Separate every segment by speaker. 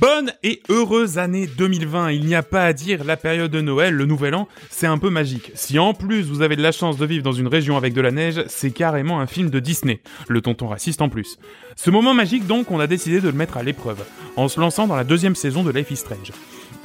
Speaker 1: Bonne et heureuse année 2020, il n'y a pas à dire, la période de Noël, le nouvel an, c'est un peu magique. Si en plus vous avez de la chance de vivre dans une région avec de la neige, c'est carrément un film de Disney, le tonton raciste en plus. Ce moment magique donc, on a décidé de le mettre à l'épreuve, en se lançant dans la deuxième saison de Life is Strange.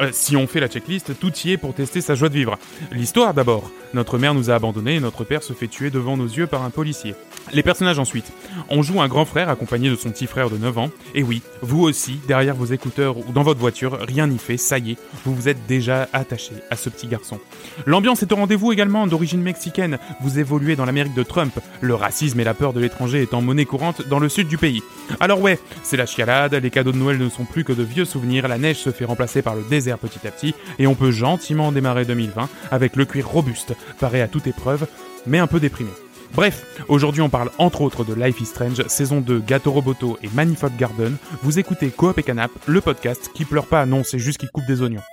Speaker 1: Euh, si on fait la checklist, tout y est pour tester sa joie de vivre. L'histoire d'abord. Notre mère nous a abandonnés et notre père se fait tuer devant nos yeux par un policier. Les personnages ensuite. On joue un grand frère accompagné de son petit frère de 9 ans. Et oui, vous aussi, derrière vos écouteurs ou dans votre voiture, rien n'y fait, ça y est, vous vous êtes déjà attaché à ce petit garçon. L'ambiance est au rendez-vous également, d'origine mexicaine. Vous évoluez dans l'Amérique de Trump, le racisme et la peur de l'étranger étant monnaie courante dans le sud du pays. Alors ouais, c'est la chialade, les cadeaux de Noël ne sont plus que de vieux souvenirs, la neige se fait remplacer par le désert petit à petit, et on peut gentiment démarrer 2020 avec le cuir robuste, paré à toute épreuve, mais un peu déprimé. Bref, aujourd'hui on parle entre autres de Life is Strange, saison 2, Gâteau Roboto et Manifold Garden. Vous écoutez Coop et Canap, le podcast qui pleure pas, non, c'est juste qui coupe des oignons.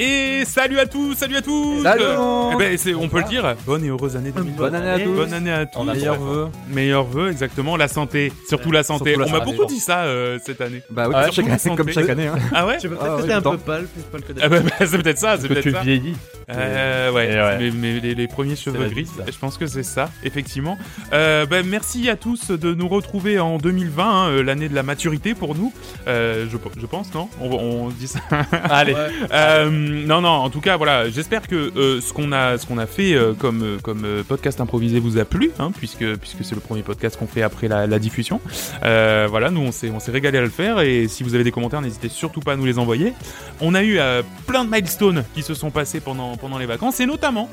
Speaker 1: Et salut à tous, salut à tous
Speaker 2: Salut
Speaker 1: Euh, eh ben, c'est- On peut le dire, bonne et heureuse année 2020.
Speaker 2: Bonne année à tous.
Speaker 1: Bonne année à tous.
Speaker 2: Meilleur vœu.
Speaker 1: Meilleurs vœux, exactement. La santé, surtout la santé.
Speaker 2: Surtout la
Speaker 1: on m'a
Speaker 2: santé.
Speaker 1: beaucoup dit ça euh, cette année.
Speaker 2: Bah oui,
Speaker 1: Ouais,
Speaker 2: comme chaque-
Speaker 1: surtout la
Speaker 2: comme
Speaker 1: santé.
Speaker 2: chaque année. Hein.
Speaker 1: Ah ouais
Speaker 3: Je sais pas,
Speaker 2: Ah,
Speaker 3: peut-être
Speaker 2: ouais,
Speaker 3: que t'es un
Speaker 2: j'entends.
Speaker 3: peu pâle, plus pâle que
Speaker 1: Ah
Speaker 3: d'habitude.
Speaker 1: bah, bah, C'est peut-être ça, c'est
Speaker 4: que
Speaker 1: peut-être
Speaker 4: tu
Speaker 1: ça.
Speaker 4: vieillis.
Speaker 1: Euh, ouais,
Speaker 4: Et ouais.
Speaker 1: Mais, mais les, les premiers cheveux
Speaker 4: la
Speaker 1: gris,
Speaker 4: vie, ça.
Speaker 1: je pense que c'est ça, effectivement. Euh, bah, merci à tous de nous retrouver en 2020, hein, euh, l'année de la maturité pour nous. Euh, je, je pense, non on, on dit ça Allez.
Speaker 3: Ouais.
Speaker 1: Euh, non, non, en tout cas, voilà, j'espère que euh, ce qu'on a, ce qu'on a fait euh, comme, euh, comme euh, podcast improvisé vous a plu, hein, puisque, puisque c'est le premier podcast qu'on fait après la, la diffusion. Euh, voilà, nous, on s'est on s'est régalé à le faire, et si vous avez des commentaires, n'hésitez surtout pas à nous les envoyer. On a eu euh, plein de milestones qui se sont passés pendant, pendant les vacances, et notamment,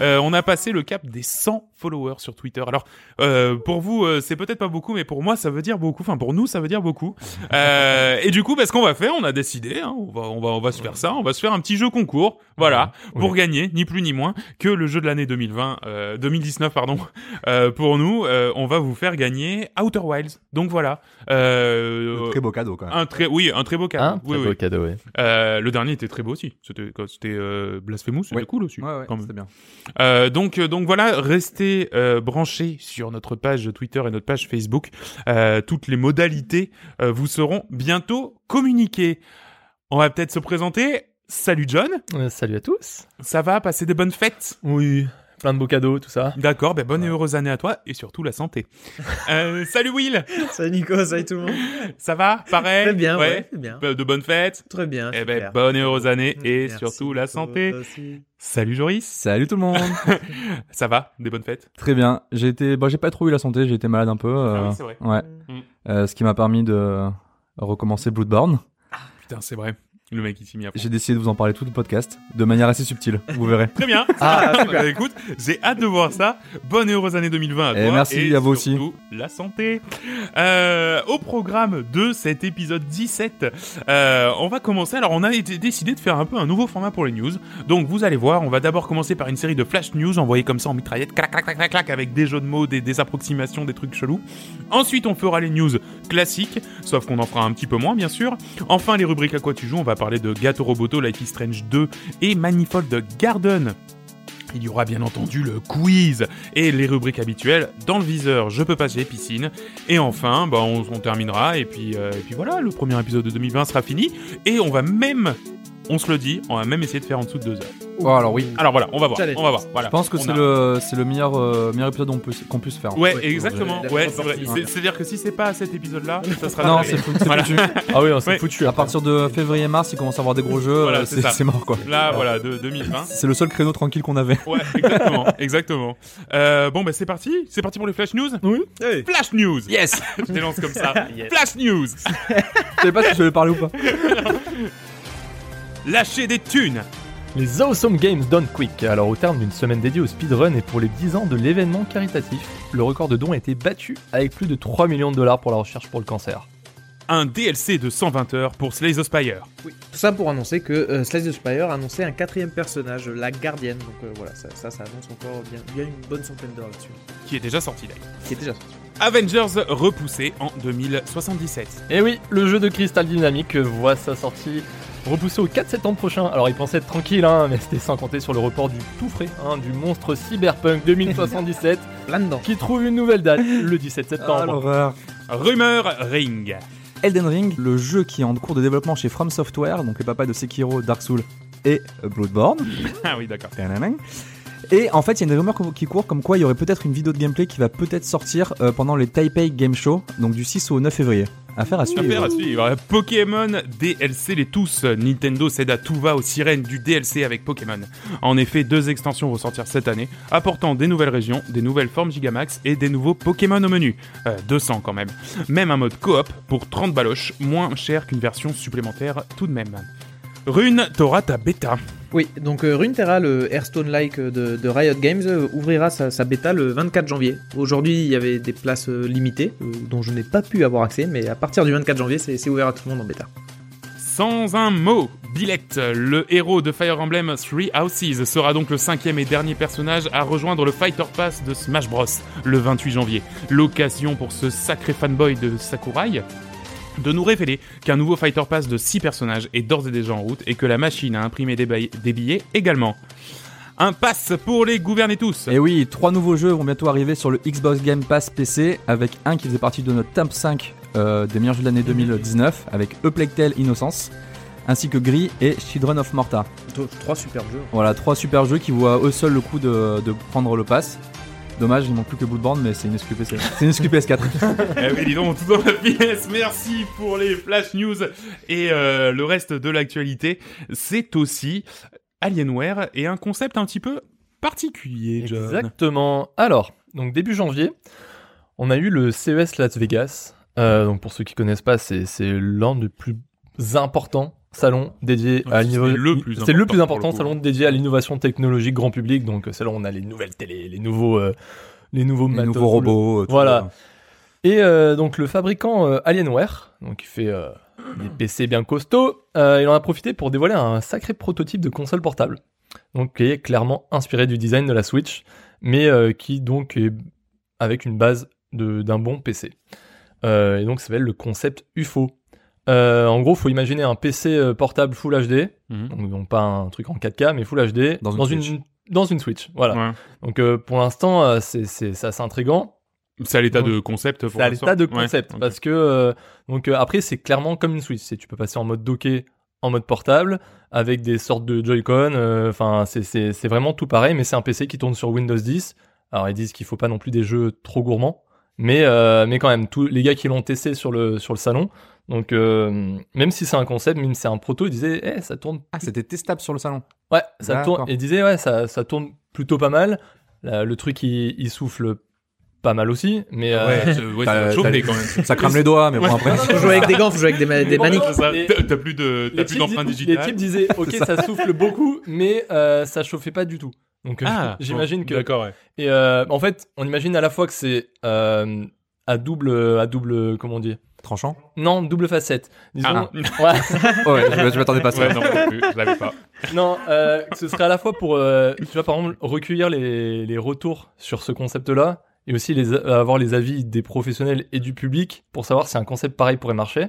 Speaker 1: euh, on a passé le cap des 100 followers sur Twitter. Alors, euh, pour vous, euh, c'est peut-être pas beaucoup, mais pour moi, ça veut dire beaucoup. Enfin, pour nous, ça veut dire beaucoup. Euh, et du coup, bah, ce qu'on va faire, on a décidé, hein, on, va, on, va, on va se faire ça, on va se faire un petit jeu concours, voilà,
Speaker 4: Oui.
Speaker 1: pour gagner, ni plus ni moins, que le jeu de l'année 2020, euh, 2019, pardon. Euh, pour nous, euh, on va vous faire gagner Outer Wilds. Donc voilà. Euh,
Speaker 2: Très beau cadeau quand même.
Speaker 1: un très, oui, un très beau cadeau.
Speaker 4: Ah. Hein
Speaker 1: Oui,
Speaker 4: Très
Speaker 1: oui.
Speaker 4: beau cadeau, ouais.
Speaker 1: Euh, le dernier était très beau aussi. C'était quand c'était euh, Blasphemous, c'était
Speaker 2: Ouais.
Speaker 1: cool aussi.
Speaker 2: Ouais, ouais,
Speaker 1: quand même.
Speaker 2: c'est bien.
Speaker 1: Euh, donc, euh, donc voilà, restez euh, branchés sur notre page Twitter et notre page Facebook. Euh, toutes les modalités euh, vous seront bientôt communiquées. On va peut-être se présenter. Salut John,
Speaker 4: Euh, Salut à tous.
Speaker 1: ça va passer des bonnes fêtes
Speaker 4: Oui, plein de beaux cadeaux, tout ça.
Speaker 1: D'accord, ben bonne et heureuse année à toi et surtout la santé. Euh, salut Will,
Speaker 3: Salut Nico, salut tout le monde.
Speaker 1: ça va Pareil
Speaker 3: Très bien, ouais, très bien.
Speaker 1: Bah, De bonnes fêtes
Speaker 3: Très bien.
Speaker 1: Eh ben,
Speaker 3: Ah, super. Mm,
Speaker 1: bonne et heureuse année et
Speaker 3: Merci
Speaker 1: surtout la
Speaker 3: pour
Speaker 1: santé.
Speaker 3: toi aussi.
Speaker 1: Salut Joris,
Speaker 2: Salut tout le monde.
Speaker 1: ça va Des bonnes fêtes
Speaker 2: Très bien. J'ai été, bon, j'ai pas trop eu la santé. J'ai été malade un peu. euh,
Speaker 1: Ah oui, c'est vrai.
Speaker 2: Ouais.
Speaker 1: Mm.
Speaker 2: Euh, ce qui m'a permis de recommencer Bloodborne.
Speaker 1: Putain, c'est vrai. Le mec, il s'y mis à fond.
Speaker 2: J'ai décidé de vous en parler tout le podcast de manière assez subtile. Vous verrez.
Speaker 1: Très bien.
Speaker 4: Ah,
Speaker 1: Bah, écoute, j'ai hâte de voir ça. Bonne et heureuse année 2020 à
Speaker 2: Et
Speaker 1: toi.
Speaker 2: merci
Speaker 1: et
Speaker 2: à vous
Speaker 1: surtout, La santé. Euh, au programme de cet épisode 17, euh, on va commencer. Alors, on a été- décidé de faire un peu un nouveau format pour les news. Donc, vous allez voir, on va d'abord commencer par une série de flash news envoyées comme ça en mitraillette, clac, clac, clac, clac, clac, avec des jeux de mots, des, des approximations, des trucs chelous. Ensuite, on fera les news classiques, sauf qu'on en fera un petit peu moins, bien sûr. Enfin, les rubriques à quoi tu joues, on va parler de Gato Roboto, Life is Strange 2 et Manifold Garden. Il y aura bien entendu le quiz et les rubriques habituelles dans le viseur Je peux passer piscine et enfin bah, on, on terminera et puis, euh, et puis voilà le premier épisode de 2020 sera fini et on va même on se le dit on va même essayer de faire en dessous de deux heures.
Speaker 2: Oh, alors oui.
Speaker 1: Alors voilà on va voir
Speaker 3: Challenge.
Speaker 1: on va voir voilà.
Speaker 2: Je pense que
Speaker 1: On
Speaker 2: c'est
Speaker 1: a-
Speaker 2: le, c'est le meilleur, euh, meilleur épisode qu'on puisse, qu'on puisse faire.
Speaker 1: Ouais,
Speaker 3: Ouais,
Speaker 1: exactement.
Speaker 3: la
Speaker 1: Ouais,
Speaker 3: première
Speaker 1: c'est vrai.
Speaker 3: partie.
Speaker 1: C'est- C'est-à-dire que si c'est pas à cet épisode-là, ça sera
Speaker 2: Non,
Speaker 1: pas-
Speaker 2: c'est foutu. c'est
Speaker 1: Voilà.
Speaker 2: foutu.
Speaker 4: Ah oui, on s'est
Speaker 1: Ouais.
Speaker 4: foutu.
Speaker 2: À partir de février-mars, il commence à avoir des gros jeux.
Speaker 1: Voilà,
Speaker 2: euh,
Speaker 1: c'est
Speaker 2: c'est
Speaker 1: ça. Hein
Speaker 2: c'est mort quoi.
Speaker 1: là voilà de 2020.
Speaker 2: C'est le seul créneau tranquille qu'on avait.
Speaker 1: Ouais, exactement, exactement. Euh, bon bah c'est parti, c'est parti pour les flash news.
Speaker 3: Hey.
Speaker 1: Flash news.
Speaker 2: Yes.
Speaker 1: Je les lance comme ça.
Speaker 3: Yes.
Speaker 1: Flash news.
Speaker 2: Je savais pas si je vais parler ou pas.
Speaker 1: Lâcher des thunes.
Speaker 4: Les Awesome Games Done Quick. Alors, au terme d'une semaine dédiée au speedrun et pour les 10 ans de l'événement caritatif, le record de dons a été battu avec plus de 3 millions de dollars pour la recherche pour le cancer.
Speaker 1: un DLC de 120 heures pour Slay the Spire.
Speaker 3: Oui. Tout ça pour annoncer que euh, Slay the Spire a annoncé un quatrième personnage, euh, la gardienne. Donc euh, voilà, ça, ça, ça annonce encore bien, bien une bonne centaine d'heures là-dessus.
Speaker 1: qui est déjà sorti d'ailleurs.
Speaker 3: Qui est déjà sorti.
Speaker 1: Avengers repoussé en 2077.
Speaker 4: Et Eh oui, le jeu de Crystal Dynamics voit sa sortie repoussée au 4 septembre prochain. Alors il pensait être tranquille, hein, mais c'était sans compter sur le report du tout frais, hein, du monstre Cyberpunk 2077,
Speaker 3: Plein dedans.
Speaker 4: qui trouve une nouvelle date le 17
Speaker 2: Ah,
Speaker 4: septembre.
Speaker 2: l'horreur.
Speaker 1: Rumeur Ring.
Speaker 2: Elden Ring, le jeu qui est en cours de développement chez From Software, donc les papas de Sekiro, Dark Souls et euh, Bloodborne.
Speaker 1: Ah oui, d'accord.
Speaker 2: Tadadam. Et en fait, il y a une rumeur co- qui court comme quoi il y aurait peut-être une vidéo de gameplay qui va peut-être sortir euh, pendant le Taipei Game Show, donc du 6 au 9 février. Affaire à suivre.
Speaker 1: Super à suivre. Pokémon DLC les tous. Nintendo cède à tout va aux sirènes du DLC avec Pokémon. En effet, deux extensions vont sortir cette année, apportant des nouvelles régions, des nouvelles formes Gigamax et des nouveaux Pokémon au menu. Euh, 200 quand même. Même un mode coop pour 30 baloches, moins cher qu'une version supplémentaire tout de même. Rune, t'auras ta bêta.
Speaker 3: Oui, donc euh, Runeterra, le Hearthstone-like de, de Riot Games, euh, ouvrira sa, sa bêta le 24 janvier. Aujourd'hui, il y avait des places euh, limitées, euh, dont je n'ai pas pu avoir accès, mais à partir du 24 janvier, c'est c'est ouvert à tout le monde en bêta.
Speaker 1: Sans un mot, Bilect, le héros de Fire Emblem Three Houses, sera donc le cinquième et dernier personnage à rejoindre le Fighter Pass de Smash Bros. le 28 janvier. L'occasion pour ce sacré fanboy de Sakurai de nous révéler qu'un nouveau Fighter Pass de 6 personnages est d'ores et déjà en route et que la machine a imprimé des, bail- des billets également. Un pass pour les gouverner tous.
Speaker 2: Et oui, trois nouveaux jeux vont bientôt arriver sur le Xbox Game Pass PC, avec un qui faisait partie de notre top 5 euh, des meilleurs jeux de l'année 2019, avec A Plague Tale Innocence, ainsi que Gris et Children of Morta.
Speaker 3: Trois- Trois superbes jeux.
Speaker 2: Voilà, trois super jeux qui voient eux seuls le coup de, de prendre le pass. Dommage, il manque plus que Bloodborne, mais c'est une excuse PC. C'est une excuse PS4.
Speaker 1: Eh oui, dis donc, tout dans la pièce. Merci pour les flash news et euh, le reste de l'actualité. C'est aussi Alienware et un concept un petit peu particulier, John.
Speaker 4: Exactement. Alors, donc début janvier, on a eu le CES Las Vegas. Euh, donc pour ceux qui connaissent pas, c'est c'est l'un des plus importants salons dédiés
Speaker 1: Ouais,
Speaker 4: à
Speaker 1: c'est
Speaker 4: l'innovation.
Speaker 1: le plus
Speaker 4: C'est le
Speaker 1: important pour
Speaker 4: plus
Speaker 1: le
Speaker 4: important
Speaker 1: coup.
Speaker 4: salon dédié à l'innovation technologique grand public. Donc euh, c'est là où on a les nouvelles télé, les nouveaux, euh, les nouveaux
Speaker 2: Les
Speaker 4: matos,
Speaker 2: nouveaux robots. euh, tout ça.
Speaker 4: Voilà. et euh, donc le fabricant euh, Alienware, donc il fait euh, des PC bien costauds, euh, il en a profité pour dévoiler un sacré prototype de console portable. Donc qui est clairement inspiré du design de la Switch, mais euh, qui donc est avec une base de- d'un bon PC. Euh, et donc ça s'appelle le concept UFO. Euh, en gros, faut imaginer un PC euh, portable Full HD,
Speaker 1: Mhm.
Speaker 4: donc, donc pas un truc en 4K, mais Full HD
Speaker 2: Dans une Switch.
Speaker 4: dans une Switch. Voilà.
Speaker 1: Ouais.
Speaker 4: Donc euh, pour l'instant, euh, c'est c'est- c'est assez intrigant.
Speaker 1: C'est à l'état
Speaker 4: Donc,
Speaker 1: de concept pour
Speaker 4: C'est à
Speaker 1: l'instant.
Speaker 4: l'état de
Speaker 1: Ouais,
Speaker 4: concept.
Speaker 1: ok.
Speaker 4: Parce que, euh, donc, euh, après, c'est clairement comme une Switch. C'est- Tu peux passer en mode docké, en mode portable, avec des sortes de Joy-Con. euh, Enfin, c'est- c'est c'est vraiment tout pareil, mais c'est un PC qui tourne sur Windows 10. Alors, ils disent qu'il faut pas non plus des jeux trop gourmands. Mais, euh, mais quand même, tous les gars qui l'ont testé sur le, sur le salon, donc euh, même si c'est un concept, même si c'est un proto, ils disaient, eh, ça tourne
Speaker 2: Ah, c'était testable sur le salon.
Speaker 4: Ouais, ça
Speaker 2: D'accord.
Speaker 4: tourne. Et disait, ouais, ça, ça tourne plutôt pas mal. Là, le truc, il, il souffle pas mal aussi. Mais euh,
Speaker 1: Ouais, c'est- ouais, ça
Speaker 2: T'as-
Speaker 1: va chauffer
Speaker 2: t'as-
Speaker 1: quand même.
Speaker 2: Ça crame les doigts, mais bon, après.
Speaker 3: Faut jouer avec des gants, faut jouer avec des, ma- des
Speaker 4: Bon,
Speaker 3: maniques.
Speaker 4: bah,
Speaker 1: C'est ça.
Speaker 4: Les-
Speaker 1: T'as t'as plus de, t'as
Speaker 4: les,
Speaker 1: plus
Speaker 4: types,
Speaker 1: d'empreinte
Speaker 4: dis- les
Speaker 1: digitale.
Speaker 4: types disaient, ok, ça. souffle beaucoup, mais euh, ça chauffait pas du tout. Donc euh,
Speaker 1: Ah,
Speaker 4: j'imagine
Speaker 1: bon,
Speaker 4: que.
Speaker 1: D'accord, ouais.
Speaker 4: Et euh, en fait, on imagine à la fois que c'est euh, à double, à double, comment on dit
Speaker 2: Tranchant.
Speaker 4: Non, double facette. Disons,
Speaker 1: Ah.
Speaker 4: Ouais.
Speaker 2: Ouais, je, je m'attendais pas à ça.
Speaker 1: Ouais, non, non plus, je l'avais pas.
Speaker 4: Non, euh, ce serait à la fois pour, euh, tu vois, par exemple, recueillir les, les retours sur ce concept-là et aussi les, avoir les avis des professionnels et du public pour savoir si un concept pareil pourrait marcher.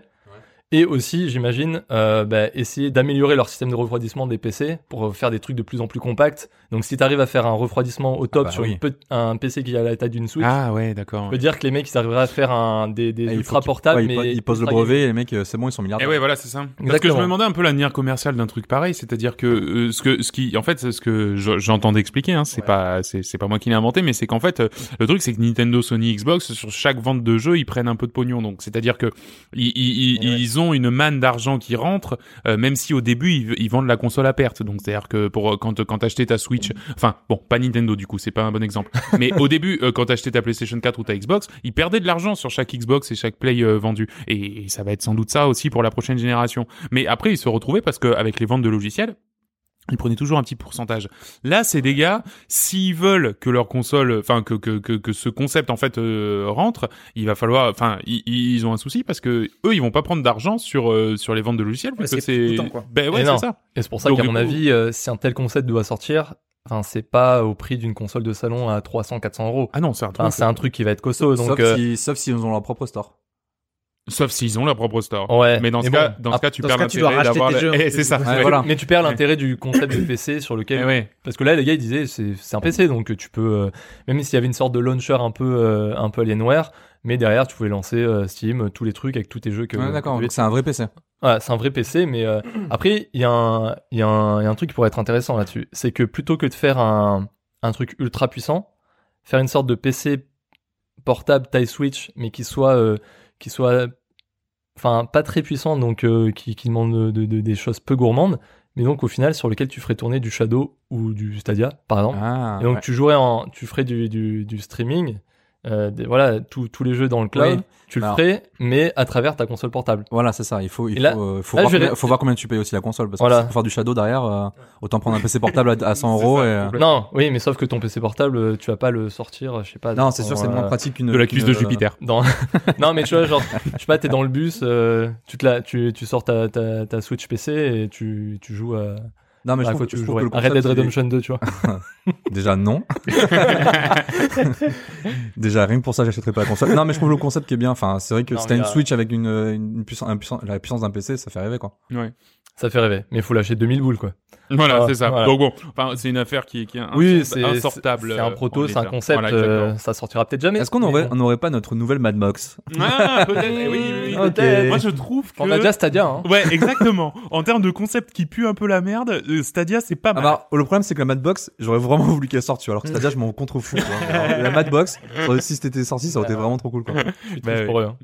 Speaker 4: Et aussi, j'imagine, euh, bah, essayer d'améliorer leur système de refroidissement des PC pour euh, faire des trucs de plus en plus compacts. Donc, si tu arrives à faire un refroidissement au top
Speaker 2: bah
Speaker 4: sur
Speaker 2: oui.
Speaker 4: une pe- un PC qui a la taille d'une Switch,
Speaker 1: Ah ouais, d'accord.
Speaker 4: peut dire que les mecs, ils arriveraient à faire un, des, des
Speaker 2: Et Ah, il faut
Speaker 4: ultra
Speaker 2: qu'ils-
Speaker 4: portables.
Speaker 2: ouais, ils
Speaker 4: mais
Speaker 2: po- ils posent le
Speaker 4: ultra-
Speaker 2: brevet et les mecs, euh, c'est bon, ils sont
Speaker 1: Et
Speaker 2: milliardaires.
Speaker 1: Eh ouais, voilà, c'est ça. Parce que je
Speaker 4: Exactement.
Speaker 1: me demandais un peu l'avenir commercial d'un truc pareil, c'est-à-dire que euh, ce que ce qui, en fait, c'est ce que je- j'entends expliquer, hein, c'est
Speaker 4: Ouais.
Speaker 1: pas c'est c'est pas moi qui l'ai inventé, mais c'est qu'en fait, euh, le truc c'est que Nintendo, Sony, Xbox sur chaque vente de jeu, ils prennent un peu de pognon, donc c'est-à-dire que ils ils, ils-
Speaker 4: Et Eh ouais.
Speaker 1: ils ont une manne d'argent qui rentre, euh, même si au début ils, ils vendent la console à perte, donc c'est-à-dire que pour euh, quand quand t'achetais ta Switch, enfin bon, pas Nintendo du coup, c'est pas un bon exemple, mais au début euh, quand t'achetais ta PlayStation 4 ou ta Xbox, ils perdaient de l'argent sur chaque Xbox et chaque Play euh, vendu, et, et ça va être sans doute ça aussi pour la prochaine génération. Mais après, ils se retrouvaient parce que avec les ventes de logiciels, Ils prenaient toujours un petit pourcentage. Là, ces des gars, s'ils veulent que leur console, enfin que que que, que ce concept en fait euh, rentre, il va falloir, enfin ils, ils ont un souci parce que eux, ils vont pas prendre d'argent sur euh, sur les ventes de logiciels parce
Speaker 3: Ouais,
Speaker 1: que
Speaker 3: c'est
Speaker 1: c'est
Speaker 3: coûtant, quoi.
Speaker 1: ben ouais
Speaker 4: Et
Speaker 1: c'est
Speaker 4: non.
Speaker 1: ça.
Speaker 4: Et c'est pour ça
Speaker 1: Donc,
Speaker 4: qu'à
Speaker 1: du
Speaker 4: mon
Speaker 1: coup-
Speaker 4: avis, euh, si un tel concept doit sortir, enfin, c'est pas au prix d'une console de salon à 300-400 euros.
Speaker 1: Ah non, c'est un truc.
Speaker 4: Enfin, c'est un truc qui va être costaud. Donc,
Speaker 2: sauf,
Speaker 4: euh,
Speaker 2: si, sauf s'ils ont leur propre store.
Speaker 1: Sauf s'ils ont leur propre store.
Speaker 4: ouais.
Speaker 1: Mais dans ce
Speaker 4: bon,
Speaker 1: cas, dans ce
Speaker 4: après-
Speaker 1: cas, tu
Speaker 3: Ah, dans ce
Speaker 1: perds
Speaker 3: cas, tu dois
Speaker 1: l'intérêt
Speaker 3: racheter
Speaker 1: d'avoir.
Speaker 3: tes
Speaker 1: la-
Speaker 3: jeux, en
Speaker 1: Eh,
Speaker 3: fait.
Speaker 1: c'est ça.
Speaker 2: Ouais,
Speaker 1: Ouais.
Speaker 2: voilà.
Speaker 4: mais tu perds l'intérêt du concept de PC sur lequel
Speaker 1: Eh ouais.
Speaker 4: Parce que là, les gars, ils disaient, c'est c'est un PC, donc tu peux, euh, même s'il y avait une sorte de launcher un peu, euh, un peu Alienware, mais derrière, tu pouvais lancer euh, Steam, tous les trucs avec tous tes jeux que.
Speaker 2: Ouais, d'accord,
Speaker 4: que tu
Speaker 2: donc c'est un vrai PC.
Speaker 4: voilà, c'est un vrai PC, mais euh, après, il y, a un- il y, a un- il y a un truc qui pourrait être intéressant là-dessus. C'est que plutôt que de faire un, un truc ultra puissant, faire une sorte de PC portable taille Switch, mais qui soit, euh, qui soit, enfin, pas très puissant, donc euh, qui, qui demande de- de- des choses peu gourmandes, mais donc au final sur lequel tu ferais tourner du Shadow ou du Stadia, par exemple.
Speaker 2: Ah,
Speaker 4: Et donc
Speaker 2: ouais.
Speaker 4: tu jouerais en, tu ferais du, du, du streaming, euh, des- voilà, tous tous les jeux dans le cloud,
Speaker 2: Oui.
Speaker 4: tu le
Speaker 2: Alors-
Speaker 4: ferais, mais à travers ta console portable.
Speaker 2: Voilà, c'est ça. Il faut, il
Speaker 4: Et là-
Speaker 2: faut, euh, faut
Speaker 4: là,
Speaker 2: voir
Speaker 4: je vais-
Speaker 2: combien, faut voir combien tu payes aussi la console. Parce que
Speaker 4: Voilà.
Speaker 2: si pour faire du Shadow derrière, euh, autant prendre un PC portable à, à 100
Speaker 1: C'est
Speaker 2: euros.
Speaker 1: ça,
Speaker 2: et, euh,
Speaker 4: Non, oui, mais sauf que ton PC portable, euh, tu vas pas le sortir, euh, je sais pas.
Speaker 2: Non, c'est
Speaker 4: dans,
Speaker 2: sûr, c'est
Speaker 4: euh,
Speaker 2: moins pratique qu'une.
Speaker 1: De la cuisse
Speaker 2: qu'une,
Speaker 1: de
Speaker 2: euh,
Speaker 1: Jupiter.
Speaker 4: Dans... non, mais tu vois, genre, je sais pas, t'es dans le bus, euh, tu, te la, tu, tu sors ta, ta, ta Switch PC et tu, tu joues à,
Speaker 2: Non, Ah, mais je
Speaker 4: à
Speaker 2: trouve,
Speaker 4: quoi
Speaker 2: que-
Speaker 4: tu
Speaker 2: je trouve
Speaker 4: jouerais.
Speaker 2: que le
Speaker 4: À Red Dead
Speaker 2: concept, il est-
Speaker 4: Redemption 2, tu vois.
Speaker 2: Déjà non. Déjà rien que pour ça j'achèterai pas la console. Non mais je trouve le concept qui est bien. Enfin c'est vrai que
Speaker 4: Non,
Speaker 2: si t'as
Speaker 4: mais
Speaker 2: une
Speaker 4: là-
Speaker 2: Switch avec une, une puissance, un puissance- la puissance d'un PC ça fait rêver quoi.
Speaker 1: Ouais.
Speaker 4: Ça fait rêver, mais faut lâcher 2000 boules, quoi.
Speaker 1: Voilà,
Speaker 4: Ah,
Speaker 1: c'est ça.
Speaker 4: voilà.
Speaker 1: Donc bon, enfin, c'est une affaire qui, qui est insort- Ah, insortable.
Speaker 4: C'est un
Speaker 1: euh,
Speaker 4: proto,
Speaker 1: en
Speaker 4: c'est un
Speaker 1: l'état.
Speaker 4: concept,
Speaker 1: Voilà,
Speaker 4: euh,
Speaker 1: exactement.
Speaker 4: ça sortira peut-être jamais.
Speaker 2: Est-ce qu'on
Speaker 4: mais
Speaker 2: aurait,
Speaker 4: bon.
Speaker 2: on aurait pas notre nouvelle Mad Max
Speaker 1: Ah, peut-être. eh oui, oui, oui,
Speaker 4: Ok.
Speaker 1: peut-être. Moi, je trouve que.
Speaker 4: On a déjà Stadia, hein.
Speaker 1: Ouais, exactement. en termes de concept qui pue un peu la merde, euh, Stadia, c'est pas
Speaker 2: Ah
Speaker 1: mal.
Speaker 2: bah, le problème c'est que la Madbox, j'aurais vraiment voulu qu'elle sorte, tu vois. Alors que Stadia, je m'en contrefous. tu vois. Alors, La Madbox, euh, si c'était sorti, ça aurait été vraiment trop cool quoi.
Speaker 4: Je suis
Speaker 1: Bah
Speaker 4: triste
Speaker 1: oui.
Speaker 4: pour eux, hein.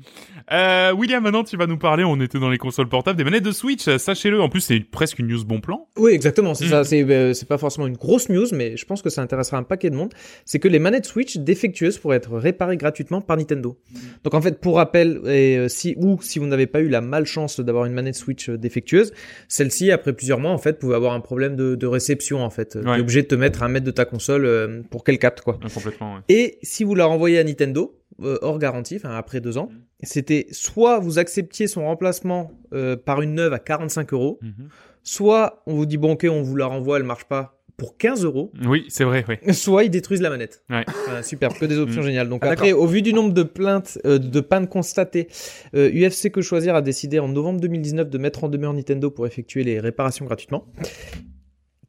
Speaker 1: Euh, William, maintenant, tu vas nous parler. On était dans les consoles portables, des manettes de Switch. Sachez-le. En plus, c'est presque une news bon plan.
Speaker 3: Oui, exactement, c'est
Speaker 1: Mm.
Speaker 3: ça. C'est euh, c'est pas forcément une grosse news, mais je pense que ça intéressera un paquet de monde. C'est que les manettes Switch défectueuses pourraient être réparées gratuitement par Nintendo.
Speaker 1: Mm.
Speaker 3: Donc en fait, pour rappel, et, euh, si ou si vous n'avez pas eu la malchance d'avoir une manette Switch euh, défectueuse, celle-ci après plusieurs mois en fait pouvait avoir un problème de, de réception en fait.
Speaker 1: Ouais.
Speaker 3: T'es obligé de te mettre à un mètre de ta console euh, pour qu'elle capte quoi.
Speaker 1: Ah, Complètement, ouais.
Speaker 3: Et si vous la renvoyez à Nintendo, euh, hors garantie, enfin après deux
Speaker 1: Mm.
Speaker 3: ans, c'était soit vous acceptiez son remplacement euh, par une neuve à 45 euros,
Speaker 1: Mm-hmm.
Speaker 3: soit on vous dit bon ok on vous la renvoie, elle marche pas pour 15 euros,
Speaker 1: Oui, c'est vrai, oui.
Speaker 3: soit ils détruisent la manette.
Speaker 1: Ouais.
Speaker 3: Voilà, super, que des options
Speaker 1: Mm.
Speaker 3: géniales. Donc
Speaker 2: Ah,
Speaker 3: après, au vu du nombre de plaintes, euh, de pannes constatées, euh, UFC Que Choisir a décidé en novembre 2019 de mettre en demeure Nintendo pour effectuer les réparations gratuitement.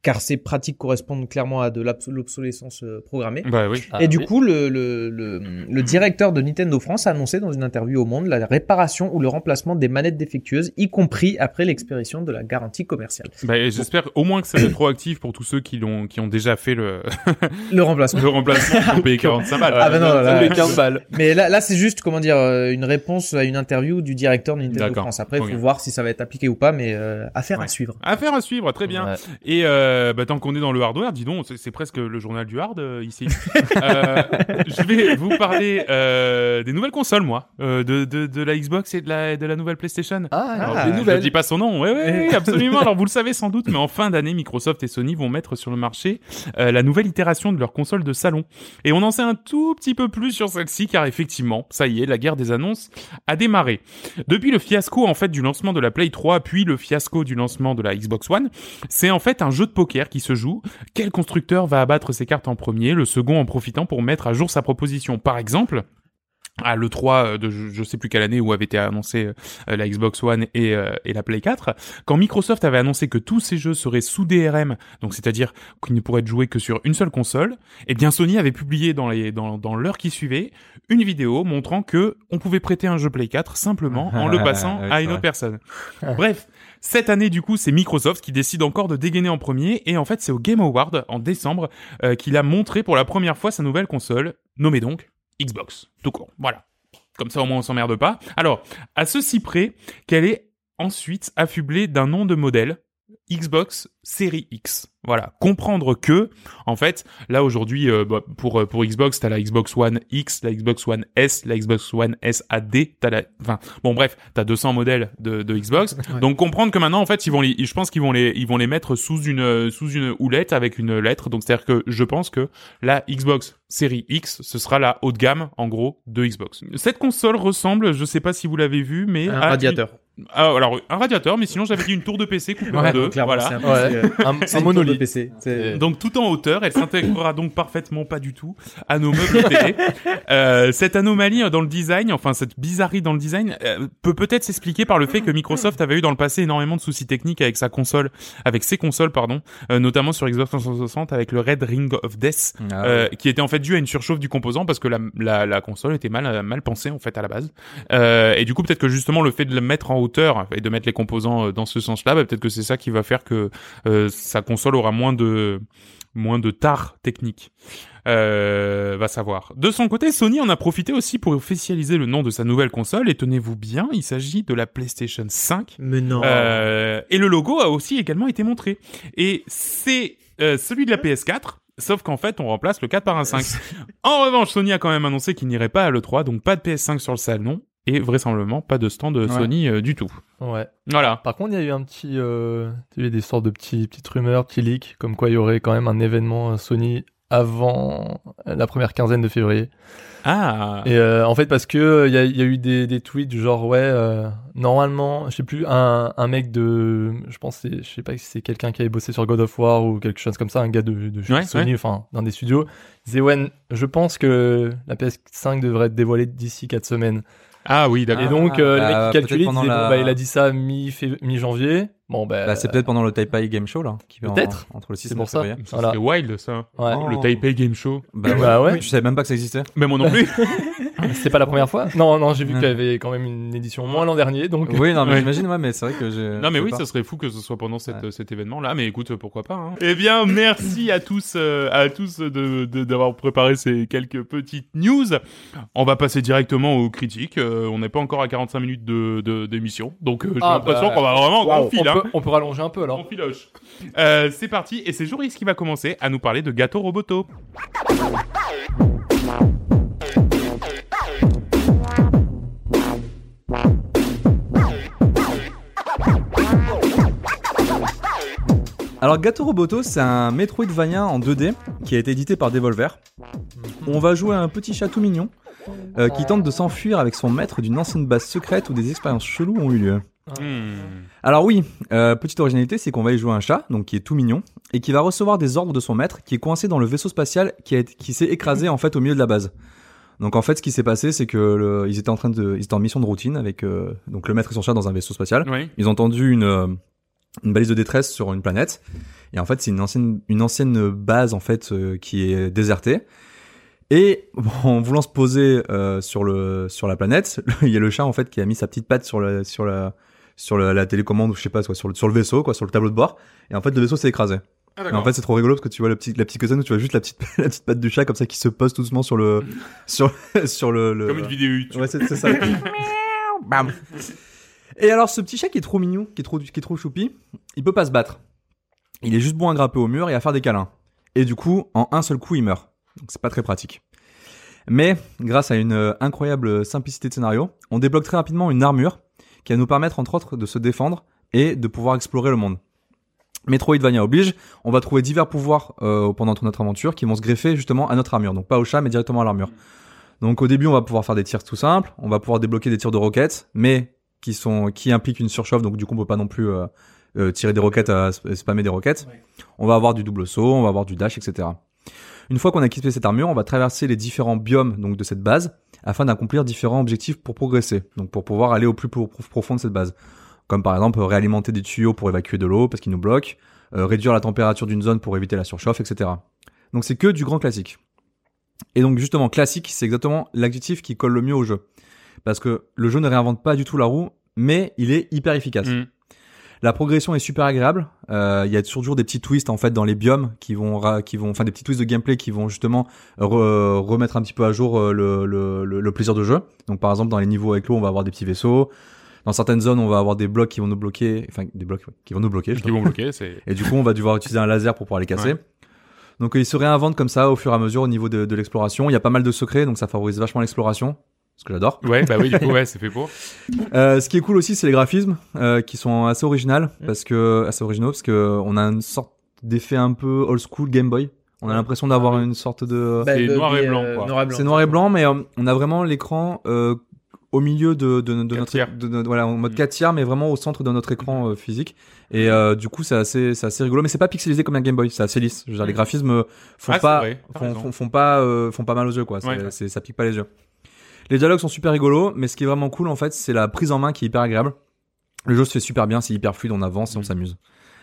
Speaker 3: Car ces pratiques correspondent clairement à de l'abs- l'obsolescence euh, programmée.
Speaker 1: Bah oui.
Speaker 4: Ah,
Speaker 3: Et du
Speaker 4: oui.
Speaker 3: coup, le, le, le, le directeur de Nintendo France a annoncé dans une interview au Monde la réparation ou le remplacement des manettes défectueuses, y compris après l'expiration de la garantie commerciale.
Speaker 1: Bah, et j'espère au moins que ça va être proactif pour tous ceux qui l'ont, qui ont déjà fait le,
Speaker 3: Le remplacement.
Speaker 1: le remplacement pour payer 45 balles.
Speaker 3: Ah, bah non,
Speaker 4: Ça
Speaker 3: là,
Speaker 4: fait
Speaker 3: là.
Speaker 4: 15 balles.
Speaker 3: Mais là, là c'est juste, comment dire, euh, une réponse à une interview du directeur de Nintendo
Speaker 1: D'accord.
Speaker 3: France. Après, il
Speaker 1: Ok.
Speaker 3: faut voir si ça va être appliqué ou pas, mais euh, affaire
Speaker 1: Ouais.
Speaker 3: à suivre.
Speaker 1: Affaire à suivre, très bien.
Speaker 4: Ouais.
Speaker 1: Et euh, bah, tant qu'on est dans le hardware, dis donc, c'est- c'est presque le journal du hard euh, ici. Euh, je vais vous parler euh, des nouvelles consoles, moi, euh, de, de, de la Xbox et de la, de la nouvelle PlayStation. Alors,
Speaker 4: Ah,
Speaker 1: je-
Speaker 4: des
Speaker 1: je
Speaker 4: nouvelles.
Speaker 1: dis pas son nom. Oui, oui, oui, absolument. Alors, vous le savez sans doute, mais en fin d'année, Microsoft et Sony vont mettre sur le marché euh, la nouvelle itération de leur console de salon. Et on en sait un tout petit peu plus sur celle-ci, car effectivement, ça y est, la guerre des annonces a démarré. Depuis le fiasco, en fait, du lancement de la Play 3, puis le fiasco du lancement de la Xbox One, c'est en fait un jeu de poker qui se joue. Quel constructeur va abattre ses cartes en premier, le second en profitant pour mettre à jour sa proposition Par exemple, ah, à l'E3 euh, de je, je sais plus quelle année où avait été annoncé euh, la Xbox One et, euh, et la Play 4, quand Microsoft avait annoncé que tous ces jeux seraient sous DRM, donc c'est-à-dire qu'ils ne pourraient être joués que sur une seule console, eh bien Sony avait publié dans les dans, dans l'heure qui suivait une vidéo montrant que on pouvait prêter un jeu Play 4 simplement en le passant
Speaker 2: Ah, Oui,
Speaker 1: à
Speaker 2: c'est
Speaker 1: une
Speaker 2: vrai.
Speaker 1: autre personne. Bref, cette année du coup, c'est Microsoft qui décide encore de dégainer en premier et en fait, c'est au Game Award en décembre euh, qu'il a montré pour la première fois sa nouvelle console, nommée donc Xbox. Tout court. Voilà. Comme ça, au moins, on s'emmerde pas. Alors, à ceci près qu'elle est ensuite affublée d'un nom de modèle Xbox Série X. Voilà, comprendre que, en fait, là aujourd'hui, euh, bah, pour euh, pour Xbox, t'as la Xbox One X, la Xbox One S, la Xbox One SAD, t'as la, enfin, bon bref, t'as 200 modèles de, de Xbox.
Speaker 3: Ouais.
Speaker 1: Donc comprendre que maintenant, en fait, ils vont les, je pense qu'ils vont les, ils vont les mettre sous une euh, sous une houlette avec une lettre. Donc c'est à dire que je pense que la Xbox série X, ce sera la haut de gamme, en gros, de Xbox. Cette console ressemble, je sais pas si vous l'avez vu, mais
Speaker 3: un
Speaker 1: à-
Speaker 3: radiateur.
Speaker 1: Ah, alors un radiateur, mais sinon j'avais dit une tour de PC coupée en
Speaker 4: Ouais,
Speaker 1: deux.
Speaker 3: Clairement,
Speaker 1: voilà.
Speaker 3: c'est un,
Speaker 4: Ouais.
Speaker 3: PC, euh, c'est
Speaker 4: Un, un
Speaker 3: une tour de
Speaker 4: monolithe.
Speaker 3: PC. C'est-
Speaker 1: Donc tout en hauteur, elle s'intégrera donc parfaitement pas du tout à nos meubles télé. Euh, cette anomalie dans le design, enfin cette bizarrerie dans le design, euh, peut peut-être s'expliquer par le fait que Microsoft avait eu dans le passé énormément de soucis techniques avec sa console, avec ses consoles pardon, euh, notamment sur Xbox 360 avec le Red Ring of Death.
Speaker 2: Ah,
Speaker 1: euh, qui était en fait dû à une surchauffe du composant parce que la, la, la console était mal euh, mal pensée en fait à la base Euh, et du coup peut-être que justement le fait de le mettre en hauteur et de mettre les composants euh, dans ce sens-là bah, peut-être que c'est ça qui va faire que euh, sa console aura moins de moins de tard technique euh, va savoir. De son côté, Sony en a profité aussi pour officialiser le nom de sa nouvelle console et tenez-vous bien, il s'agit de la PlayStation 5
Speaker 3: Mais non.
Speaker 1: euh, et le logo a aussi également été montré. Et c'est euh, celui de la PS4. Sauf qu'en fait, on remplace le 4 par un 5. En revanche, Sony a quand même annoncé qu'il n'irait pas à l'E3, donc pas de PS5 sur le salon, et vraisemblablement pas de stand euh,
Speaker 2: Ouais.
Speaker 1: Sony euh, du tout.
Speaker 4: Ouais.
Speaker 1: Voilà.
Speaker 4: Par contre, il y a eu un petit, euh, il y a eu des sortes de petits, petites rumeurs, petits leaks, comme quoi il y aurait quand même un événement euh, Sony avant euh, la première quinzaine de février.
Speaker 1: Ah
Speaker 4: Et euh, en fait, parce que euh, il y, a- il y a eu des, des tweets du genre ouais, euh, normalement, je sais plus, un, un mec de, je pense, c'est- je sais pas si c'est quelqu'un qui avait bossé sur God of War ou quelque chose comme ça, un gars de, de chez
Speaker 1: Ouais,
Speaker 4: Sony, enfin, d'un des studios, disait ouais, je pense que la PS5 devrait être dévoilée d'ici 4 semaines.
Speaker 1: Ah oui,
Speaker 4: Et
Speaker 1: d'accord.
Speaker 4: donc, euh, le mec
Speaker 2: bah,
Speaker 4: qui
Speaker 2: peut-être
Speaker 4: calculait, il, disait,
Speaker 2: pendant
Speaker 4: bon,
Speaker 2: la-
Speaker 4: bah, il a dit ça mi- fév- mi-janvier. bon, bah,
Speaker 2: Bah, c'est peut-être pendant le Taipei Game Show là. qui est en-
Speaker 4: Peut-être.
Speaker 2: Entre le 6 et
Speaker 4: C'est
Speaker 2: le
Speaker 4: pour ça.
Speaker 2: 9 février.
Speaker 1: Ça,
Speaker 4: voilà.
Speaker 1: C'est wild ça.
Speaker 4: ouais.
Speaker 2: Oh.
Speaker 1: Le Taipei Game Show.
Speaker 2: Bah, ouais.
Speaker 4: Bah ouais,
Speaker 2: Je savais même pas que ça existait.
Speaker 1: Mais moi non plus.
Speaker 4: c'est pas la première fois. Non, non, j'ai vu
Speaker 2: Ouais.
Speaker 4: qu'il y avait quand même une édition moins l'an dernier, donc.
Speaker 2: Oui, non, mais
Speaker 1: Ouais.
Speaker 2: j'imagine, ouais, mais c'est vrai que j'ai.
Speaker 1: Non mais
Speaker 2: Euh, je
Speaker 1: oui,
Speaker 2: sais
Speaker 1: ça serait fou que ce soit pendant cette,
Speaker 2: Ouais.
Speaker 1: euh, cet événement-là. Mais écoute, euh, pourquoi pas. Hein. Eh bien, merci à tous, euh, à tous de de- d'avoir préparé ces quelques petites news. On va passer directement aux critiques. Euh, on n'est pas encore à 45 minutes de de- d'émission, donc euh, j'ai
Speaker 4: Ah,
Speaker 1: l'impression
Speaker 4: bah,
Speaker 1: qu'on va vraiment
Speaker 4: Waouh,
Speaker 1: on file.
Speaker 4: on,
Speaker 1: hein.
Speaker 4: peut, on peut rallonger un peu
Speaker 1: On
Speaker 4: alors.
Speaker 1: filoche. Euh, c'est parti, et c'est Joris qui va commencer à nous parler de gâteau roboto.
Speaker 2: pas. Alors, Gato Roboto, c'est un Metroidvania en 2D qui a été édité par Devolver. On va jouer à un petit chat tout mignon euh, qui tente de s'enfuir avec son maître d'une ancienne base secrète où des expériences cheloues ont eu lieu.
Speaker 1: Hmm.
Speaker 2: Alors oui, euh, petite originalité, c'est qu'on va y jouer un chat, donc qui est tout mignon, et qui va recevoir des ordres de son maître, qui est coincé dans le vaisseau spatial qui, a été- qui s'est écrasé en fait au milieu de la base. Donc en fait, ce qui s'est passé, c'est que le- ils étaient en train de, ils étaient en mission de routine avec euh, donc le maître et son chat dans un vaisseau spatial.
Speaker 1: Oui.
Speaker 2: Ils ont entendu une, euh, une balise de détresse sur une planète. Et en fait, c'est une ancienne, une ancienne base, en fait, euh, qui est désertée. Et bon, en voulant se poser euh, sur, le, sur la planète, il y a le chat, en fait, qui a mis sa petite patte sur la, sur la, sur la, la télécommande, ou je sais pas, quoi, sur, le, sur le vaisseau, quoi, sur le tableau de bord. Et en fait, le vaisseau s'est écrasé.
Speaker 1: Ah,
Speaker 2: Et en fait, c'est trop rigolo parce que tu vois la petite, la petite cutscene où tu vois juste la petite, la petite patte du chat comme ça qui se pose tout doucement sur le, sur, sur le, le-
Speaker 1: Comme une vidéo YouTube.
Speaker 2: Ouais, c'est c'est ça. Bam. Et alors, ce petit chat qui est trop mignon, qui est trop, qui est trop choupi, il peut pas se battre. Il est juste bon à grapper au mur et à faire des câlins. Et du coup, en un seul coup, il meurt. Donc, c'est pas très pratique. Mais, grâce à une euh, incroyable simplicité de scénario, on débloque très rapidement une armure qui va nous permettre, entre autres, de se défendre et de pouvoir explorer le monde. Metroidvania oblige, on va trouver divers pouvoirs euh, pendant notre aventure qui vont se greffer justement à notre armure. Donc pas au chat, mais directement à l'armure. Donc au début, on va pouvoir faire des tirs tout simples, on va pouvoir débloquer des tirs de roquettes, mais qui sont qui impliquent une surchauffe, donc du coup on peut pas non plus euh, euh, tirer des roquettes, à, sp- spammer des roquettes. On va avoir du double saut, on va avoir du dash, etc. Une fois qu'on a équipé cette armure, on va traverser les différents biomes donc de cette base afin d'accomplir différents objectifs pour progresser, donc pour pouvoir aller au plus pro- profond de cette base. Comme par exemple euh, réalimenter des tuyaux pour évacuer de l'eau parce qu'ils nous bloquent, euh, réduire la température d'une zone pour éviter la surchauffe, etc. Donc c'est que du grand classique. Et donc justement, classique, c'est exactement l'adjectif qui colle le mieux au jeu. Parce que le jeu ne réinvente pas du tout la roue, mais il est hyper efficace.
Speaker 1: Hmm.
Speaker 2: La progression est super agréable. Euh, Il y a toujours des petits twists en fait dans les biomes qui vont, ra- qui vont, enfin des petits twists de gameplay qui vont justement re- remettre un petit peu à jour euh, le, le, le, le plaisir de jeu. Donc par exemple dans les niveaux avec l'eau, on va avoir des petits vaisseaux. Dans certaines zones, on va avoir des blocs qui vont nous bloquer, enfin des blocs ouais, qui vont nous bloquer. je
Speaker 1: Qui vont bloquer, c'est.
Speaker 2: et du coup, on va devoir utiliser un laser pour pouvoir les casser. Donc, euh, ils se réinventent comme ça au fur et à mesure au niveau de, de l'exploration. Il y a pas mal de secrets, donc ça favorise vachement l'exploration, ce que j'adore.
Speaker 1: Ouais, bah oui, du coup, ouais, c'est fait pour.
Speaker 2: Euh, ce qui est cool aussi, c'est les graphismes euh, qui sont assez originaux
Speaker 1: Mm.
Speaker 2: parce que assez originaux parce que on a une sorte d'effet un peu old school Game Boy. On a l'impression d'avoir une sorte de
Speaker 1: C'est
Speaker 3: de-
Speaker 1: noir et
Speaker 3: des,
Speaker 1: Ah blanc,
Speaker 3: euh,
Speaker 1: quoi.
Speaker 3: noir et blanc.
Speaker 2: c'est noir et blanc, mais euh, on a vraiment l'écran euh, au milieu de, de, de
Speaker 1: Quatre
Speaker 2: notre
Speaker 1: tiers.
Speaker 2: de- de- voilà en mode
Speaker 1: Mm.
Speaker 2: 4 tiers, mais vraiment au centre de notre écran euh, physique. Et euh, du coup, c'est assez c'est assez rigolo, mais c'est pas pixelisé comme un Game Boy, c'est assez lisse. Je veux dire, les graphismes euh, font
Speaker 1: Mm. Ah, c'est
Speaker 2: pas
Speaker 1: vrai, t'as
Speaker 2: font,
Speaker 1: raison.
Speaker 2: font- font pas euh, font pas mal aux yeux quoi. C'est-
Speaker 1: Ouais.
Speaker 2: c'est- ça pique pas les yeux. Les dialogues sont super rigolos, mais ce qui est vraiment cool en fait, c'est la prise en main qui est hyper agréable. Le jeu se fait super bien, c'est hyper fluide, on avance et on
Speaker 1: Mm.
Speaker 2: s'amuse.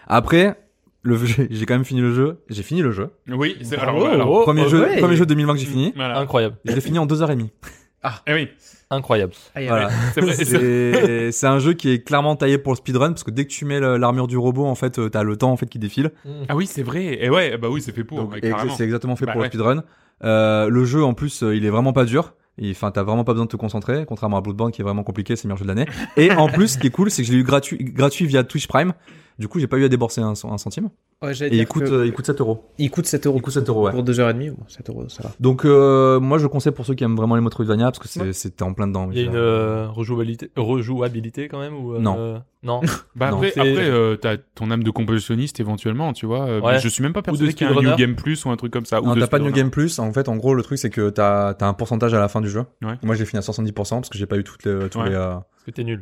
Speaker 2: Après, le j'ai j'ai quand même fini le jeu, j'ai fini le jeu.
Speaker 1: Oui,
Speaker 2: Ah,
Speaker 1: c'est
Speaker 4: Bravo.
Speaker 1: alors, ouais, alors,
Speaker 4: Oh,
Speaker 2: premier
Speaker 4: oh,
Speaker 2: jeu
Speaker 3: ouais.
Speaker 2: premier jeu 2020 que j'ai fini.
Speaker 1: Voilà.
Speaker 4: Incroyable,
Speaker 2: Je l'ai fini en deux heures et demie.
Speaker 1: Eh oui,
Speaker 4: incroyable.
Speaker 3: Ah, il y a-
Speaker 2: Voilà.
Speaker 1: c'est vrai. c'est-
Speaker 2: C'est c'est un jeu qui est clairement taillé pour le speedrun parce que dès que tu mets le- l'armure du robot en fait euh, t'as le temps en fait qui défile.
Speaker 1: Ah oui, c'est vrai. Et ouais, bah oui, c'est fait pour.
Speaker 2: Donc
Speaker 1: ouais,
Speaker 2: ex-
Speaker 1: carrément.
Speaker 2: c'est exactement fait
Speaker 1: Bah
Speaker 2: pour
Speaker 1: ouais.
Speaker 2: le speedrun. Euh, le jeu en plus euh, il est vraiment pas dur. Et, Enfin t'as vraiment pas besoin de te concentrer contrairement à Bloodborne qui est vraiment compliqué c'est le meilleur jeu de l'année. Et en plus ce qui est cool c'est que je l'ai eu gratuit gratuit via Twitch Prime. Du coup j'ai pas eu à débourser un, un centime.
Speaker 3: ouais, j'allais
Speaker 2: Et il
Speaker 3: dire
Speaker 2: coûte
Speaker 3: que-
Speaker 2: euh, il coûte 7 euros.
Speaker 3: il coûte 7 euros
Speaker 2: Il coûte 7 euros ouais.
Speaker 3: pour 2h30. Bon, 7 euros, ça va.
Speaker 2: Donc euh, moi je conseille pour ceux qui aiment vraiment les Metroidvania parce que c'est- c'était en plein dedans.
Speaker 4: Il y a une euh, rejouabilité, rejouabilité quand même ou euh,
Speaker 2: Non.
Speaker 4: non.
Speaker 1: Bah
Speaker 2: Non,
Speaker 1: après,
Speaker 4: c'est-
Speaker 1: après euh, t'as ton âme de complétionniste éventuellement, tu vois. euh,
Speaker 4: Ouais.
Speaker 1: mais Je suis même pas persuadé
Speaker 4: de
Speaker 1: qu'il y a un New
Speaker 4: speedrunner.
Speaker 1: Game Plus ou un truc comme ça. ou
Speaker 2: Non,
Speaker 1: de
Speaker 2: t'as pas de New
Speaker 1: speedrunner.
Speaker 2: Game Plus. En fait, en gros, le truc, c'est que t'as as un pourcentage à la fin du jeu.
Speaker 1: Ouais.
Speaker 2: Moi, j'ai fini à 70% parce que j'ai pas eu toutes les. Tous
Speaker 1: Ouais.
Speaker 2: les euh,
Speaker 4: Parce que t'es nul.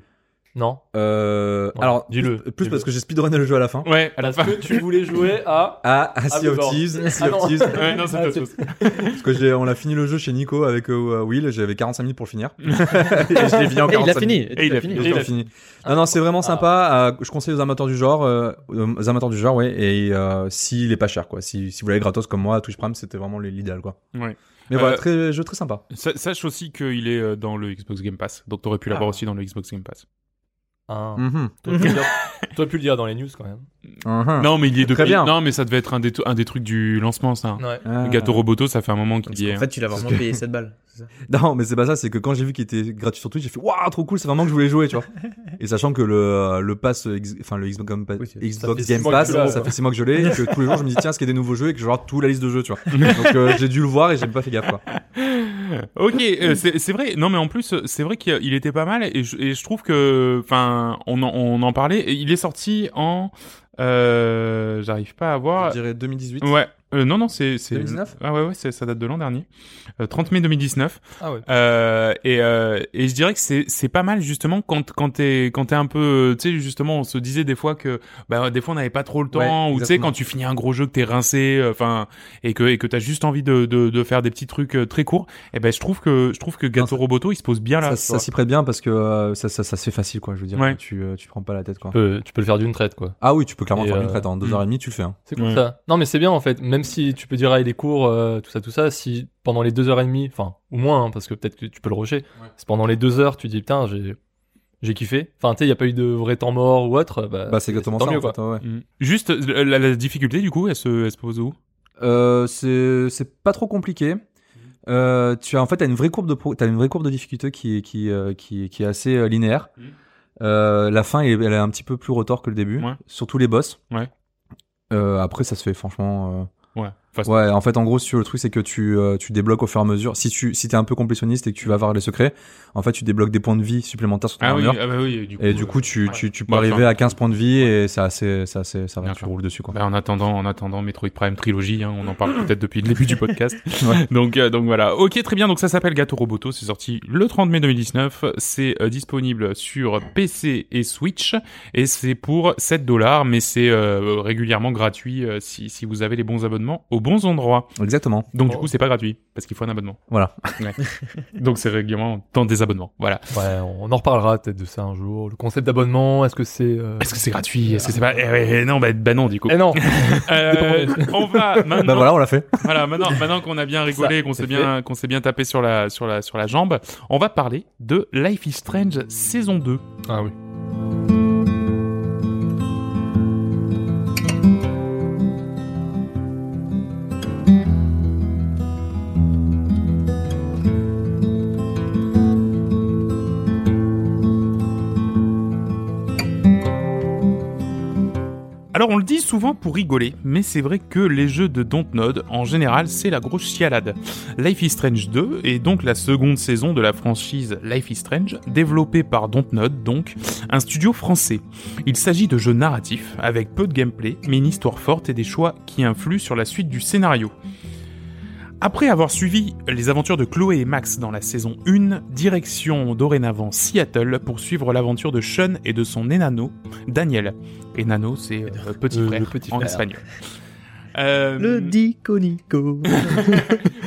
Speaker 4: Non.
Speaker 2: euh,
Speaker 4: Ouais,
Speaker 2: Alors,
Speaker 4: dis-le,
Speaker 2: Plus,
Speaker 4: dis-le.
Speaker 2: parce que j'ai speedrunné le jeu à la fin.
Speaker 1: Ouais, à la
Speaker 4: Parce
Speaker 1: fin.
Speaker 4: que tu voulais jouer à.
Speaker 2: Ah, à Sea of
Speaker 4: Bloodborne.
Speaker 2: Thieves, Sea
Speaker 4: Ah
Speaker 2: of
Speaker 4: non.
Speaker 2: Thieves.
Speaker 1: Ouais, non, c'est
Speaker 4: Ah,
Speaker 1: autre
Speaker 4: c'est-
Speaker 1: chose.
Speaker 2: Parce que j'ai, on a fini le jeu chez Nico avec euh, Will. J'avais 45 minutes pour le finir. et je l'ai fini en 45
Speaker 3: Et il a fini.
Speaker 2: minutes.
Speaker 1: Et il a
Speaker 2: Et
Speaker 1: fini.
Speaker 2: je
Speaker 4: Et il
Speaker 2: l'ai
Speaker 4: a
Speaker 2: fini. Non, non, c'est vraiment sympa. euh, je conseille aux amateurs du genre, euh, aux amateurs du genre, ouais. Et euh, s'il est pas cher, quoi. Si, si vous l'avez gratos comme moi, Twitch Prime, c'était vraiment l'idéal, quoi.
Speaker 1: Ouais.
Speaker 2: Mais voilà,
Speaker 1: Euh,
Speaker 2: très, jeu très sympa.
Speaker 1: Sa- Sache aussi qu'il est euh, dans le Xbox Game Pass. Donc t'aurais pu l'avoir
Speaker 4: Ah.
Speaker 1: aussi dans le Xbox Game Pass.
Speaker 4: Ah.
Speaker 2: Mhm.
Speaker 4: T'aurais pu le dire- T'aurais pu le dire dans les news quand même.
Speaker 2: Mhm.
Speaker 1: Non, mais il y est depuis.
Speaker 2: Très bien.
Speaker 1: Non, mais ça devait être un des, un des trucs du lancement, ça.
Speaker 4: Ouais.
Speaker 2: Ah.
Speaker 1: Le Gâteau Roboto, ça fait un moment qu'il y est. hein.
Speaker 3: En fait, tu l'as vraiment payé 7 balles. c'est ça
Speaker 2: Non, mais c'est pas ça, c'est que quand j'ai vu qu'il était gratuit sur Twitch, j'ai fait waouh, trop cool, c'est vraiment que je voulais jouer, tu vois. Et sachant que le, le pass, euh, X- enfin le Xbox Game Pass,
Speaker 3: Oui, ça
Speaker 2: Xbox
Speaker 4: fait six
Speaker 2: Game
Speaker 4: mois que
Speaker 2: Pass,
Speaker 4: tu l'as,
Speaker 2: ça
Speaker 4: ouais.
Speaker 2: fait 6 mois que je l'ai, et que tous les jours je me dis tiens, est-ce qu'il y a des nouveaux jeux et que je vais voir toute la liste de jeux, tu vois. Donc euh, j'ai dû le voir et j'ai pas fait gaffe, quoi.
Speaker 1: Ok, euh, c'est c'est vrai. Non, mais en plus, c'est vrai qu'il il était pas mal et je, et je trouve que, enfin, on en, on en parlait. et Il est sorti en, euh, j'arrive pas à voir.
Speaker 2: Je dirais 2018.
Speaker 1: Ouais. Euh, non, non, c'est c'est-
Speaker 2: 2019?
Speaker 1: Ah ouais, ouais, c'est- ça date de l'an dernier, Euh, 30 mai 2019.
Speaker 4: Ah ouais.
Speaker 1: Euh, et, euh, et je dirais que c'est c'est pas mal justement quand quand t'es quand t'es un peu, euh, tu sais, justement, on se disait des fois que, bah, des fois on n'avait pas trop le temps,
Speaker 2: Ouais,
Speaker 1: ou tu sais,
Speaker 2: exactement.
Speaker 1: quand tu finis un gros jeu que t'es rincé, euh, enfin, et que et que t'as juste envie de, de de faire des petits trucs euh, très courts. Et ben, je trouve que je trouve que Gato
Speaker 2: ça-
Speaker 1: Roboto, il se pose bien là.
Speaker 2: Ça,
Speaker 1: tu
Speaker 2: ça
Speaker 1: vois.
Speaker 2: s'y prête bien parce que euh, ça, ça, ça se fait facile, quoi. Je veux dire,
Speaker 1: Ouais.
Speaker 2: tu, euh, tu prends pas la tête, quoi.
Speaker 4: Tu peux, tu peux le faire d'une traite quoi.
Speaker 2: Ah oui, tu peux clairement
Speaker 4: Et,
Speaker 2: faire une
Speaker 4: euh,
Speaker 2: fête en 2h30, tu le fais. Hein.
Speaker 4: C'est cool
Speaker 1: Ouais.
Speaker 4: ça. Non mais c'est bien en fait. Même si tu peux dire ah il est court, euh, tout ça, tout ça, si pendant les deux heures et demie, enfin ou moins hein, parce que peut-être que tu peux le rusher. Si pendant les deux heures tu dis putain j'ai j'ai kiffé. Enfin tu sais il y a pas eu de vrai temps mort ou autre. Bah,
Speaker 2: Bah, c'est exactement
Speaker 4: tant
Speaker 2: ça,
Speaker 4: mieux,
Speaker 2: en
Speaker 4: quoi.
Speaker 2: fait, ouais.
Speaker 1: Mm. Juste euh, la, la difficulté du coup, elle se elle se pose où
Speaker 2: Euh, c'est c'est pas trop
Speaker 1: Mmh.
Speaker 2: compliqué. Euh, tu as en fait t'as une vraie courbe de pro- t'as une vraie courbe de difficulté qui est- qui euh, qui, qui est assez euh, linéaire.
Speaker 1: Mhm.
Speaker 2: Euh, la fin elle, est- elle est un petit peu plus retors que le début,
Speaker 1: Ouais.
Speaker 2: surtout les boss.
Speaker 1: Ouais.
Speaker 2: Euh, après ça se fait franchement.
Speaker 1: Ouais. Enfin,
Speaker 2: euh, Ouais en fait en gros si tu veux, le truc c'est que tu euh, tu débloques au fur et à mesure si tu si t'es un peu complétionniste et que tu vas voir les secrets en fait tu débloques des points de vie supplémentaires sur ton
Speaker 1: Ah oui,
Speaker 2: armure.
Speaker 1: ah bah oui, du coup.
Speaker 2: Et du coup,
Speaker 1: euh,
Speaker 2: tu,
Speaker 1: ouais.
Speaker 2: tu, tu peux
Speaker 1: Bon,
Speaker 2: arriver
Speaker 1: enfin,
Speaker 2: à 15 points de vie et c'est assez, c'est assez, ça va, tu
Speaker 1: D'accord.
Speaker 2: roules dessus, quoi.
Speaker 1: Bah, en attendant, en attendant Metroid Prime trilogie, hein, on en parle peut-être depuis le début du podcast.
Speaker 2: Ouais.
Speaker 1: Donc euh, donc voilà. Ok, très bien. Donc ça s'appelle Gato Roboto. C'est sorti le 30 mai 2019. C'est euh, disponible sur PC et Switch et c'est pour 7 dollars, mais c'est euh, régulièrement gratuit euh, si si vous avez les bons abonnements aux bons endroits.
Speaker 2: Exactement.
Speaker 1: Donc du
Speaker 4: Oh.
Speaker 1: coup, c'est pas gratuit parce qu'il faut un abonnement.
Speaker 2: Voilà.
Speaker 1: Ouais. donc c'est régulièrement dans des abonnements. Voilà.
Speaker 4: Ouais, on en reparlera peut-être de ça un jour. Le concept d'abonnement, est-ce que c'est. euh,
Speaker 1: Est-ce que c'est gratuit Est-ce que c'est pas eh, ouais, eh, Non, bah, bah non du coup.
Speaker 4: Eh non
Speaker 1: Euh, on va maintenant.
Speaker 2: Bah voilà, on l'a fait.
Speaker 1: Voilà, maintenant, maintenant qu'on a bien rigolé, qu'on s'est bien, qu'on s'est bien tapé sur la, sur la, sur la jambe, on va parler de Life is Strange saison 2.
Speaker 4: Ah oui.
Speaker 1: Alors on le dit souvent pour rigoler, mais c'est vrai que les jeux de Dontnod, en général, c'est la grosse chialade. Life is Strange 2 est donc la seconde saison de la franchise Life is Strange, développée par Dontnod, donc un studio français. Il s'agit de jeux narratifs, avec peu de gameplay, mais une histoire forte et des choix qui influent sur la suite du scénario. Après avoir suivi les aventures de Chloé et Max dans la saison 1, direction dorénavant Seattle pour suivre l'aventure de Sean et de son enano, Daniel. Enano, c'est euh, petit,
Speaker 4: Le-
Speaker 1: frère
Speaker 4: le petit
Speaker 1: en
Speaker 4: frère.
Speaker 1: espagnol. Euh,
Speaker 3: Le Diconico.
Speaker 1: mais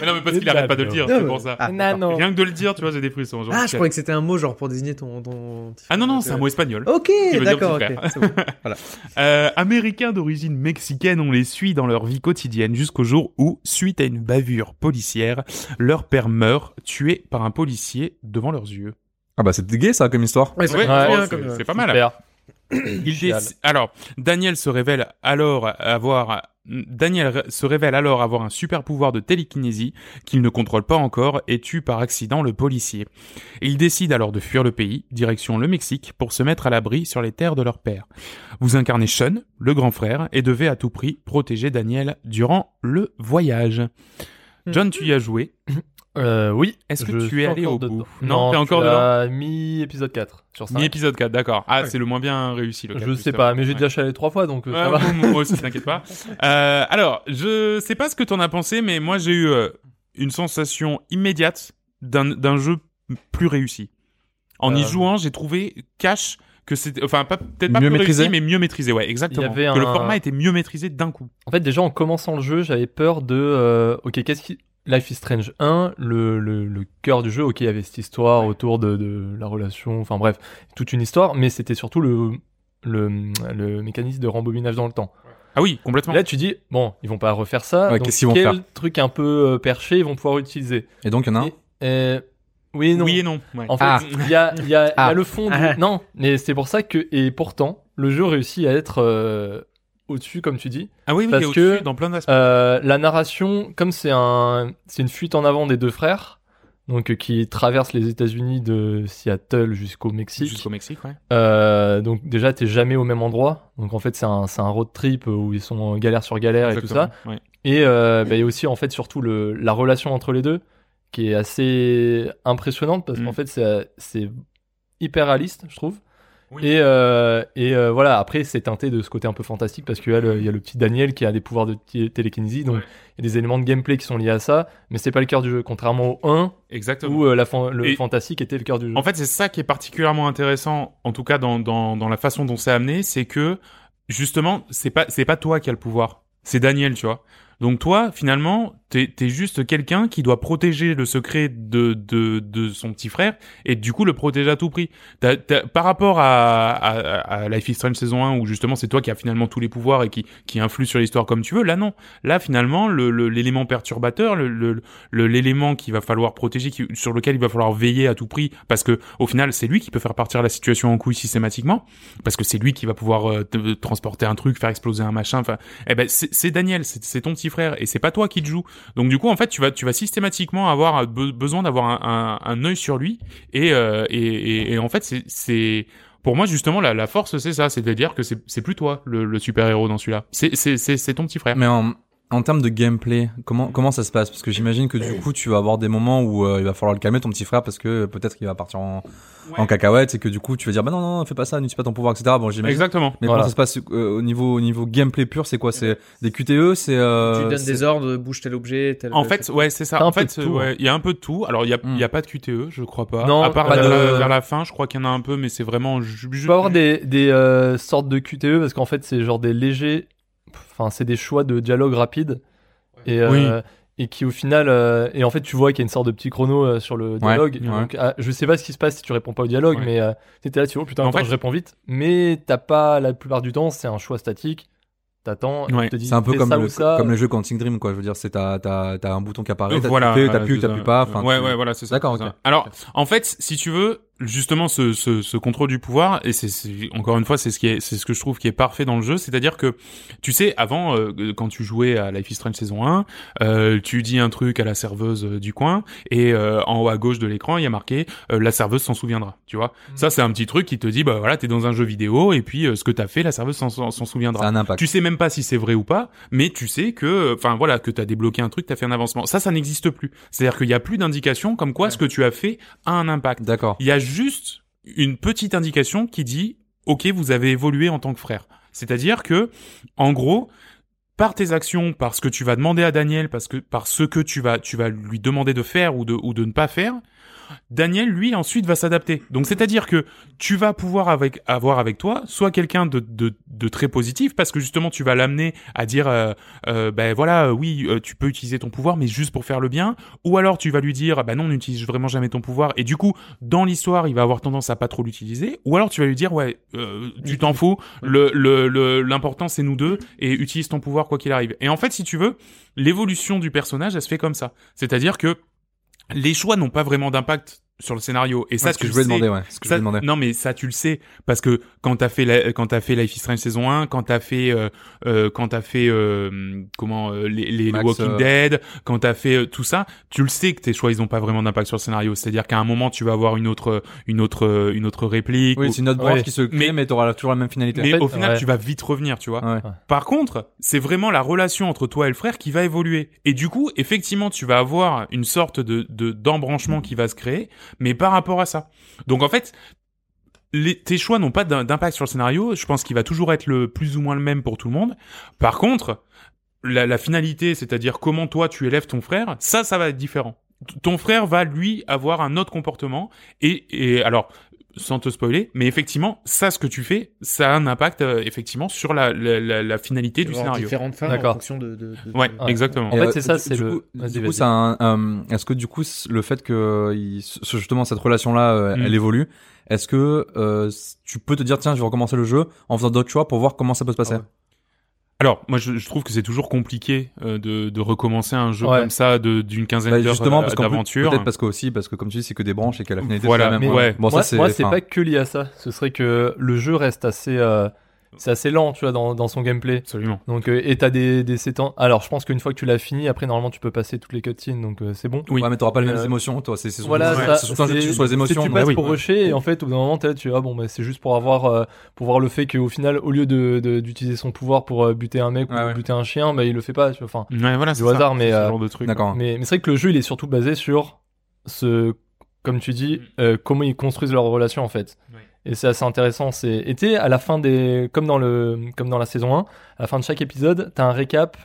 Speaker 1: non, mais parce
Speaker 4: Le
Speaker 1: qu'il arrête pas de le
Speaker 4: dad,
Speaker 1: dire,
Speaker 3: non.
Speaker 1: c'est pour ça.
Speaker 3: Ah,
Speaker 4: Nano.
Speaker 1: Rien que de le dire, tu vois, j'ai des frissons. genre.
Speaker 3: Ah, je croyais que c'était un mot genre pour désigner ton. ton...
Speaker 1: Ah non, non, c'est un mot espagnol.
Speaker 3: Ok,
Speaker 1: veut dire
Speaker 3: d'accord,
Speaker 1: petit frère.
Speaker 3: ok. c'est bon.
Speaker 1: Euh, américains d'origine mexicaine, on les suit dans leur vie quotidienne jusqu'au jour où, suite à une bavure policière, leur père meurt, tué par un policier devant leurs yeux.
Speaker 2: Ah bah c'est gay ça comme histoire.
Speaker 3: Ouais, ça
Speaker 1: Ouais,
Speaker 3: commence
Speaker 4: ouais,
Speaker 3: bien
Speaker 1: c'est-
Speaker 3: comme- euh,
Speaker 1: c'est pas mal. Il
Speaker 4: Chial.
Speaker 1: déc- Alors, Daniel se révèle alors avoir Daniel ré- se révèle alors avoir un super pouvoir de télékinésie qu'il ne contrôle pas encore et tue par accident le policier. Il décide alors de fuir le pays, direction le Mexique, pour se mettre à l'abri sur les terres de leur père. Vous incarnez Sean, le grand frère, et devez à tout prix protéger Daniel durant le voyage.
Speaker 4: Hmm.
Speaker 1: John, tu y as joué.
Speaker 4: Euh, oui.
Speaker 1: Est-ce que
Speaker 4: je
Speaker 1: tu es
Speaker 4: suis
Speaker 1: allé
Speaker 4: encore
Speaker 1: au bout
Speaker 4: dedans.
Speaker 1: Non, t'es
Speaker 4: tu
Speaker 1: encore
Speaker 4: l'as mis épisode 4 sur 5.
Speaker 1: Mi-épisode 4, d'accord. Ah,
Speaker 4: Ouais.
Speaker 1: c'est le moins bien réussi, le 4,
Speaker 4: Je sais
Speaker 1: justement.
Speaker 4: pas, mais j'ai
Speaker 1: Ouais.
Speaker 4: déjà chalé trois fois donc euh, ça
Speaker 1: Ouais,
Speaker 4: va.
Speaker 1: moi- moi aussi, t'inquiète pas. Euh, alors, je sais pas ce que t'en as pensé, mais moi j'ai eu euh, une sensation immédiate d'un d'un jeu plus réussi. En y
Speaker 4: Euh.
Speaker 1: jouant, j'ai trouvé cash que c'était, enfin pas peut-être pas
Speaker 2: Mieux
Speaker 1: plus
Speaker 2: maîtrisé
Speaker 1: réussi, mais mieux maîtrisé, ouais, exactement.
Speaker 4: avait
Speaker 1: Que le
Speaker 4: un-
Speaker 1: format était mieux maîtrisé d'un coup.
Speaker 4: En fait, déjà en commençant le jeu, j'avais peur de. euh, ok, qu'est-ce qui. Life is Strange 1, le, le, le cœur du jeu, ok, il y avait cette histoire autour de, de la relation, enfin bref, toute une histoire, mais c'était surtout le, le, le mécanisme de rembobinage dans le temps.
Speaker 1: Ah oui, complètement.
Speaker 4: Et là, tu dis, bon, ils vont pas refaire ça,
Speaker 2: Ouais,
Speaker 4: donc
Speaker 2: qu'est-ce qu'ils vont
Speaker 4: quel
Speaker 2: faire
Speaker 4: truc un peu euh, perché ils vont pouvoir utiliser
Speaker 2: Et donc il y en a un.
Speaker 4: Euh, Oui, non.
Speaker 1: Oui et non. ouais.
Speaker 4: En fait,
Speaker 2: Ah.
Speaker 4: il y, a, il y a- il y a
Speaker 2: Ah.
Speaker 4: le fond. du-
Speaker 3: Ah.
Speaker 4: Non, mais c'est pour ça que. Et pourtant, le jeu réussit à être euh, au-dessus, comme tu dis.
Speaker 1: ah oui, oui,
Speaker 4: parce
Speaker 1: et au-dessus,
Speaker 4: que-
Speaker 1: dans plein d'aspects.
Speaker 4: Euh, la narration, comme c'est un, c'est une fuite en avant des deux frères, donc euh, qui traverse les États-Unis de Seattle jusqu'au Mexique.
Speaker 1: Jusqu'au Mexique, ouais.
Speaker 4: Euh, donc déjà, t'es jamais au même endroit. Donc en fait, c'est un, c'est un road trip où ils sont en galère sur galère et tout ça.
Speaker 1: Exactement, ouais.
Speaker 4: Et euh, bah, il y a aussi en fait surtout le, la relation entre les deux qui est assez impressionnante parce
Speaker 1: Mm.
Speaker 4: qu'en fait c'est- c'est hyper réaliste je trouve.
Speaker 1: Oui.
Speaker 4: Et, euh, et euh, voilà après c'est teinté de ce côté un peu fantastique parce qu'il y, a le- il y a le petit Daniel qui a des pouvoirs de t- télékinésie donc
Speaker 1: Ouais.
Speaker 4: il y a des éléments de gameplay qui sont liés à ça mais c'est pas le cœur du jeu contrairement au 1
Speaker 1: Exactement.
Speaker 4: où euh, la fan- le
Speaker 1: Et-
Speaker 4: fantastique était le cœur du jeu.
Speaker 1: En fait, c'est ça qui est particulièrement intéressant, en tout cas dans, dans, dans la façon dont c'est amené, c'est que justement, c'est pas c'est pas toi qui as le pouvoir, c'est Daniel, tu vois. Donc toi, finalement, t'es es juste quelqu'un qui doit protéger le secret de, de de son petit frère et du coup le protéger à tout prix. T'as- t'as- par rapport à, à, à Life is Strange saison 1 où justement c'est toi qui as finalement tous les pouvoirs et qui qui influe sur l'histoire comme tu veux, là non. Là finalement, le- le- l'élément perturbateur, le- le le- l'élément qu'il va falloir protéger, qui- sur lequel il va falloir veiller à tout prix, parce que au final c'est lui qui peut faire partir la situation en couille systématiquement, parce que c'est lui qui va pouvoir euh, te- transporter un truc, faire exploser un machin. Enfin, eh ben c'est c'est Daniel, c'est c'est ton petit frère, et c'est pas toi qui le joue. Donc du coup en fait tu vas tu vas systématiquement avoir euh, be- besoin d'avoir un, un, un œil sur lui, et euh, et, et, et en fait c'est c'est pour moi justement la, la force c'est ça, c'est de dire que c'est c'est plus toi le, le super héros dans celui-là, c'est c'est c'est c'est ton petit frère.
Speaker 2: Mais en, en termes de gameplay, comment, comment ça se passe Parce que j'imagine que du coup, tu vas avoir des moments où euh, il va falloir le calmer, ton petit frère, parce que euh, peut-être qu'il va partir en, en cacahuète et que du coup, tu vas dire, bah non, non, non, fais pas ça, n'utilise pas ton pouvoir, etc. Bon, j'imagine.
Speaker 1: Exactement.
Speaker 2: Mais
Speaker 4: Voilà.
Speaker 2: comment ça se passe euh, au niveau au niveau gameplay pur C'est quoi C'est des QTE C'est euh,
Speaker 3: tu donnes
Speaker 2: c'est-
Speaker 3: des ordres, bouge tel objet, tel.
Speaker 1: En fait, ouais, c'est
Speaker 4: T'as
Speaker 1: ça.
Speaker 4: un
Speaker 1: En
Speaker 4: peu de
Speaker 1: fait,
Speaker 4: tout, hein. Hmm.
Speaker 1: euh, ouais, il y a un peu de tout. Alors, il y a, il y a pas de QTE, je crois pas.
Speaker 4: Non,
Speaker 1: à part
Speaker 4: pas
Speaker 1: vers,
Speaker 4: de-
Speaker 1: la, vers la fin, je crois qu'il y en a un peu, mais c'est vraiment. ju-
Speaker 4: Tu
Speaker 1: ju-
Speaker 4: peux avoir des, des euh, sortes de QTE parce qu'en fait c'est genre des légers, enfin c'est des choix de dialogue rapide et, euh,
Speaker 1: Oui.
Speaker 4: et qui au final euh, et en fait tu vois qu'il y a une sorte de petit chrono euh, sur le dialogue.
Speaker 2: ouais.
Speaker 4: Donc, ah, je sais pas ce qui se passe si tu réponds pas au dialogue,
Speaker 1: Ouais.
Speaker 4: mais euh, t'étais là tu vois putain
Speaker 1: Mais en
Speaker 4: attends,
Speaker 1: fait-
Speaker 4: je réponds vite, mais t'as pas la plupart du temps c'est un choix statique. T'attends, et
Speaker 1: Ouais.
Speaker 4: on te dit
Speaker 2: C'est un peu
Speaker 4: fais
Speaker 2: comme
Speaker 4: ça
Speaker 2: le,
Speaker 4: ou ça.
Speaker 2: comme les jeux Quantic Dream, quoi. Je veux dire, c'est t'as t'as t'as un bouton qui apparaît,
Speaker 1: Euh,
Speaker 2: t'as
Speaker 1: voilà,
Speaker 2: QTE,
Speaker 1: euh,
Speaker 2: t'appuies ou
Speaker 1: c'est
Speaker 2: t'appuies
Speaker 1: ça.
Speaker 2: pas. Enfin,
Speaker 1: ouais,
Speaker 2: tu-
Speaker 1: ouais, voilà, c'est ça.
Speaker 2: D'accord,
Speaker 1: c'est
Speaker 2: ok.
Speaker 1: ça. Alors, en fait, si tu veux, justement ce, ce, ce contrôle du pouvoir et c'est c'est- encore une fois c'est ce qui est c'est ce que je trouve qui est parfait dans le jeu c'est-à-dire que tu sais avant euh, quand tu jouais à Life is Strange saison 1 euh, tu dis un truc à la serveuse euh, du coin et euh, en haut à gauche de l'écran il y a marqué euh, la serveuse s'en souviendra tu vois
Speaker 2: Mm.
Speaker 1: ça c'est un petit truc qui te dit bah voilà t'es dans un jeu vidéo et puis euh, ce que t'as fait la serveuse s'en- s'en s'en
Speaker 2: Ça a
Speaker 1: souviendra
Speaker 2: un impact.
Speaker 1: tu sais même pas si c'est vrai ou pas, mais tu sais que, enfin voilà, que t'as débloqué un truc, t'as fait un avancement. Ça, ça n'existe plus. C'est-à-dire qu'il y a plus d'indication comme quoi ce que tu as fait a un impact.
Speaker 2: D'accord.
Speaker 1: Il y a juste une petite indication qui dit OK, vous avez évolué en tant que frère. C'est-à-dire que en gros, par tes actions, par ce que tu vas demander à Daniel, parce que par ce que tu vas tu vas lui demander de faire ou de ou de ne pas faire, Daniel lui ensuite va s'adapter. Donc c'est-à-dire que tu vas pouvoir avec avoir avec toi soit quelqu'un de, de de très positif parce que justement tu vas l'amener à dire euh, euh, ben voilà euh, oui euh, tu peux utiliser ton pouvoir mais juste pour faire le bien ou alors tu vas lui dire Ah ben non n'utilise vraiment jamais ton pouvoir et du coup dans l'histoire, il va avoir tendance à pas trop l'utiliser, ou alors tu vas lui dire ouais, euh, tu t'en fous, le le- le- l'important c'est nous deux et utilise ton pouvoir quoi qu'il arrive. Et en fait, si tu veux, l'évolution du personnage, elle se fait comme ça. C'est-à-dire que les choix n'ont pas vraiment d'impact sur le scénario. Et ça,
Speaker 2: ce
Speaker 1: tu
Speaker 2: que je
Speaker 1: le
Speaker 2: voulais
Speaker 1: sais.
Speaker 2: demander, ouais. Ce que je
Speaker 1: Ça-
Speaker 2: voulais demander.
Speaker 1: Non mais ça tu le sais parce que quand t'as fait la- quand t'as fait Life is Strange saison 1, quand t'as fait euh, euh, quand t'as fait euh, comment euh, les, les
Speaker 2: Max,
Speaker 1: Walking
Speaker 2: euh,
Speaker 1: Dead, quand t'as fait euh, tout ça, tu le sais que tes choix ils ont pas vraiment d'impact sur le scénario. C'est-à-dire qu'à un moment tu vas avoir une autre une autre une autre réplique.
Speaker 2: Oui,
Speaker 1: ou-
Speaker 2: c'est une autre branche
Speaker 4: Ouais.
Speaker 2: qui se crée, mais,
Speaker 1: Mais-
Speaker 2: t'auras toujours la même finalité.
Speaker 1: mais
Speaker 4: en fait,
Speaker 1: au final
Speaker 4: ouais.
Speaker 1: tu vas vite revenir, tu vois.
Speaker 2: Ouais.
Speaker 1: Par contre, c'est vraiment la relation entre toi et le frère qui va évoluer. Et du coup, effectivement, tu vas avoir une sorte de de- d'embranchement qui va se créer, mais par rapport à ça. Donc en fait, les, tes choix n'ont pas d'im- d'impact sur le scénario. Je pense qu'il va toujours être le plus ou moins le même pour tout le monde. Par contre, la, la finalité, c'est-à-dire comment toi tu élèves ton frère, ça, ça va être différent. T- Ton frère va lui avoir un autre comportement et, et alors sans te spoiler, mais effectivement, ça, ce que tu fais, ça a un impact euh, effectivement sur la, la, la, la finalité du
Speaker 3: Il va y avoir
Speaker 1: scénario.
Speaker 3: différentes fins en
Speaker 4: D'accord.
Speaker 3: fonction de. de- de-
Speaker 1: Ouais,
Speaker 3: de-
Speaker 4: Ouais.
Speaker 1: exactement.
Speaker 4: En
Speaker 2: Et,
Speaker 4: fait,
Speaker 2: euh,
Speaker 4: c'est ça,
Speaker 2: du-
Speaker 4: c'est
Speaker 2: du
Speaker 4: le-
Speaker 2: coup-
Speaker 4: vas-y,
Speaker 2: Du coup,
Speaker 4: vas-y.
Speaker 2: ça a un, euh, est-ce que du coup, c- le fait que euh, il- ce- ce- justement cette relation-là, euh,
Speaker 1: Mm.
Speaker 2: elle évolue, est-ce que euh, c- tu peux te dire tiens, je vais recommencer le jeu en faisant d'autres choix pour voir comment ça peut se passer
Speaker 4: Ah ouais.
Speaker 1: Alors, moi, je, je trouve que c'est toujours compliqué euh, de, de recommencer un jeu
Speaker 4: Ouais.
Speaker 1: comme ça de- d'une quinzaine
Speaker 2: Bah,
Speaker 1: d'heures
Speaker 2: Justement,
Speaker 1: euh,
Speaker 2: parce qu'en plus,
Speaker 1: d'aventure.
Speaker 2: peut-être parce que aussi, parce que comme tu dis, c'est que des branches et qu'à la finalité,
Speaker 1: Voilà,
Speaker 2: c'est la même.
Speaker 1: mais ouais.
Speaker 2: Bon, ça
Speaker 4: moi,
Speaker 2: c'est.
Speaker 4: moi, c'est
Speaker 2: enfin,
Speaker 4: pas que lié à ça. Ce serait que le jeu reste assez, euh, c'est assez lent, tu vois, dans, dans son gameplay.
Speaker 1: Absolument.
Speaker 4: Donc, euh, et t'as des, des sétans- Alors, je pense qu'une fois que tu l'as fini, après, normalement, tu peux passer toutes les cutscenes, donc euh, c'est bon.
Speaker 1: oui.
Speaker 2: Ouais, mais t'auras pas les
Speaker 4: Euh,
Speaker 2: mêmes émotions, toi. C'est c'est surtout
Speaker 4: Voilà,
Speaker 2: c'est
Speaker 4: ça,
Speaker 2: surtout un jeu de
Speaker 4: c'est-
Speaker 2: sur les émotions.
Speaker 4: c'est Tu
Speaker 2: donc-
Speaker 4: passes
Speaker 1: oui.
Speaker 4: pour rusher et en fait, au bout d'un moment, t'es là, tu vois, bon, bah, c'est juste pour avoir, euh, pour voir le fait qu'au final, au lieu de de- d'utiliser son pouvoir pour euh, buter un mec
Speaker 2: Ouais,
Speaker 4: ou
Speaker 2: ouais.
Speaker 4: buter un chien, bah, il le fait pas, tu vois. Enfin,
Speaker 1: Ouais, voilà,
Speaker 4: du
Speaker 1: c'est ça.
Speaker 4: hasard, mais,
Speaker 1: C'est
Speaker 4: euh,
Speaker 1: ce genre de truc.
Speaker 2: D'accord.
Speaker 4: mais, mais c'est vrai que le jeu, il est surtout basé sur ce, comme tu dis, euh, comment ils construisent leur relation en fait.
Speaker 1: Ouais.
Speaker 4: Et c'est assez intéressant. C'est, et t'es à la fin des, comme dans le, comme dans la saison 1, à la fin de chaque épisode, t'as un récap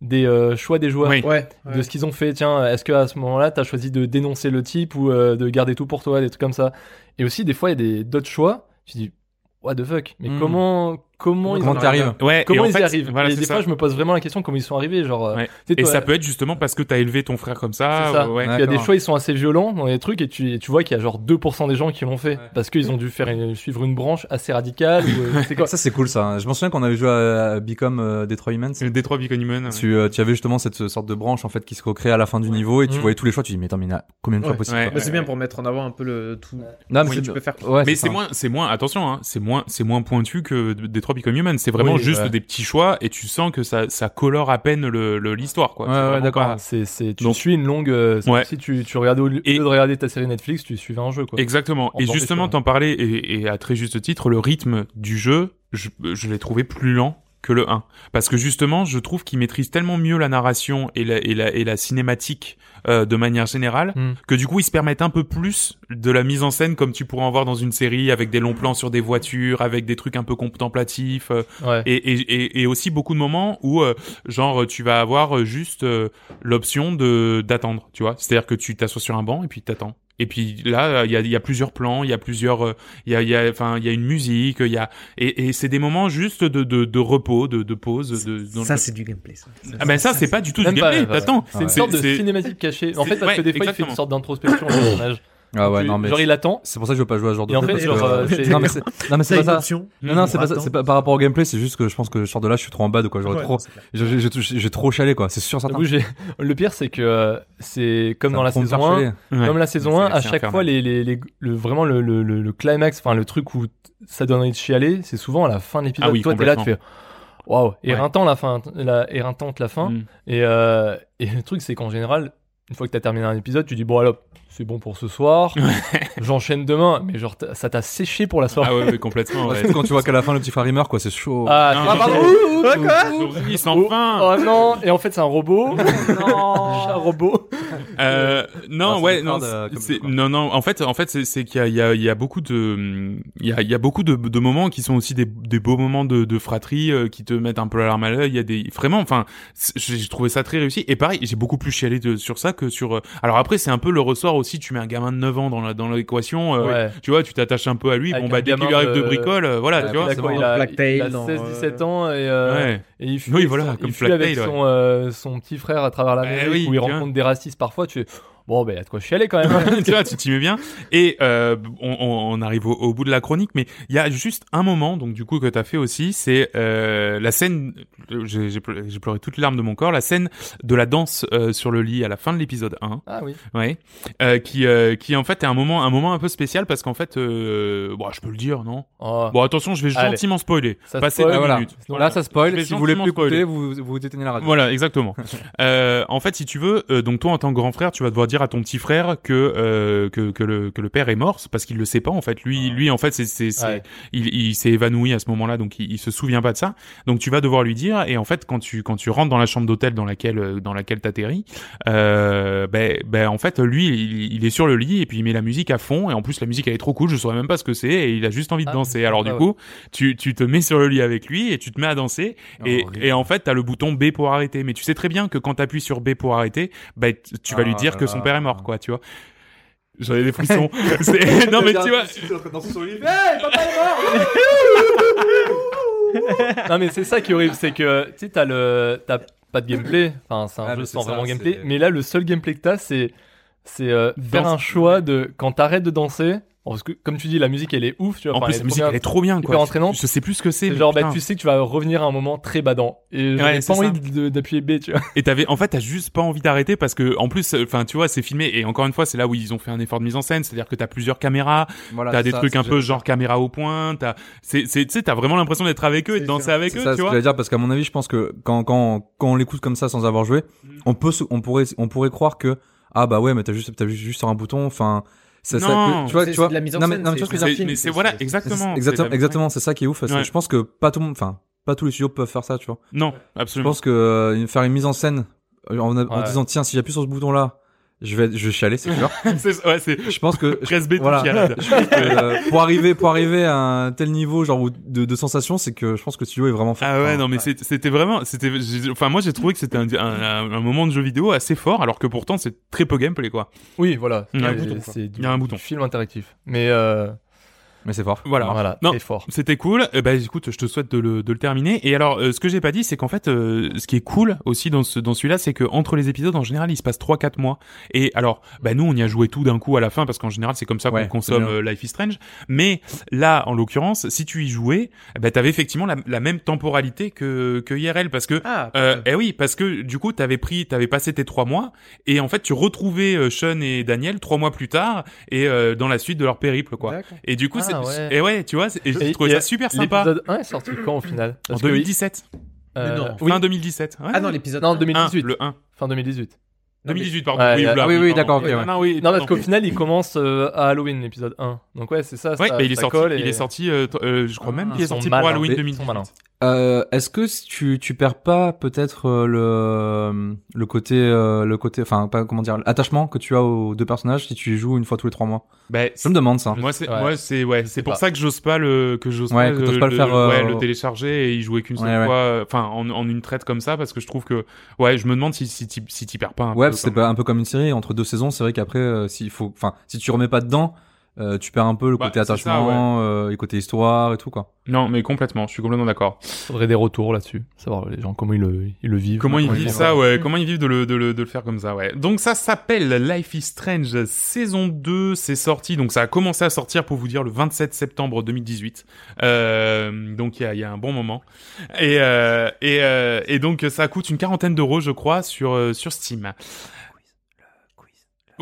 Speaker 4: des euh, choix des joueurs.
Speaker 1: Oui.
Speaker 3: Ouais. ouais.
Speaker 4: De ce qu'ils ont fait, tiens, est-ce que à ce moment-là, t'as choisi de dénoncer le type ou euh, de garder tout pour toi, des trucs comme ça. Et aussi, des fois, il y a des d'autres choix. Tu dis, what the fuck, mais
Speaker 2: Hmm.
Speaker 4: comment, comment, ils
Speaker 2: Comment
Speaker 4: en
Speaker 2: t'arrives
Speaker 1: Ouais,
Speaker 4: Comment
Speaker 1: Mm. et en
Speaker 4: ils
Speaker 1: fait,
Speaker 4: y arrivent
Speaker 1: voilà,
Speaker 4: Et
Speaker 1: c'est
Speaker 4: des
Speaker 1: ça.
Speaker 4: fois, je me pose vraiment la question comment ils sont arrivés, genre. euh,
Speaker 1: Ouais.
Speaker 4: tu sais,
Speaker 1: Et
Speaker 4: toi,
Speaker 1: ça peut être justement parce que t'as élevé ton frère comme ça.
Speaker 4: C'est ça.
Speaker 1: ouais.
Speaker 2: Ouais.
Speaker 4: il y a des
Speaker 2: D'accord.
Speaker 4: choix, ils sont assez violents dans les trucs, et tu, et tu vois qu'il y a genre 2% des gens qui l'ont fait, parce qu'ils ont dû faire une- suivre une branche assez radicale, ou euh, c'est quoi
Speaker 2: Ça c'est cool ça. Je me souviens qu'on avait joué à à Become euh, Detroit Humans.
Speaker 4: Mm.
Speaker 1: Le Détroit Beacon Human, ouais.
Speaker 2: Tu, euh, tu avais justement cette sorte de branche en fait qui se recréait à la fin du niveau et tu
Speaker 4: Mhm.
Speaker 2: voyais tous les choix. Tu dis mais attends mais il y en a combien de choix
Speaker 3: Ouais.
Speaker 2: possible
Speaker 1: Ouais.
Speaker 2: quoi.
Speaker 3: Mais Bah, c'est bien pour mettre en avant un peu le tout.
Speaker 4: Ah,
Speaker 2: Non,
Speaker 3: Oui, tu peux faire.
Speaker 2: Ouais,
Speaker 1: mais
Speaker 2: ça.
Speaker 1: c'est moins, c'est moins, attention, hein, c'est moins, c'est moins pointu que Détroit Become Human. C'est vraiment
Speaker 4: Oui,
Speaker 1: juste
Speaker 4: ouais.
Speaker 1: des petits choix et tu sens que ça, ça colore à peine le, le- l'histoire, quoi.
Speaker 2: Ouais,
Speaker 1: C'est
Speaker 2: ouais,
Speaker 1: vraiment
Speaker 2: d'accord.
Speaker 1: pas-
Speaker 4: c'est, c'est, Tu
Speaker 1: Donc-
Speaker 4: suis une longue. euh, c'est
Speaker 1: Ouais.
Speaker 4: comme Si tu, tu regardais, au lieu
Speaker 1: Et-
Speaker 4: de regarder ta série Netflix, tu suivais un jeu, quoi.
Speaker 1: Exactement.
Speaker 4: En
Speaker 1: Et
Speaker 4: bordée,
Speaker 1: justement,
Speaker 4: quoi.
Speaker 1: t'en parlais, et, et à très juste titre, le rythme du jeu, je, je l'ai trouvé plus lent que le 1. Parce que justement, je trouve qu'il maîtrise tellement mieux la narration et la, et la, et la cinématique euh, de manière générale,
Speaker 4: Mm.
Speaker 1: que du coup, ils se permettent un peu plus de la mise en scène comme tu pourrais en voir dans une série, avec des longs plans sur des voitures, avec des trucs un peu contemplatifs, euh,
Speaker 4: Ouais.
Speaker 1: et, et, et, et aussi beaucoup de moments où euh, genre tu vas avoir euh, juste euh, l'option de d'attendre tu vois c'est à dire que tu t'assois sur un banc et puis t'attends et puis là euh, il y a, il y a plusieurs plans il y a plusieurs euh, il y a il y a enfin il y a une musique il y a et, et c'est des moments juste de, de, de repos de, de pause de dans
Speaker 3: Ça,
Speaker 1: le-
Speaker 3: c'est du gameplay. bah, Ça. euh,
Speaker 1: ah ben ça c'est pas du tout du
Speaker 4: Même pas,
Speaker 1: gameplay
Speaker 4: même pas,
Speaker 1: t'attends
Speaker 4: C'est une sorte de
Speaker 1: c'est-
Speaker 4: cinématique cachée. En
Speaker 1: c'est-
Speaker 4: fait, parce que
Speaker 1: ouais,
Speaker 4: des fois, il fait
Speaker 1: exactement.
Speaker 4: une sorte d'introspection au personnage.
Speaker 2: Ah ouais,
Speaker 4: Donc,
Speaker 2: non, mais.
Speaker 4: Genre il attend.
Speaker 2: C'est pour ça que je veux pas jouer à ce genre de
Speaker 4: Et en
Speaker 2: jeu,
Speaker 4: fait,
Speaker 2: parce
Speaker 4: genre,
Speaker 2: que-
Speaker 4: euh, c'est-
Speaker 2: Non, mais c'est non, mais c'est pas
Speaker 3: T'as une
Speaker 2: ça.
Speaker 3: option.
Speaker 2: Non, non, c'est pas, ça,
Speaker 3: Attends.
Speaker 2: c'est pas par rapport au gameplay, c'est juste que je pense que je sors de là, je suis trop en bas de quoi. J'aurais
Speaker 3: hein. Ouais,
Speaker 2: trop,
Speaker 3: c'est clair.
Speaker 2: j'ai- j'ai j'ai- j'ai trop chalé quoi, c'est sûr certain.
Speaker 4: J'avoue, j'ai- Le pire, c'est que euh, c'est comme
Speaker 2: Ça
Speaker 4: dans la
Speaker 2: prend de
Speaker 4: saison
Speaker 2: faire
Speaker 4: 1.
Speaker 2: chialer.
Speaker 1: Ouais.
Speaker 4: Comme la saison 1,
Speaker 1: C'est-
Speaker 4: à
Speaker 1: c'est
Speaker 4: chaque
Speaker 1: infernal.
Speaker 4: fois, les, les- les- le, vraiment le, le- le- le climax, enfin le truc où t- ça donne envie de chialer, c'est souvent à la fin de l'épisode.
Speaker 1: Ah oui,
Speaker 4: Toi, t'es là, tu
Speaker 1: complètement.
Speaker 4: fais waouh,
Speaker 1: Ouais.
Speaker 4: éreintant la fin, la, éreintante la
Speaker 3: hein.
Speaker 4: fin.
Speaker 1: Mm.
Speaker 4: Et, euh, et le truc, c'est qu'en général, une fois que t'as terminé un épisode, tu dis bon, alors, c'est bon pour ce soir, j'enchaîne demain, mais genre, t'as- ça t'a séché pour la soirée.
Speaker 1: Ah ouais, ouais, complètement.
Speaker 2: Parce
Speaker 1: ouais.
Speaker 2: que quand tu vois qu'à la fin le petit frère il meurt quoi, c'est chaud.
Speaker 4: Ah,
Speaker 1: oh. Non, non,
Speaker 4: c'est génial.
Speaker 1: non.
Speaker 3: Ouais, Oh, quoi Oh,
Speaker 1: Doris, enfin
Speaker 4: Oh non, et en fait, c'est un robot. non, un robot.
Speaker 1: Euh, non,
Speaker 2: Ah, c'est
Speaker 1: ouais,
Speaker 2: des
Speaker 1: non,
Speaker 2: cordes, euh,
Speaker 1: c'est-
Speaker 2: comme
Speaker 1: c'est-
Speaker 2: ça, quoi.
Speaker 1: non, non. En fait, en fait, c'est- c'est qu'il y a, il y a, il y a beaucoup de, hum, il y a, il y a beaucoup de, de moments qui sont aussi des, des beaux moments de, de fratrie euh, qui te mettent un peu la larme à l'œil. Il y a des, vraiment, enfin, c'est- j'ai trouvé ça très réussi. Et pareil, j'ai beaucoup plus chialé de- sur ça que sur. euh, Alors après, c'est un peu le ressort aussi. Tu mets un gamin de 9 ans dans la, dans l'équation. euh,
Speaker 4: Ouais.
Speaker 1: Tu vois, tu t'attaches un peu à lui.
Speaker 4: Avec
Speaker 1: bon
Speaker 4: un
Speaker 1: bah dès qu'il lui
Speaker 4: gamin
Speaker 1: arrive de
Speaker 4: de-
Speaker 1: bricole, euh, voilà,
Speaker 2: Ouais,
Speaker 1: tu vois.
Speaker 4: Là,
Speaker 2: c'est
Speaker 4: quand
Speaker 2: bon.
Speaker 4: il a,
Speaker 3: Black
Speaker 4: il
Speaker 3: Tail,
Speaker 4: a
Speaker 3: dans,
Speaker 4: 16-17 ans et, euh,
Speaker 1: Ouais.
Speaker 4: et il fuit,
Speaker 1: Oui, voilà,
Speaker 4: son-
Speaker 1: comme
Speaker 4: il fuit
Speaker 1: Black
Speaker 4: avec
Speaker 1: Tail, ouais.
Speaker 4: son, euh, son petit frère à travers la
Speaker 1: Eh
Speaker 4: mer
Speaker 1: oui,
Speaker 4: où
Speaker 1: tu
Speaker 4: il
Speaker 1: vois.
Speaker 4: rencontre des racistes parfois. Tu fais, bon, ben, il y a de quoi chialer quand même.
Speaker 1: tu vois, tu t'y mets bien. Et euh, on, on- on arrive au, au bout de la chronique, mais il y a juste un moment, donc du coup que t'as fait aussi, c'est euh, la scène. J'ai j'ai ple- j'ai pleuré toutes les larmes de mon corps. La scène de la danse euh, sur le lit à la fin de l'épisode 1,
Speaker 4: ah oui.
Speaker 1: ouais, euh, qui euh, qui en fait est un moment un moment un peu spécial parce qu'en fait, euh, bon, je peux le dire, non
Speaker 4: Oh,
Speaker 1: Bon, bah, attention, je vais
Speaker 4: Allez.
Speaker 1: gentiment spoiler.
Speaker 4: Ça
Speaker 1: Passer
Speaker 4: spoil,
Speaker 1: deux
Speaker 2: Ah, voilà.
Speaker 1: minutes.
Speaker 4: Sinon,
Speaker 2: Là ça
Speaker 1: Je
Speaker 2: spoil,
Speaker 1: vais
Speaker 2: si vous voulez plus
Speaker 1: gentiment
Speaker 2: écouter, vous, vous éteignez la radio.
Speaker 1: Voilà, exactement. euh, en fait, si tu veux, euh, donc toi en tant que grand frère, tu vas devoir dire à ton petit frère que euh, que, que le que le père est mort, c'est parce qu'il le sait pas en fait. Lui, lui en fait, c'est c'est c'est-
Speaker 4: Ouais.
Speaker 1: il, il s'est évanoui à ce moment-là, donc il, il se souvient pas de ça. Donc tu vas devoir lui dire. Et en fait, quand tu quand tu rentres dans la chambre d'hôtel dans laquelle euh, dans laquelle t'atterris, euh, ben ben en fait, lui, il, il est sur le lit et puis il met la musique à fond. Et en plus, la musique elle est trop cool. Je saurais même pas ce que c'est. Et il a juste envie de
Speaker 4: Ah,
Speaker 1: danser. Alors du
Speaker 4: ah ouais.
Speaker 1: coup, tu tu te mets sur le lit avec lui et tu te mets à danser. Et,
Speaker 2: Oh, Horrible.
Speaker 1: et en fait, t'as le bouton B pour arrêter. Mais tu sais très bien que quand t'appuies sur B pour arrêter, bah, t- tu vas lui
Speaker 2: Ah
Speaker 1: dire que
Speaker 2: là
Speaker 1: son
Speaker 2: là.
Speaker 1: père est mort, quoi, tu vois. J'avais des frissons. C'est- non, mais tu vois.
Speaker 4: non, mais c'est ça qui est horrible. C'est que, tu sais, t'as le, t'as pas de gameplay. Enfin, c'est un
Speaker 2: Ah,
Speaker 4: jeu
Speaker 2: mais
Speaker 4: sans
Speaker 2: c'est ça,
Speaker 4: vraiment gameplay.
Speaker 2: c'est-
Speaker 4: Mais là, le seul gameplay que t'as, c'est, c'est, euh, faire
Speaker 1: Danse.
Speaker 4: un choix de, quand t'arrêtes de danser, bon, parce que, comme tu dis, la musique, elle est ouf, tu
Speaker 1: En
Speaker 4: vois. enfin,
Speaker 1: plus,
Speaker 4: elle
Speaker 1: la
Speaker 4: est
Speaker 1: musique,
Speaker 4: trop bien.
Speaker 1: elle est trop bien,
Speaker 4: hyper
Speaker 1: quoi.
Speaker 4: entraînante.
Speaker 1: Je sais plus ce que c'est.
Speaker 4: C'est
Speaker 1: mais
Speaker 4: genre, bah,
Speaker 1: putain.
Speaker 4: tu sais que tu vas revenir à un moment très badant. Et j'avais
Speaker 1: c'est
Speaker 4: pas
Speaker 1: ça.
Speaker 4: envie de- de- d'appuyer B, tu vois.
Speaker 1: Et t'avais, en fait, t'as juste pas envie d'arrêter parce que, en plus, enfin, tu vois, c'est filmé. Et encore une fois, c'est là où ils ont fait un effort de mise en scène. C'est-à-dire que t'as plusieurs caméras,
Speaker 2: Voilà,
Speaker 1: t'as
Speaker 2: c'est
Speaker 1: des
Speaker 2: ça,
Speaker 1: trucs
Speaker 2: c'est
Speaker 1: un
Speaker 2: ce
Speaker 1: peu
Speaker 2: que-
Speaker 1: genre caméra au point. T'as, c'est, c'est, tu sais, t'as vraiment l'impression d'être avec eux et de
Speaker 3: C'est
Speaker 1: danser
Speaker 3: ça.
Speaker 1: avec
Speaker 2: C'est
Speaker 1: eux,
Speaker 2: ça,
Speaker 1: tu
Speaker 2: ce que
Speaker 1: vois.
Speaker 2: j'allais dire parce qu'à mon avis, je pense que quand quand quand on l'écoute comme ça sans avoir joué,
Speaker 1: Mm.
Speaker 2: on peut se- on pourrait on pourrait croire que ah bah ouais mais t'as juste t'as juste juste sur un bouton, enfin ça, ça
Speaker 1: Non.
Speaker 2: que- tu vois
Speaker 3: C'est-
Speaker 2: tu vois
Speaker 3: c'est de la mise en
Speaker 2: non mais
Speaker 3: scène,
Speaker 2: non mais tu vois ce que je veux dire,
Speaker 3: un
Speaker 1: C'est-
Speaker 3: film,
Speaker 1: Mais c'est
Speaker 3: c'est-
Speaker 1: voilà,
Speaker 3: c'est-
Speaker 1: exactement.
Speaker 2: Exactement,
Speaker 1: C'est-
Speaker 2: exactement, c'est ça qui est ouf. C'est-
Speaker 1: Ouais.
Speaker 2: Je pense que pas tout le monde, enfin, pas tous les studios peuvent faire ça, tu vois.
Speaker 1: Non,
Speaker 2: Je
Speaker 1: absolument.
Speaker 2: pense que euh, faire une mise en scène euh, en, en
Speaker 4: Ouais.
Speaker 2: disant tiens, si j'appuie sur ce bouton là, je vais, je vais chialer, c'est sûr.
Speaker 1: C'est- ouais, c'est
Speaker 2: je pense que je-
Speaker 1: presse B tout
Speaker 2: Voilà.
Speaker 1: chialade.
Speaker 2: euh, pour arriver, pour arriver à un tel niveau genre où- de, de sensation, c'est que je pense que le studio est vraiment fort.
Speaker 1: Ah ouais,
Speaker 2: Enfin,
Speaker 1: non, mais c'est- c'était vraiment, c'était, j'ai- enfin, moi j'ai trouvé que c'était un, un- un moment de jeu vidéo assez fort, alors que pourtant c'est très peu gameplay, quoi.
Speaker 4: Oui, voilà.
Speaker 1: Il y a un
Speaker 4: C'est-
Speaker 1: bouton, quoi.
Speaker 4: C'est du,
Speaker 1: Il y a un
Speaker 4: du
Speaker 1: bouton.
Speaker 4: film interactif. Mais euh,
Speaker 1: Ah.
Speaker 2: mais c'est fort.
Speaker 1: Voilà.
Speaker 4: voilà,
Speaker 1: Non.
Speaker 4: très fort.
Speaker 1: C'était cool. Eh ben, écoute, je te souhaite de le, de le terminer. Et alors, euh, ce que j'ai pas dit, c'est qu'en fait, euh, ce qui est cool aussi dans, ce, dans celui-là, c'est que entre les épisodes, en général, il se passe 3-4 mois. Et alors, bah, nous, on y a joué tout d'un coup à la fin, parce qu'en général, c'est comme ça qu'on
Speaker 2: Ouais,
Speaker 1: consomme
Speaker 2: c'est bien.
Speaker 1: euh, Life is Strange. Mais là, en l'occurrence, si tu y jouais, eh ben, t'avais effectivement la, la même temporalité que, que IRL, parce que
Speaker 3: Ah,
Speaker 1: euh, eh oui, parce que du coup, t'avais pris, t'avais passé tes trois mois, et en fait, tu retrouvais euh, Sean et Daniel trois mois plus tard, et euh, dans la suite de leur périple, quoi.
Speaker 3: d'accord.
Speaker 1: Et du coup,
Speaker 4: Ah,
Speaker 1: c'est,
Speaker 4: ouais.
Speaker 1: et ouais, tu vois, c'est- et j'ai
Speaker 4: Et-
Speaker 1: trouvé
Speaker 4: et
Speaker 1: ça super sympa.
Speaker 4: L'épisode 1 est sorti quand au final
Speaker 1: En
Speaker 4: Parce que,
Speaker 1: 2017,
Speaker 4: euh,
Speaker 3: Mais non.
Speaker 4: oui.
Speaker 1: fin 2017. Ouais.
Speaker 3: Ah non, l'épisode.
Speaker 4: Non,
Speaker 1: Un,
Speaker 4: 2018.
Speaker 1: le 1.
Speaker 4: Fin 2018.
Speaker 1: 2018, pardon.
Speaker 4: Ouais, euh,
Speaker 1: voilà,
Speaker 2: ah oui, oui,
Speaker 1: pardon.
Speaker 2: d'accord, ok, ouais.
Speaker 1: Non, oui,
Speaker 4: Non, parce
Speaker 1: pardon.
Speaker 4: qu'au final, il commence euh, à Halloween, l'épisode 1. Donc, ouais, c'est ça.
Speaker 1: Ouais,
Speaker 4: ça-
Speaker 1: bah, il est
Speaker 4: ça
Speaker 1: sorti,
Speaker 4: colle
Speaker 1: il
Speaker 4: et-
Speaker 1: est sorti, euh, t- euh, je crois
Speaker 2: Ah,
Speaker 1: même qu'il
Speaker 4: ils
Speaker 1: est
Speaker 4: sont
Speaker 1: sorti pour
Speaker 4: malins.
Speaker 1: Halloween
Speaker 4: Ils sont
Speaker 1: 2018.
Speaker 4: malins.
Speaker 2: Euh, Est-ce que si tu, tu perds pas peut-être euh, le le côté euh, le côté enfin pas comment dire l'attachement que tu as aux deux personnages si tu y joues une fois tous les trois mois
Speaker 1: Bah,
Speaker 2: Je me demande ça.
Speaker 1: moi c'est
Speaker 4: Ouais.
Speaker 1: moi c'est ouais c'est pour
Speaker 4: pas.
Speaker 1: ça que j'ose pas le que j'ose
Speaker 2: Ouais,
Speaker 1: pas,
Speaker 2: que t'oses pas le faire, euh,
Speaker 1: ouais, le télécharger et y jouer qu'une
Speaker 2: Ouais,
Speaker 1: seule
Speaker 2: ouais.
Speaker 1: fois euh, enfin en, en une traite comme ça parce que je trouve que ouais je me demande si si t'y si t'y perds pas un
Speaker 2: Ouais,
Speaker 1: peu,
Speaker 2: parce que c'est
Speaker 1: quand
Speaker 2: pas un peu comme une série entre deux saisons. C'est vrai qu'après, euh, s'il faut, enfin, si tu remets pas dedans, euh, tu perds un peu le
Speaker 1: Bah,
Speaker 2: côté
Speaker 1: c'est ça,
Speaker 2: attachement, euh, le côté histoire et tout quoi.
Speaker 1: Non, mais complètement, je suis complètement d'accord.
Speaker 4: Faudrait des retours là-dessus. Savoir les gens comment ils le, ils le vivent.
Speaker 1: Comment ils
Speaker 2: Ouais,
Speaker 1: vivent
Speaker 2: ouais,
Speaker 1: ça, ouais. Comment ils vivent de le, de le, de le faire comme ça, ouais. Donc ça s'appelle Life is Strange saison 2. C'est sorti, donc ça a commencé à sortir pour vous dire le 27 septembre 2018. Euh, donc il y a, il y a un bon moment. Et, euh, et, euh, et donc ça coûte une quarantaine d'euros, je crois, sur, euh, sur Steam.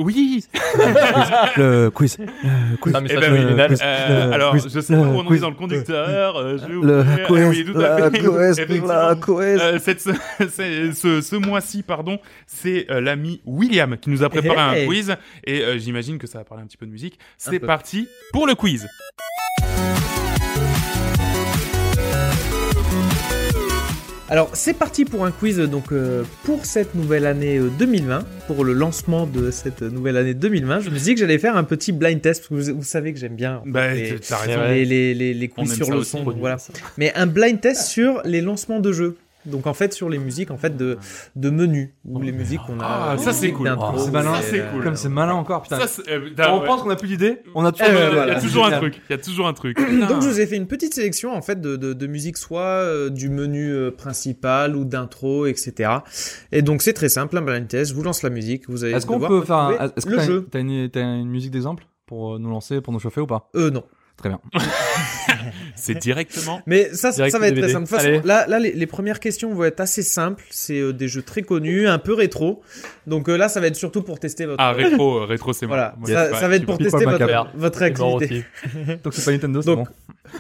Speaker 1: Oui,
Speaker 2: le quiz, le quiz.
Speaker 4: Ah, mais
Speaker 1: eh
Speaker 4: ça,
Speaker 1: ben
Speaker 4: c'est
Speaker 1: oui,
Speaker 4: génial.
Speaker 1: euh,
Speaker 2: quiz, le
Speaker 1: alors
Speaker 2: quiz,
Speaker 1: je sais pas
Speaker 2: le
Speaker 1: où on en est
Speaker 2: quiz,
Speaker 1: dans le conducteur, euh, je vais vous
Speaker 2: le
Speaker 1: dire,
Speaker 2: quiz,
Speaker 1: oui, tout à
Speaker 2: la
Speaker 1: fait,
Speaker 2: quiz,
Speaker 1: effectivement.
Speaker 2: quiz.
Speaker 1: Euh, cette se- c'est- ce, ce mois-ci, pardon, c'est euh, l'ami William qui nous a préparé
Speaker 3: Hey.
Speaker 1: un quiz et euh, j'imagine que ça va parler un petit peu de musique. C'est
Speaker 3: peu.
Speaker 1: parti pour le quiz.
Speaker 3: Alors c'est parti pour un quiz donc euh, pour cette nouvelle année euh, 2020, pour le lancement de cette nouvelle année 2020. Je me suis dit que j'allais faire un petit blind test parce que vous, vous savez que j'aime bien
Speaker 1: Bah,
Speaker 3: les,
Speaker 1: t'as
Speaker 4: c'est
Speaker 1: raison.
Speaker 4: vrai.
Speaker 3: les, les, les- les
Speaker 1: On
Speaker 3: quiz
Speaker 1: aime
Speaker 3: sur
Speaker 1: ça
Speaker 3: le
Speaker 1: aussi,
Speaker 3: son.
Speaker 1: produit.
Speaker 3: donc voilà. Mais un blind test sur les lancements de jeux. Donc en fait sur les musiques en fait de de menus ou les musiques qu'on a. euh,
Speaker 1: Ah, ça, c'est
Speaker 3: musiques
Speaker 1: cool.
Speaker 3: d'intro. euh,
Speaker 4: Ah,
Speaker 2: c'est malin.
Speaker 1: Ça, c'est cool.
Speaker 2: Comme c'est malin encore, putain.
Speaker 1: Ça, c'est- euh,
Speaker 2: on
Speaker 1: t'as- ouais.
Speaker 2: pense qu'on a plus d'idées, on a toujours.
Speaker 3: Eh ben,
Speaker 1: Il y a
Speaker 3: voilà.
Speaker 1: toujours un truc. Il y a toujours un truc.
Speaker 3: Donc je vous ai fait une petite sélection en fait de, de, de musique soit euh, du menu euh, principal ou d'intro etc. Et donc c'est très simple un blind test. Je vous lance la musique. Vous allez
Speaker 2: Est-ce qu'on
Speaker 3: devoir
Speaker 2: peut faire un...
Speaker 3: retrouver
Speaker 2: Est-ce que
Speaker 3: le
Speaker 2: t'as une,
Speaker 3: jeu.
Speaker 2: t'as une- t'as une musique d'exemple pour euh, nous lancer, pour nous chauffer ou pas
Speaker 3: Euh non.
Speaker 2: Très bien.
Speaker 1: C'est directement.
Speaker 3: Mais ça, ça
Speaker 4: Direct
Speaker 3: va être
Speaker 4: DVD.
Speaker 3: très simple. De toute façon,
Speaker 4: Allez.
Speaker 3: là, là les, les premières questions vont être assez simples. C'est euh, des jeux très connus, un peu rétro. Donc euh, là, ça va être surtout pour tester votre.
Speaker 1: Ah, rétro, euh, rétro, c'est moi.
Speaker 3: voilà,
Speaker 1: Moi,
Speaker 3: ça,
Speaker 1: c'est pas-
Speaker 3: ça va être
Speaker 1: tu
Speaker 3: pour
Speaker 1: vois.
Speaker 2: Pipo
Speaker 3: tester
Speaker 4: Macabre.
Speaker 3: votre, votre
Speaker 4: C'est mort
Speaker 3: activité.
Speaker 4: aussi.
Speaker 2: Donc c'est pas Nintendo, c'est bon.
Speaker 3: Donc-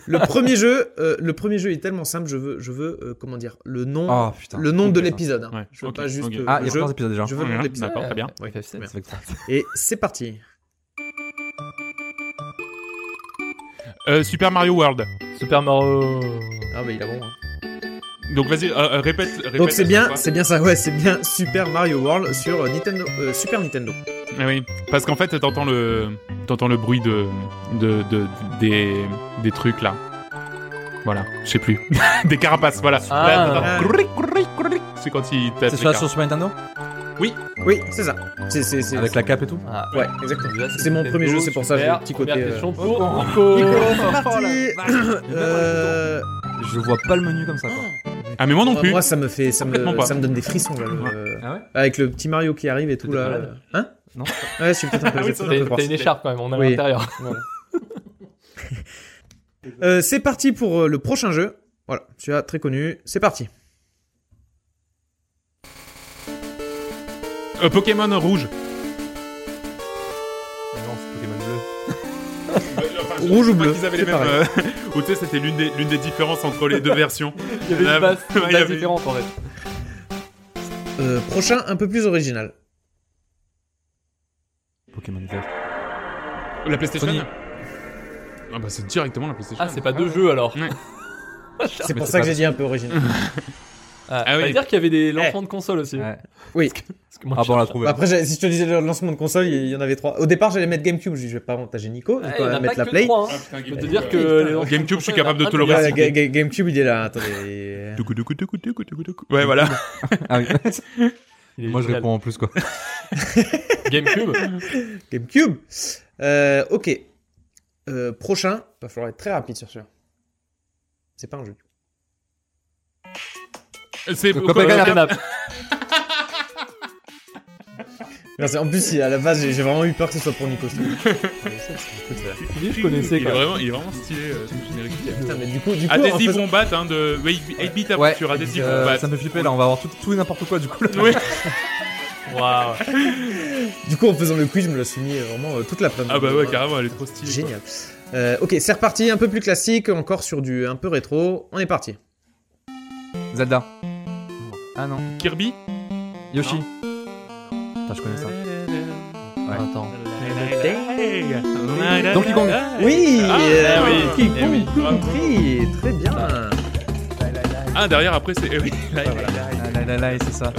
Speaker 3: Le premier jeu, euh, le premier jeu est tellement simple. Je veux, je veux, euh, comment dire, le nom,
Speaker 2: Ah, putain.
Speaker 3: le nom
Speaker 2: Ok,
Speaker 3: de
Speaker 2: ça.
Speaker 3: l'épisode. hein.
Speaker 1: Ouais,
Speaker 3: Je veux
Speaker 1: ok,
Speaker 3: pas juste.
Speaker 1: ok.
Speaker 3: euh,
Speaker 2: Ah, il y a
Speaker 3: le jeu.
Speaker 2: plusieurs épisodes déjà.
Speaker 3: Je veux le nom de l'épisode.
Speaker 1: Mmh, D'accord, très bien.
Speaker 3: Ouais.
Speaker 4: FF7.
Speaker 2: C'est vrai que ça-
Speaker 3: Et c'est parti.
Speaker 1: Euh, Super Mario World.
Speaker 4: Super Mario.
Speaker 3: Ah bah il a bon. hein.
Speaker 1: Donc vas-y, euh, euh, répète, répète.
Speaker 3: Donc c'est
Speaker 1: à chaque
Speaker 3: bien,
Speaker 1: fois.
Speaker 3: c'est bien ça. Ouais, c'est bien Super Mario World sur euh, Nintendo, euh, Super Nintendo.
Speaker 1: Ah oui, parce qu'en fait, t'entends le, t'entends le bruit de, de, de- des, des trucs là. Voilà, je sais plus. des carapaces, voilà.
Speaker 4: Ah.
Speaker 1: Là, t'entends courric, courric, courric. C'est quand il tape
Speaker 2: C'est
Speaker 1: les
Speaker 2: ça
Speaker 1: cartes.
Speaker 2: sur Super Nintendo
Speaker 3: Oui, c'est ça. C'est, c'est, c'est-
Speaker 2: Avec la cape et tout
Speaker 4: Ah.
Speaker 3: Ouais, exactement.
Speaker 4: Là,
Speaker 3: C'est mon premier jeu, c'est pour ça que j'ai
Speaker 4: Super.
Speaker 3: le petit côté,
Speaker 4: Première
Speaker 3: euh,
Speaker 4: question pour
Speaker 2: Oh, oh,
Speaker 4: Nico.
Speaker 3: Nico, c'est parti. Euh,
Speaker 2: Je vois pas le menu comme ça quoi.
Speaker 3: Oh.
Speaker 1: Ah, mais moi non plus.
Speaker 3: Moi, ça me fait, ça
Speaker 1: Complètement
Speaker 3: me,
Speaker 1: pas.
Speaker 3: ça me donne des frissons là. le- euh,
Speaker 2: Ah ouais
Speaker 3: Avec le petit Mario qui arrive et tout
Speaker 4: T'es
Speaker 3: là.
Speaker 4: malade
Speaker 3: Hein
Speaker 2: Non.
Speaker 3: Ouais, je suis peut-être un peu,
Speaker 1: Ah oui,
Speaker 3: j'ai
Speaker 1: ça
Speaker 3: peut-être un
Speaker 4: T'as
Speaker 3: peu forcé.
Speaker 4: t'as une écharpe quand même, on est à
Speaker 3: Oui.
Speaker 4: l'intérieur.
Speaker 3: Euh, c'est parti pour euh, le prochain jeu. Voilà, celui-là très connu. C'est parti.
Speaker 1: Euh, Pokémon rouge.
Speaker 4: Non, c'est Pokémon bleu.
Speaker 3: Rouge ou bleu,
Speaker 1: Ils avaient les
Speaker 3: c'est
Speaker 1: mêmes. euh, Ou tu sais, c'était l'une des, l'une des différences entre les deux versions.
Speaker 4: Ah, Il y avait
Speaker 1: Ouais,
Speaker 4: une base,
Speaker 1: il y
Speaker 4: une
Speaker 1: avait-
Speaker 4: base différente en fait.
Speaker 3: Euh, prochain, un peu plus original.
Speaker 2: Pokémon vert.
Speaker 1: La PlayStation.
Speaker 2: Sony.
Speaker 1: Ah bah c'est directement la PlayStation.
Speaker 4: Ah, c'est pas deux jeux alors.
Speaker 1: Ouais.
Speaker 3: C'est pour
Speaker 2: c'est
Speaker 3: ça
Speaker 2: pas
Speaker 3: que j'ai dit un peu original.
Speaker 1: Ah
Speaker 4: Ah, ça
Speaker 1: oui.
Speaker 4: veut dire qu'il y avait des lancements de console aussi.
Speaker 2: Ouais.
Speaker 3: Oui.
Speaker 4: Parce que moi,
Speaker 2: Ah
Speaker 4: je-
Speaker 2: bon, on l'a trouvé.
Speaker 3: Bah Après, j'ai- si je te disais le lancement de console, il y en avait trois. Au départ, j'allais mettre GameCube. Je dis, je vais pas montager Nico. Je vais
Speaker 4: Ouais,
Speaker 3: quand
Speaker 4: il y en
Speaker 3: même
Speaker 4: a
Speaker 3: mettre
Speaker 4: pas
Speaker 3: la
Speaker 4: que
Speaker 3: Play.
Speaker 4: trois, hein.
Speaker 1: Ah, putain,
Speaker 4: Je peux te
Speaker 1: GameCube.
Speaker 4: dire que
Speaker 1: Ouais.
Speaker 4: les lancements
Speaker 1: GameCube,
Speaker 4: de
Speaker 1: je suis
Speaker 4: console,
Speaker 1: capable
Speaker 4: il y en
Speaker 1: de
Speaker 4: a
Speaker 1: te le
Speaker 4: pas
Speaker 1: ré-
Speaker 4: de-
Speaker 3: Ouais, Ga- Ga- GameCube, il est là. Attendez.
Speaker 1: Toucou, toucou, toucou, toucou, toucou, toucou. Ouais, voilà.
Speaker 2: Ah oui.
Speaker 4: Il est
Speaker 2: Moi je
Speaker 4: génial.
Speaker 2: réponds en plus quoi.
Speaker 4: GameCube.
Speaker 3: GameCube. Euh, ok. Euh, prochain, va falloir être très rapide sur celui-là. C'est pas un jeu.
Speaker 1: C'est
Speaker 2: Copain Canap.
Speaker 3: Non, c'est- en plus, il- à la base, j'ai j'ai vraiment eu peur que ce soit pour Nico. ce truc.
Speaker 4: Lui, je connaissais
Speaker 1: Il est
Speaker 4: quoi.
Speaker 1: vraiment, il est vraiment stylé euh, ce générique.
Speaker 3: Putain, mais du coup, du coup, en
Speaker 1: Adhesive
Speaker 3: faisant-
Speaker 1: Wombat, hein, de 8-bit aventure, Adhesive
Speaker 2: euh,
Speaker 1: Wombat.
Speaker 2: ça me fait flipper là, on va avoir tout, tout et n'importe quoi du coup. là.
Speaker 1: Oui.
Speaker 4: Waouh.
Speaker 3: du coup, en faisant le quiz, je me l'ai suis mis euh, vraiment euh, toute la plainte.
Speaker 1: Ah bah ouais, carrément, elle est trop stylée. quoi.
Speaker 3: Génial. Euh, ok, c'est reparti, un peu plus classique, encore sur du un peu rétro. On est parti.
Speaker 2: Zelda. Ah non.
Speaker 1: Kirby
Speaker 2: Yoshi. Putain, je connais ça.
Speaker 4: Attends.
Speaker 2: Donkey Kong.
Speaker 3: Oui,
Speaker 1: Ah,
Speaker 3: euh,
Speaker 1: oui.
Speaker 3: qui-
Speaker 1: Eh oui,
Speaker 3: qui-
Speaker 1: bravo.
Speaker 3: compris, très bien.
Speaker 1: Ah, derrière, après, c'est... eh oui.
Speaker 2: Là, là, là, là, c'est ça.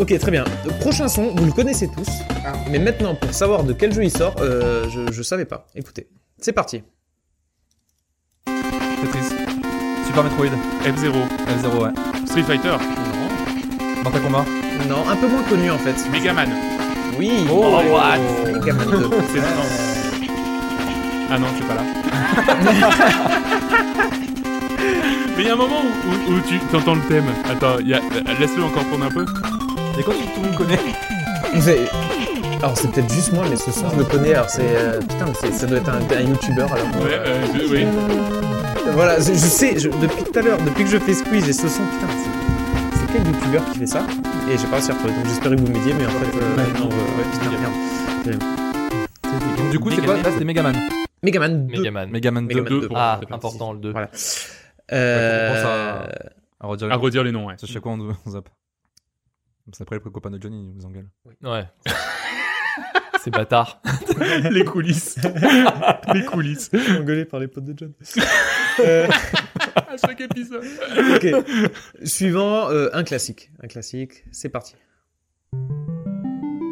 Speaker 3: Ok, très bien. Euh, Prochain son, vous le connaissez tous,
Speaker 1: Ah.
Speaker 3: mais maintenant pour savoir de quel jeu il sort, euh, je, je savais pas. Écoutez, c'est parti.
Speaker 2: Tetris. Super Metroid.
Speaker 1: F-Zero,
Speaker 2: F0, ouais.
Speaker 1: Street Fighter,
Speaker 2: Mortal Kombat.
Speaker 3: Non, un peu moins connu en fait.
Speaker 1: Megaman.
Speaker 3: Oui
Speaker 4: Oh, what
Speaker 3: Megaman 2.
Speaker 1: C'est non. Ah non, c'est pas là. Mais il y a un moment où, où- où tu entends le thème. Attends, il y a- laisse-le encore tourner un peu.
Speaker 2: Et quand tout le monde connaît,
Speaker 3: C'est- Alors c'est peut-être juste moi, mais ce son je le connais. Alors c'est euh, putain, mais c'est- ça doit être un, un youtubeur. Alors
Speaker 1: Ouais, euh, je- oui.
Speaker 3: voilà, je, je sais. je- depuis tout à l'heure, depuis que je fais squeeze, j'ai ce son. Putain, c'est- c'est quel youtubeur qui fait ça Et j'ai pas réussi à retrouver. Donc j'espère que vous m'aidiez, mais en fait, euh,
Speaker 1: Ouais, non,
Speaker 3: euh,
Speaker 1: ouais,
Speaker 3: putain,
Speaker 1: Megaman.
Speaker 3: merde.
Speaker 2: Donc du coup, c'est quoi Là, c'était Megaman.
Speaker 3: Megaman 2.
Speaker 4: Megaman.
Speaker 2: Megaman 2.
Speaker 3: Megaman
Speaker 1: deux,
Speaker 3: 2.
Speaker 1: pour-
Speaker 4: Ah, important le 2.
Speaker 3: Voilà.
Speaker 2: pense
Speaker 3: Euh,
Speaker 2: à- À redire.
Speaker 1: À redire les noms, Ah, ouais.
Speaker 2: C'est chaque fois on, on zappe. C'est après le copain de Johnny, il nous engueule.
Speaker 4: Ouais. C'est bâtard.
Speaker 1: les coulisses. les coulisses.
Speaker 3: engueulé par les potes de John. Euh,
Speaker 1: À chaque épisode.
Speaker 3: ok. Suivant, euh, un classique. Un classique, c'est parti.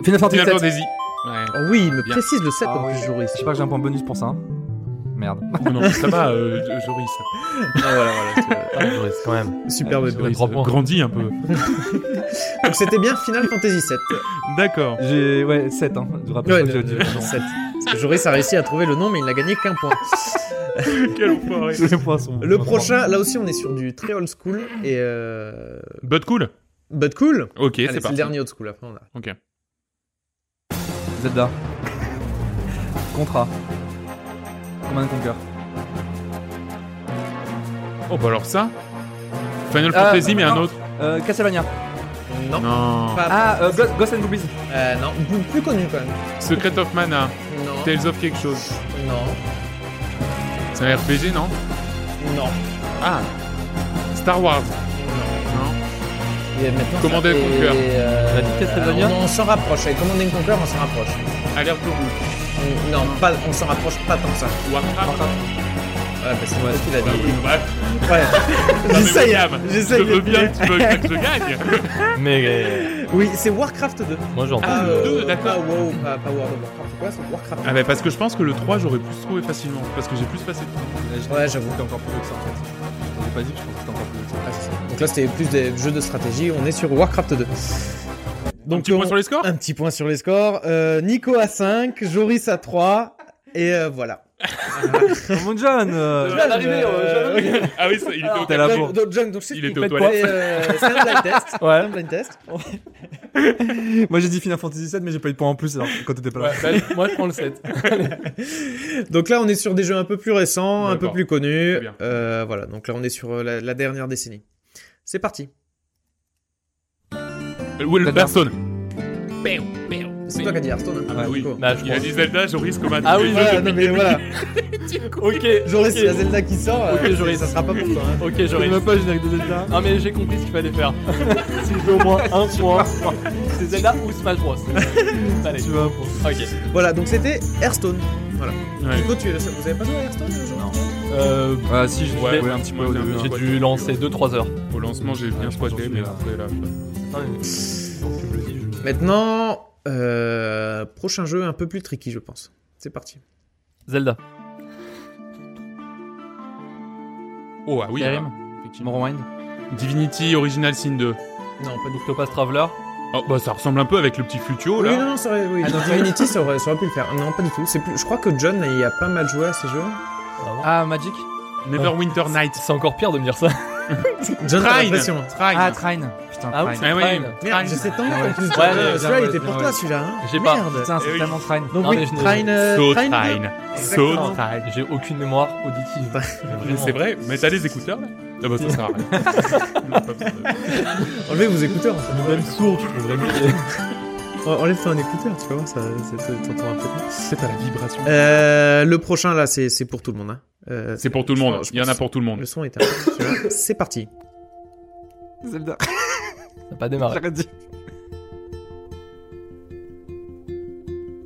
Speaker 2: Final Fantasy
Speaker 1: Final
Speaker 2: VII.
Speaker 1: Fantasy. Ouais.
Speaker 3: Oh oui, il me
Speaker 1: Bien.
Speaker 3: précise le 7
Speaker 2: Ah
Speaker 3: en
Speaker 2: oui.
Speaker 3: plus, Joris.
Speaker 2: Je sais pas que j'ai un point bonus pour ça. hein. Merde.
Speaker 1: Non, non, mais ça va, euh, Joris.
Speaker 3: Ah, voilà, voilà,
Speaker 4: Ah, Joris, quand même.
Speaker 3: c'est- Superbe.
Speaker 4: c'est
Speaker 3: Joris.
Speaker 4: Trois points.
Speaker 1: Grandis un peu.
Speaker 3: Donc c'était bien Final Fantasy 7.
Speaker 1: D'accord.
Speaker 2: J'ai ouais 7 hein. Je rappelle
Speaker 3: Ouais,
Speaker 2: que j'ai
Speaker 3: le-
Speaker 2: dit
Speaker 3: le-
Speaker 2: le nom.
Speaker 3: 7. Parce que Joris a réussi à trouver le nom, mais il n'a gagné qu'un point.
Speaker 1: Quel enfoiré.
Speaker 2: Les points sont-
Speaker 3: Le prochain, là aussi, on est sur du très old school et euh...
Speaker 1: Bud Cool
Speaker 3: but cool.
Speaker 1: Ok,
Speaker 3: Allez,
Speaker 1: c'est
Speaker 3: c'est le
Speaker 1: parti.
Speaker 3: dernier old school. Après, on a.
Speaker 1: Ok.
Speaker 2: Zelda. Contrat. Command Conquer.
Speaker 1: Oh bah alors ça Final
Speaker 2: Ah,
Speaker 1: Fantasy mais un
Speaker 2: non.
Speaker 1: autre.
Speaker 2: Euh, Castlevania.
Speaker 3: Non.
Speaker 1: Non.
Speaker 3: Pas-
Speaker 2: Ah, euh, Ghost, Ghost and Goblins.
Speaker 3: euh, non, plus- plus connu quand même.
Speaker 1: Secret of Mana,
Speaker 3: Non.
Speaker 1: Tales of quelque chose.
Speaker 3: Non.
Speaker 1: C'est un RPG non
Speaker 3: Non.
Speaker 1: Ah Star Wars.
Speaker 3: Non.
Speaker 1: Non.
Speaker 3: Et maintenant,
Speaker 1: Command
Speaker 3: ça
Speaker 1: and
Speaker 3: fait,
Speaker 1: Conquer.
Speaker 3: euh,
Speaker 4: La petite Castlevania
Speaker 3: on, on s'en rapproche. Avec Command and Conquer, on s'en rapproche.
Speaker 1: Alerte au rouge.
Speaker 3: On- non, pas, on s'en rapproche pas tant que ça.
Speaker 1: Warcraft.
Speaker 3: Ouais, bah, c'est moi qui l'a
Speaker 1: Bah oui,
Speaker 3: dit.
Speaker 1: bah, non, mais
Speaker 3: J'essaye,
Speaker 1: William,
Speaker 3: j'essaye.
Speaker 1: Je veux bien que tu veux que je gagne.
Speaker 4: Mais euh,
Speaker 3: Oui, c'est Warcraft 2.
Speaker 4: moi j'entends.
Speaker 1: Ah, le
Speaker 4: euh,
Speaker 1: deux,
Speaker 3: Pas
Speaker 1: d'accord.
Speaker 3: WoW, pas, pas World of Warcraft. C'est quoi, c'est Warcraft
Speaker 1: Ah bah parce que je pense que le 3 j'aurais pu se trouver facilement. Parce que j'ai plus passé de temps.
Speaker 3: Ouais, j'avoue.
Speaker 2: C'était encore plus vieux que ça en fait. Je t'avais pas dit, je pense que c'était encore plus vieux que ça.
Speaker 3: Ah, c'est ça. Donc là, c'était plus des jeux de stratégie. On est sur Warcraft 2.
Speaker 1: Donc, un petit point sur les scores
Speaker 3: Un petit point sur les scores. Euh, Nico à 5, Joris à 3. Et euh, voilà.
Speaker 2: Oh mon John euh,
Speaker 4: viens d'arriver,
Speaker 3: Euh,
Speaker 4: euh, je viens
Speaker 1: Ah oui, ça, il était
Speaker 3: Alors,
Speaker 1: au
Speaker 2: t'as la
Speaker 3: donc-
Speaker 2: bourre.
Speaker 3: donc, John, donc, je sais
Speaker 1: Il
Speaker 3: que
Speaker 1: était
Speaker 3: vous
Speaker 1: aux
Speaker 3: faites
Speaker 1: toilettes.
Speaker 3: pas, euh, C'est un blind test. C'est
Speaker 4: Ouais.
Speaker 3: un blind test.
Speaker 2: Moi j'ai dit Final Fantasy 7 mais j'ai pas eu de point en plus alors que quand t'étais pas là.
Speaker 4: Ouais, bah, allez, moi je prends le 7.
Speaker 3: Donc là, on est sur des jeux un peu plus récents, un peu
Speaker 1: D'accord.
Speaker 3: plus connus.
Speaker 1: Très bien.
Speaker 3: Euh, voilà, donc là, on est sur euh, la, la dernière décennie. C'est parti.
Speaker 1: Will Person.
Speaker 3: C'est toi qui as dit Hearthstone. hein.
Speaker 1: Ah oui.
Speaker 3: Nico.
Speaker 4: Bah, je
Speaker 1: Il a
Speaker 4: prends.
Speaker 1: dit Zelda, Joris comme un
Speaker 4: Ah oui,
Speaker 3: Voilà, non mais voilà.
Speaker 4: Ok.
Speaker 3: Joris,
Speaker 4: ok.
Speaker 3: c'est la Zelda qui sort.
Speaker 4: Ok,
Speaker 3: euh,
Speaker 4: Joris.
Speaker 3: Ça sera pas pour toi. hein.
Speaker 4: Ok,
Speaker 2: Je
Speaker 4: Joris.
Speaker 2: même pas générique de Zelda.
Speaker 4: Non mais j'ai compris ce qu'il fallait faire. si je veux au moins un point, c'est Zelda ou Smash Bros. Allez.
Speaker 2: Tu vois, pour...
Speaker 4: Ok.
Speaker 3: Voilà, donc c'était Hearthstone. Voilà.
Speaker 1: Ouais.
Speaker 3: Nico, tu es le seul- Vous avez pas joué à Hearthstone aujourd'hui
Speaker 2: Non.
Speaker 4: Euh,
Speaker 2: Ah si, je
Speaker 1: Ouais,
Speaker 2: jouais un petit peu
Speaker 1: ouais,
Speaker 2: au
Speaker 1: j'ai-
Speaker 2: début.
Speaker 1: j'ai
Speaker 2: hein.
Speaker 4: j'ai dû lancer 2-3 heures.
Speaker 1: Au lancement j'ai bien
Speaker 2: Ouais,
Speaker 1: squatté mais
Speaker 2: je pense que
Speaker 1: après là.
Speaker 3: Maintenant, euh, prochain jeu un peu plus tricky, je pense. C'est parti.
Speaker 4: Zelda.
Speaker 1: Oh ah oui.
Speaker 2: Skyrim.
Speaker 1: alors, effectivement.
Speaker 2: Morrowind.
Speaker 1: Divinity Original Sin 2.
Speaker 3: Non, pas
Speaker 4: Octopus Traveler.
Speaker 1: Oh bah ça ressemble un peu avec le petit Futio
Speaker 3: Oui, non,
Speaker 1: là.
Speaker 3: non, ça aurait, oui.
Speaker 2: Ah, non,
Speaker 3: Divinity, ça aurait, ça aurait pu le faire. Ah, Non, pas du tout. C'est plus, je crois que John, il a pas mal joué à ces jeux.
Speaker 2: Ah, Magic.
Speaker 1: Neverwinter Night.
Speaker 4: C'est encore pire de me dire ça.
Speaker 3: John, t'as
Speaker 1: Trine.
Speaker 3: l'impression.
Speaker 1: Trine.
Speaker 2: Ah, Trine. Putain,
Speaker 4: Ah oui,
Speaker 2: Trine.
Speaker 1: Ah oui.
Speaker 4: Trine.
Speaker 3: Merde, j'ai 7 ans en plus.
Speaker 2: Ouais,
Speaker 3: John.
Speaker 4: ouais,
Speaker 3: Euh,
Speaker 2: bien
Speaker 3: Celui-là,
Speaker 2: joué,
Speaker 3: il était
Speaker 2: bien
Speaker 3: pour
Speaker 2: joué.
Speaker 3: toi, celui-là. hein.
Speaker 4: J'ai pas.
Speaker 3: Merde.
Speaker 2: Putain,
Speaker 1: Eh
Speaker 2: c'est
Speaker 1: oui.
Speaker 2: tellement Trine.
Speaker 3: Donc
Speaker 4: Non,
Speaker 3: oui,
Speaker 4: mais je l'ai-
Speaker 3: Trine. euh,
Speaker 1: So
Speaker 3: Trine,
Speaker 1: Trine. So
Speaker 3: Exactement.
Speaker 1: Trine.
Speaker 4: J'ai aucune mémoire auditive.
Speaker 1: Mais
Speaker 4: Vraiment.
Speaker 1: C'est vrai, mais t'as les écouteurs là Ah bah ça sert à rien. Non, pas besoin de-
Speaker 3: euh, Enlevez vos écouteurs.
Speaker 4: Même sourd, je trouve vraiment.
Speaker 3: Enlève-toi un écouteur, tu vas voir, ça, ça te- t'entends un peu mieux.
Speaker 1: C'est à la vibration.
Speaker 3: Euh, le prochain, là, c'est c'est pour tout le monde. hein. Euh,
Speaker 1: C'est pour tout le
Speaker 3: je
Speaker 1: monde,
Speaker 3: pense- je
Speaker 1: il y en a
Speaker 3: pense-
Speaker 1: pour tout le monde.
Speaker 3: Le son est un peu celui-là. C'est parti.
Speaker 2: Zelda.
Speaker 4: T'as pas démarré.
Speaker 2: J'arrête de dire.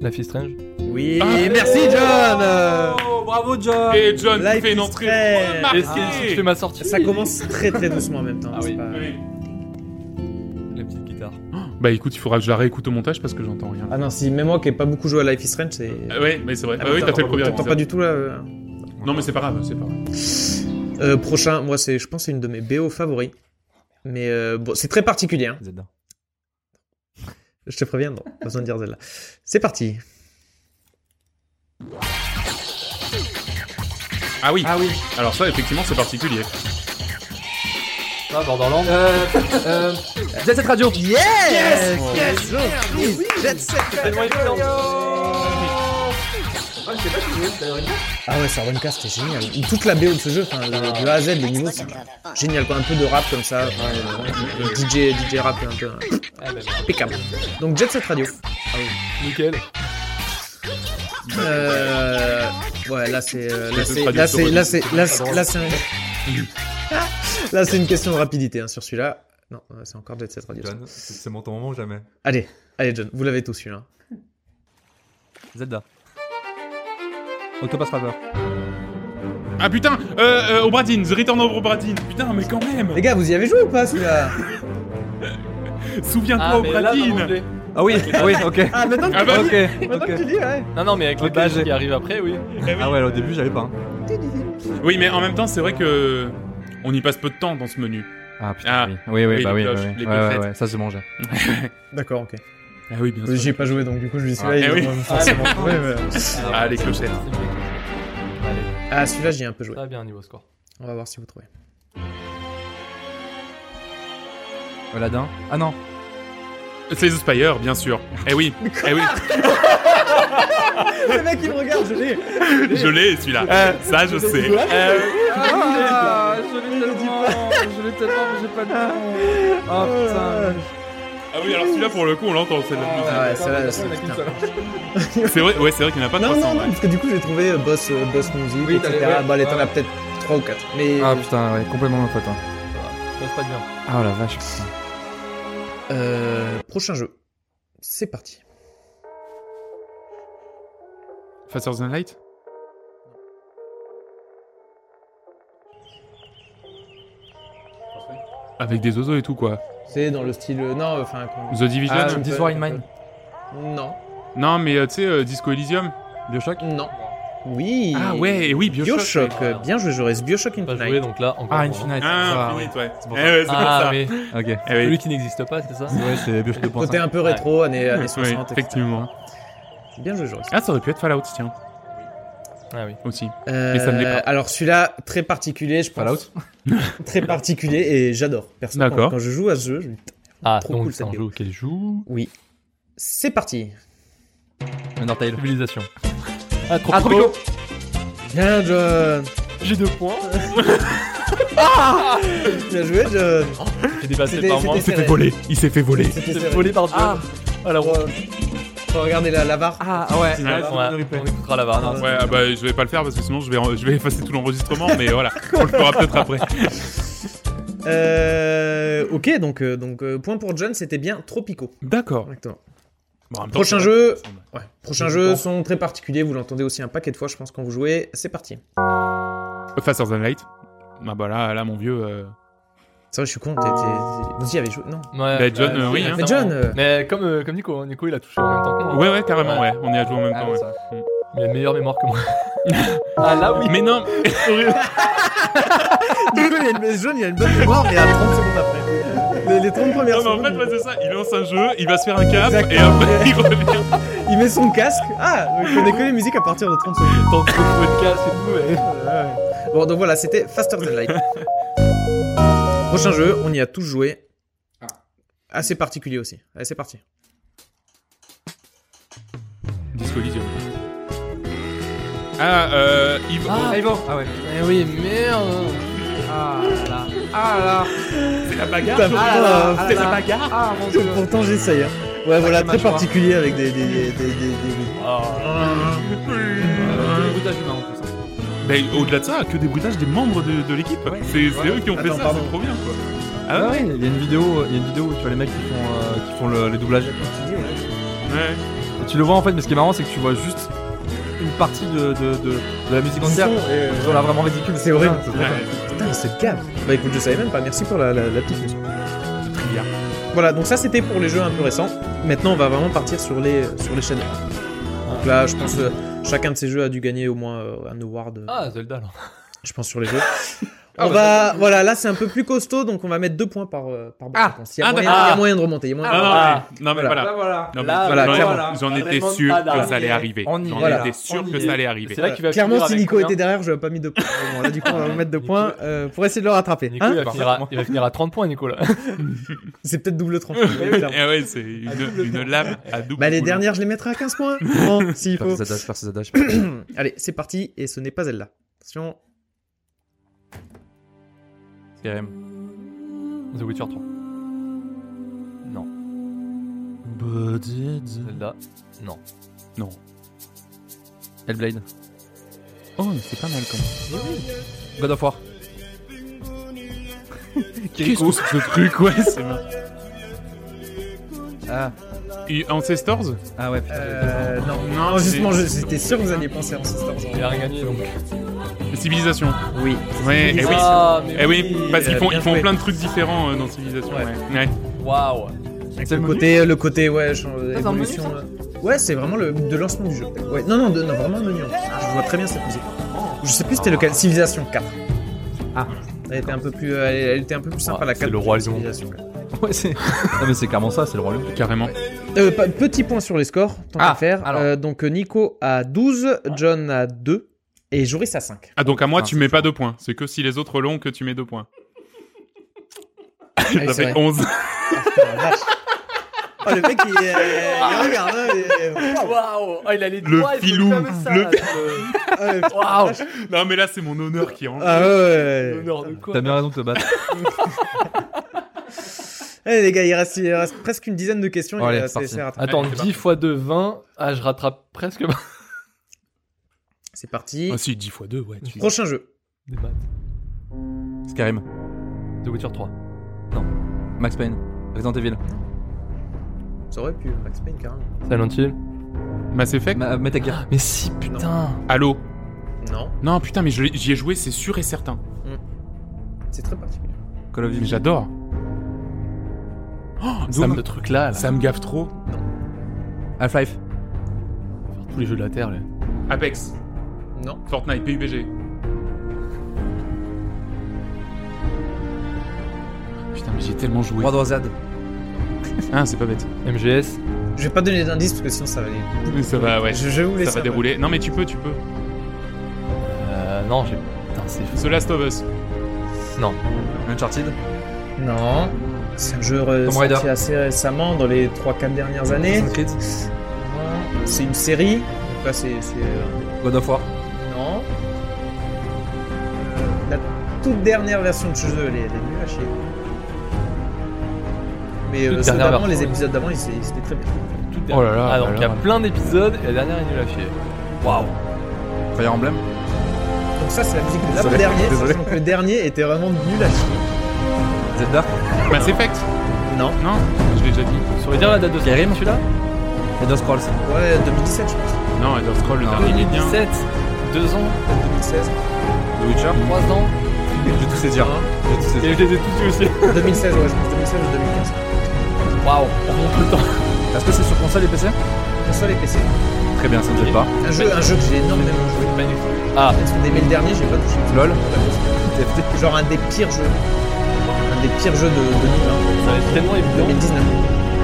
Speaker 4: La fille strange.
Speaker 3: Oui,
Speaker 1: Ah,
Speaker 3: merci John
Speaker 2: Oh, bravo, John
Speaker 1: Et John
Speaker 3: Life
Speaker 1: fait une
Speaker 3: is
Speaker 1: entrée
Speaker 3: Strange.
Speaker 4: Et Ah, si
Speaker 1: remarquée.
Speaker 4: si je fais ma sortie.
Speaker 3: Ça commence très très doucement en même temps.
Speaker 4: Ah
Speaker 3: c'est
Speaker 4: oui.
Speaker 3: pas-
Speaker 1: Oui.
Speaker 4: La petite guitare.
Speaker 1: Bah écoute, il faudra que je la réécoute au montage parce que j'entends rien.
Speaker 3: Ah non, si même moi qui ai pas beaucoup joué à Life is Strange, c'est.
Speaker 1: Ah ouais, mais c'est vrai.
Speaker 3: Ah
Speaker 1: Ah oui,
Speaker 3: bon,
Speaker 1: t'as fait le premier
Speaker 3: T'entends pas
Speaker 1: épisode.
Speaker 3: du tout là. euh.
Speaker 1: Non mais c'est pas grave, c'est pas grave.
Speaker 3: Euh, prochain, moi c'est, je pense, c'est une de mes BO favoris. Mais euh, bon, c'est très particulier. hein.
Speaker 2: Zelda.
Speaker 3: Je te préviens, non, pas besoin de dire Zelda. C'est parti.
Speaker 1: Ah oui,
Speaker 2: Ah oui.
Speaker 1: alors ça, effectivement, c'est particulier.
Speaker 4: Ah, Borderlands.
Speaker 2: Euh, euh, Jet Set Radio.
Speaker 3: Yes Yes
Speaker 4: C'est tellement évident.
Speaker 3: Ah ouais, sur Dreamcast, c'est génial. Toute la BO de ce jeu, enfin, le- de A à Z, les niveaux, c'est génial. Quoi. Un peu de rap comme ça, enfin, euh, le DJ, DJ rap un peu hein.
Speaker 4: Ah, bah,
Speaker 3: impeccable. Donc Jet Set Radio. Ah
Speaker 4: Nickel.
Speaker 3: Euh, ouais, là c'est euh, là
Speaker 1: Jet Set
Speaker 3: c'est
Speaker 1: Radio
Speaker 3: là
Speaker 1: sur
Speaker 3: c'est là
Speaker 1: Reddit.
Speaker 3: c'est là c'est là c'est un- là c'est une question de rapidité hein, sur celui-là. Non, euh, c'est encore Jet Set Radio. ça.
Speaker 2: John, c'est c'est mon ton moment ou jamais.
Speaker 3: Allez, allez John, vous l'avez tous celui-là.
Speaker 2: Zelda. Octopus Traveler.
Speaker 1: Ah putain, euh, euh, Obradine, The Return of Obradine. Putain, mais quand même.
Speaker 3: Les gars, vous y avez joué ou pas celui-là
Speaker 1: Souviens-toi, Obradine.
Speaker 2: Ah oui, oui, ok.
Speaker 3: Ah maintenant
Speaker 1: Ah bah oui.
Speaker 2: ok,
Speaker 3: maintenant que tu
Speaker 2: ok.
Speaker 3: dis ouais.
Speaker 4: Non, non, mais avec le
Speaker 2: Ok,
Speaker 4: badge
Speaker 2: j'ai-
Speaker 4: qui arrive après, oui.
Speaker 2: Ah ouais, là, au début, j'avais pas. hein.
Speaker 1: Oui, mais en même temps, c'est vrai que on y passe peu de temps dans ce menu.
Speaker 2: Ah
Speaker 1: Ah,
Speaker 2: putain, oui, oui, oui,
Speaker 1: oui,
Speaker 2: bah
Speaker 1: les
Speaker 2: oui, oui,
Speaker 1: cloches,
Speaker 2: oui.
Speaker 1: les
Speaker 2: ouais, ouais,
Speaker 1: confettes.
Speaker 2: ouais, ça c'est mangé.
Speaker 3: D'accord, ok.
Speaker 1: Ah oui, bien
Speaker 3: J'y ai pas joué donc du coup je lui suis
Speaker 2: Ah,
Speaker 3: là. il
Speaker 1: eh
Speaker 3: est
Speaker 1: oui.
Speaker 3: vraiment forcément trouvé, mais-
Speaker 1: Ah, les clochettes.
Speaker 4: Allez,
Speaker 3: Ah celui-là j'y ai un peu joué.
Speaker 4: ça va bien niveau score.
Speaker 3: On va voir si vous trouvez.
Speaker 2: Aladdin. Ah non.
Speaker 1: C'est The Spire, bien sûr. Eh oui, eh oui,
Speaker 3: Ah, Le mec il me regarde, je l'ai.
Speaker 1: je l'ai celui-là.
Speaker 3: Euh,
Speaker 1: Ça, je sais.
Speaker 2: Ah, je l'ai tellement, je l'ai tellement, mais j'ai pas de nom. Oh
Speaker 1: Ah oui, alors celui-là, pour le coup, on l'entend, c'est de la musique.
Speaker 3: Ah ouais, celle-là, c'est-
Speaker 1: C'est vrai, ouais, c'est vrai qu'il n'y en a pas
Speaker 3: Non,
Speaker 1: 300.
Speaker 3: non, non,
Speaker 1: ouais.
Speaker 3: parce que du coup j'ai trouvé euh, boss, euh, boss music,
Speaker 2: Oui, t'as
Speaker 3: etc.
Speaker 2: les- ouais.
Speaker 3: Bon, Bah, allez, t'en
Speaker 4: Ah.
Speaker 3: as peut-être 3 ou 4. Mais.
Speaker 2: putain. Ah putain, ouais, complètement ma faute. hein.
Speaker 4: Ça se passe bien.
Speaker 2: Ah oh, la vache. putain.
Speaker 3: Euh, prochain jeu. C'est parti.
Speaker 1: Faster Than Light Avec des oiseaux et tout, quoi.
Speaker 3: C'est dans le style. euh, Non, enfin. qu'on-
Speaker 1: The Division
Speaker 2: Ah,
Speaker 3: un peu,
Speaker 2: This War in
Speaker 3: un
Speaker 2: Mine.
Speaker 3: peu. Non,
Speaker 1: Non, mais euh, tu sais, euh, Disco Elysium.
Speaker 2: Bioshock.
Speaker 3: non. Oui.
Speaker 1: Ah ouais, et oui, Bioshock.
Speaker 3: Bioshock. euh, Bien joué, j'aurais ce Bioshock
Speaker 4: Pas
Speaker 3: Infinite.
Speaker 4: joué, donc là, encore.
Speaker 2: Ah,
Speaker 4: pour moi.
Speaker 2: Infinite.
Speaker 1: Ah,
Speaker 2: Ah,
Speaker 1: Infinite, ouais.
Speaker 2: C'est pour
Speaker 1: Eh
Speaker 2: ça.
Speaker 1: ouais, c'est pour
Speaker 4: Ah,
Speaker 1: ça.
Speaker 4: oui.
Speaker 2: Ok.
Speaker 1: Eh oui.
Speaker 4: Celui qui n'existe pas, c'est ça
Speaker 2: Ouais, c'est Bioshock
Speaker 3: Côté
Speaker 2: 2.5.
Speaker 3: un peu rétro, années, années
Speaker 1: Ouais,
Speaker 3: 60. etc.
Speaker 1: effectivement.
Speaker 3: Bien joué, j'aurais.
Speaker 1: Ah, ça aurait pu être Fallout, tiens,
Speaker 4: Ah oui.
Speaker 1: aussi.
Speaker 3: Euh,
Speaker 1: mais ça me l'est pas.
Speaker 3: alors celui-là, très particulier, je pense.
Speaker 2: Fallout.
Speaker 3: Très particulier et j'adore. Perso,
Speaker 1: D'accord.
Speaker 3: Quand, quand je joue à ce jeu, je me dis,
Speaker 4: Ah,
Speaker 3: Trop
Speaker 4: donc
Speaker 3: cool,
Speaker 4: c'est un
Speaker 3: cette
Speaker 4: jeu auquel je joue.
Speaker 3: oui. C'est parti.
Speaker 2: Undertale.
Speaker 4: Civilisation. Ah, trop
Speaker 2: Ah, Tropico.
Speaker 3: Bien, John. Ah
Speaker 4: J'ai deux points.
Speaker 3: Bien joué, John.
Speaker 1: Ah,
Speaker 4: J'ai dépassé
Speaker 3: C'était-
Speaker 4: par moi.
Speaker 1: Il s'est fait voler, il s'est fait voler.
Speaker 3: C'était
Speaker 4: J'ai
Speaker 3: serré.
Speaker 4: volé par
Speaker 2: Ah,
Speaker 4: Dieu. Ah, la roue.
Speaker 3: Faut, euh, faut regarder la, la barre.
Speaker 2: ah ah, ouais.
Speaker 1: Ouais,
Speaker 2: Ah,
Speaker 4: Ouais,
Speaker 2: le replay.
Speaker 4: on écoutera la barre.
Speaker 1: Ouais, ah bah je vais pas le faire parce que sinon je vais, je vais effacer tout l'enregistrement, mais voilà, on le fera peut-être après.
Speaker 3: Euh, ok, donc, euh, donc euh, point pour John, c'était bien Tropico.
Speaker 1: D'accord.
Speaker 3: Exactement.
Speaker 1: Bon, en même temps,
Speaker 3: Prochain
Speaker 1: c'est-
Speaker 3: jeu. Ouais. Prochains
Speaker 2: Je
Speaker 3: jeux
Speaker 2: pense.
Speaker 3: sont très particuliers, vous l'entendez aussi un paquet de fois, je pense, quand vous jouez. C'est parti.
Speaker 1: euh, Faster Than Light. Ah bah là, là mon vieux. euh,
Speaker 3: C'est vrai, je suis con, t'es- t'es- vous y avez joué Non.
Speaker 4: Ouais,
Speaker 1: Bah, John, euh, oui, hein.
Speaker 3: Mais John, euh,
Speaker 4: Mais comme, euh, comme Nico, hein. Nico il a touché en même temps que moi.
Speaker 1: Ouais, ouais, carrément, ouais. On y a joué en même
Speaker 2: Ah,
Speaker 1: temps, ouais.
Speaker 2: ça.
Speaker 4: Il a une meilleure mémoire que moi. ah là oui.
Speaker 1: Mais non,
Speaker 3: Du coup, il y a une- John, il y a une bonne mémoire, mais à 30 secondes après. Les, les 30 premières
Speaker 1: non, mais en
Speaker 3: secondes,
Speaker 1: fait, ouais, c'est ça. Il lance un jeu, il va se faire un câble, et
Speaker 3: Exactement.
Speaker 1: après il revient.
Speaker 3: il met son casque. Ah, on connaît que les musiques à partir de 30 secondes.
Speaker 4: Tant que le podcast et tout, ouais.
Speaker 3: Bon, donc voilà, c'était Faster Than Light. Prochain jeu, on y a tous joué. Ah. Assez particulier aussi. Allez, c'est parti.
Speaker 1: Disco Elysium. Ah, euh. Yves-
Speaker 4: Ah,
Speaker 2: Ah, Ivo. Ah ouais.
Speaker 4: mais oui, merde.
Speaker 2: Ah là. Ah là.
Speaker 1: c'est la bagarre.
Speaker 3: Putain,
Speaker 2: Ah là. Ah
Speaker 1: C'est
Speaker 2: là.
Speaker 1: la bagarre.
Speaker 2: Ah mon dieu.
Speaker 3: Pourtant, j'essaye. hein. Ouais, voilà, très
Speaker 2: match, quoi.
Speaker 3: particulier avec des. des, des, des, des- des-
Speaker 2: Euh, Le bruitage humain en plus.
Speaker 1: Mais au-delà de ça, que des bruitages des membres de, de l'équipe. c'est c'est eux qui ont fait
Speaker 3: Attends,
Speaker 1: ça,
Speaker 3: pardon.
Speaker 1: c'est trop bien quoi.
Speaker 2: Ah ouais, il y a une vidéo, il y a une vidéo où tu vois les mecs qui font, euh, qui font le, les doublages.
Speaker 1: Ouais.
Speaker 2: Et tu le vois en fait, mais ce qui est marrant, c'est que tu vois juste une partie de, de, de, de la musique
Speaker 3: des-
Speaker 2: entière.
Speaker 3: des- des-
Speaker 2: Ils ont l'air vraiment ridicule.
Speaker 3: C'est horrible.
Speaker 2: Ouais,
Speaker 1: Ouais.
Speaker 3: Putain, il se gave. Bah écoute, je savais même pas. Merci pour la, la, la petite musique.
Speaker 1: bien.
Speaker 3: Voilà, donc ça c'était pour les jeux un peu récents. Maintenant, on va vraiment partir sur les sur les chaînes. Donc là, je pense euh, chacun de ces jeux a dû gagner au moins euh, un award. euh,
Speaker 4: Ah, Zelda là.
Speaker 3: Je pense sur les jeux. On
Speaker 1: Ah,
Speaker 4: bah,
Speaker 3: va, voilà, là c'est un peu plus costaud, donc on va mettre deux points par, euh, par
Speaker 1: Ah,
Speaker 3: bande. Il y a
Speaker 1: ah,
Speaker 3: moyen-
Speaker 1: d'accord.
Speaker 3: il y a moyen de remonter. il y a moyen de
Speaker 1: Non, non,
Speaker 3: remonter.
Speaker 4: Ah.
Speaker 1: mais- non, mais voilà.
Speaker 5: voilà.
Speaker 1: Non, mais
Speaker 5: Là,
Speaker 3: voilà,
Speaker 1: j'en-
Speaker 5: clairement.
Speaker 1: j'en étais
Speaker 5: Remontada.
Speaker 1: sûr que ça
Speaker 5: On y
Speaker 1: allait
Speaker 5: est.
Speaker 1: arriver.
Speaker 2: On y
Speaker 1: J'en
Speaker 2: est, là.
Speaker 1: étais sûr
Speaker 2: On y
Speaker 1: que
Speaker 2: est.
Speaker 1: ça allait arriver.
Speaker 4: C'est là qu'il va
Speaker 3: Euh, Clairement,
Speaker 4: finir
Speaker 3: si
Speaker 4: avec
Speaker 3: Nico
Speaker 4: combien
Speaker 3: était derrière, j'aurais pas mis deux points. Bon, là, du coup, on va mettre deux
Speaker 4: Nico-
Speaker 3: points euh, pour essayer de le rattraper.
Speaker 4: Nico,
Speaker 3: Hein
Speaker 4: il, va finir à, il va finir à 30 points, Nico, là.
Speaker 3: c'est peut-être double tranche.
Speaker 1: Eh ouais, c'est une, une lame à double.
Speaker 3: Bah, les
Speaker 1: coulant.
Speaker 3: dernières, je les mettrai à 15 points. Bon, s'il
Speaker 2: Faire
Speaker 3: faut.
Speaker 2: ses adages, faire ses adages.
Speaker 3: Allez, c'est parti, et ce n'est pas elle là. Attention.
Speaker 2: CRM.
Speaker 4: The Witcher 3. Non. Zelda.
Speaker 2: Mmh.
Speaker 4: Non.
Speaker 2: Hellblade. Ah
Speaker 1: Oh, mais c'est pas mal quand même.
Speaker 2: God of War.
Speaker 1: Qu'est-ce que c'est que ce truc, ouais, c'est marrant.
Speaker 2: Ah,
Speaker 1: Et Ancestors
Speaker 2: ah ouais, putain.
Speaker 3: Euh, non.
Speaker 1: Non,
Speaker 3: Non, justement,
Speaker 1: c'est-
Speaker 3: je- j'étais sûr que vous alliez penser à Ancestors.
Speaker 4: Il a rien gagné, donc.
Speaker 1: Civilisation.
Speaker 3: Oui.
Speaker 1: Ouais, eh oui.
Speaker 4: Ah, mais
Speaker 1: Eh oui, parce qu'ils
Speaker 3: euh,
Speaker 1: font,
Speaker 3: bien
Speaker 1: ils font
Speaker 3: joué.
Speaker 1: plein de trucs différents euh, dans Civilisation. Ouais.
Speaker 3: Ouais.
Speaker 1: Ouais.
Speaker 4: Waouh.
Speaker 3: Avec
Speaker 2: C'est
Speaker 3: le
Speaker 2: le menu
Speaker 3: côté, euh, le côté, ouais, ch-
Speaker 2: dans le menu,
Speaker 3: évolution. euh, Ouais, c'est vraiment le de lancement du jeu. Ouais. Non, non, de- non, vraiment le menu. Ah, Je vois très bien cette musique. Je sais plus c'était lequel. Civilisation 4.
Speaker 2: Ah.
Speaker 3: Elle était un peu plus, euh, elle, elle était un peu plus sympa
Speaker 4: Ouais,
Speaker 3: la
Speaker 4: c'est
Speaker 3: 4.
Speaker 4: le
Speaker 3: que
Speaker 4: roi lion.
Speaker 3: Civilisation 4.
Speaker 2: Ouais, c'est. Non, mais c'est clairement ça, c'est le royaume.
Speaker 1: Carrément.
Speaker 3: Euh, pa- petit point sur les scores, tant
Speaker 2: Ah,
Speaker 3: qu'à faire.
Speaker 2: alors.
Speaker 3: Euh, donc euh, Nico à 12, John à 2 et Joris à 5.
Speaker 1: Ah, donc à moi,
Speaker 2: Putain,
Speaker 1: tu mets pas deux points. C'est que si les autres l'ont que tu mets deux points.
Speaker 3: oui,
Speaker 1: Ça
Speaker 3: c'est
Speaker 1: fait
Speaker 3: vrai.
Speaker 1: 11.
Speaker 3: Oh, le mec, il, regarde. hein,
Speaker 4: Waouh. Ah, il a les
Speaker 1: Le
Speaker 4: doigts, il faut
Speaker 1: filou.
Speaker 4: jamais ça,
Speaker 1: Le-
Speaker 4: là, sur le- Waouh.
Speaker 1: Non, mais là, c'est mon honneur qui rentre.
Speaker 3: ah ouais.
Speaker 4: L'honneur de quoi
Speaker 2: T'as bien raison de te battre.
Speaker 3: Eh, les gars, il reste, il reste presque une dizaine de questions.
Speaker 2: Allez,
Speaker 3: il
Speaker 2: c'est
Speaker 3: reste-
Speaker 2: parti.
Speaker 3: c'est rattrapé.
Speaker 4: Attends,
Speaker 1: Allez, c'est
Speaker 4: 10 fois 2, 20. Ah, je rattrape presque.
Speaker 3: C'est parti.
Speaker 1: Ah, si, 10 fois 2, ouais. tu-
Speaker 3: Prochain jeu.
Speaker 4: Des maths.
Speaker 2: Skyrim.
Speaker 4: The Witcher 3.
Speaker 2: Max Payne. Resident Evil.
Speaker 3: Ça aurait pu Max Payne carrément.
Speaker 4: Silent Hill.
Speaker 1: Mass Effect
Speaker 2: Ma euh, Metal Gear.
Speaker 4: Mais si, putain.
Speaker 1: Allô
Speaker 3: Non,
Speaker 1: Non, putain, mais je l'ai- j'y ai joué, c'est sûr et certain.
Speaker 3: c'est très particulier.
Speaker 2: Call of
Speaker 1: Mais
Speaker 2: Duty.
Speaker 1: j'adore. Oh,
Speaker 4: Ça
Speaker 1: Doom.
Speaker 4: me truc là, là.
Speaker 1: Ça me gaffe trop.
Speaker 2: Half-Life.
Speaker 4: Faire tous les jeux de la Terre, là.
Speaker 1: Apex,
Speaker 3: Non.
Speaker 1: Fortnite, PUBG. Putain, mais j'ai tellement joué.
Speaker 2: Brothers Z.
Speaker 1: Ah, c'est pas bête.
Speaker 4: MGS.
Speaker 3: Je vais pas donner d'indices parce que sinon ça va aller.
Speaker 1: Ça va, ouais.
Speaker 3: Je, je vais vous laisser.
Speaker 1: Ça va
Speaker 3: un peu.
Speaker 1: dérouler. Non, mais tu peux, tu peux.
Speaker 4: Euh, non, j'ai. Putain, c'est.
Speaker 1: The Last of Us.
Speaker 2: Uncharted.
Speaker 3: Non. C'est un jeu euh,
Speaker 2: Tomb
Speaker 3: sorti
Speaker 2: Raider.
Speaker 3: assez récemment, dans les 3-4 dernières années.
Speaker 2: Assassin's Creed.
Speaker 3: Non. C'est une série. Donc là, c'est. c'est, euh,
Speaker 2: God of War.
Speaker 3: Non. Euh, La toute dernière version de ce jeu, elle est, elle est nulle à chier. Mais euh, ceux
Speaker 4: Toute dernière
Speaker 3: d'avant, les
Speaker 4: version, oui.
Speaker 3: épisodes d'avant, ils étaient ils étaient très bien.
Speaker 1: Oh là là.
Speaker 4: Ah, donc il y a plein d'épisodes et la dernière est nulle à chier. Waouh.
Speaker 2: Fire Emblem.
Speaker 3: Donc ça, c'est la musique de
Speaker 2: Désolé.
Speaker 3: l'avant-dernier,
Speaker 2: Désolé.
Speaker 3: sachant que le dernier était vraiment nul à chier.
Speaker 2: Zelda.
Speaker 1: Mass Effect.
Speaker 3: Non.
Speaker 1: Non, je l'ai déjà dit.
Speaker 4: Vous sauriez dire la date de sortie
Speaker 2: Skyrim.
Speaker 4: celui-là
Speaker 2: Elder Scrolls. Ah.
Speaker 3: Ouais, 2017, je pense.
Speaker 1: Non, Elder Scrolls, le
Speaker 2: Non.
Speaker 1: dernier média.
Speaker 4: 2017. 2 ans,
Speaker 3: 2016.
Speaker 2: The Witcher.
Speaker 4: 3 ans.
Speaker 2: Je vais tous les dire. Je vais tous les dire.
Speaker 4: Et je les ai tous vus aussi.
Speaker 3: 2016, ouais, je pense 2016 ou 2015.
Speaker 4: Waouh. On remonte le temps.
Speaker 2: Est-ce que c'est sur console et PC
Speaker 3: Console et PC.
Speaker 2: Très bien, ça me gêne pas.
Speaker 3: Un jeu, un jeu que j'ai énormément joué.
Speaker 4: Ah.
Speaker 3: Mais le dernier, j'ai pas touché.
Speaker 2: LOL.
Speaker 3: TFT. Genre un des pires jeux. Un des pires jeux de, de Nintendo. hein.
Speaker 4: Ça va être tellement évident.
Speaker 3: 2019.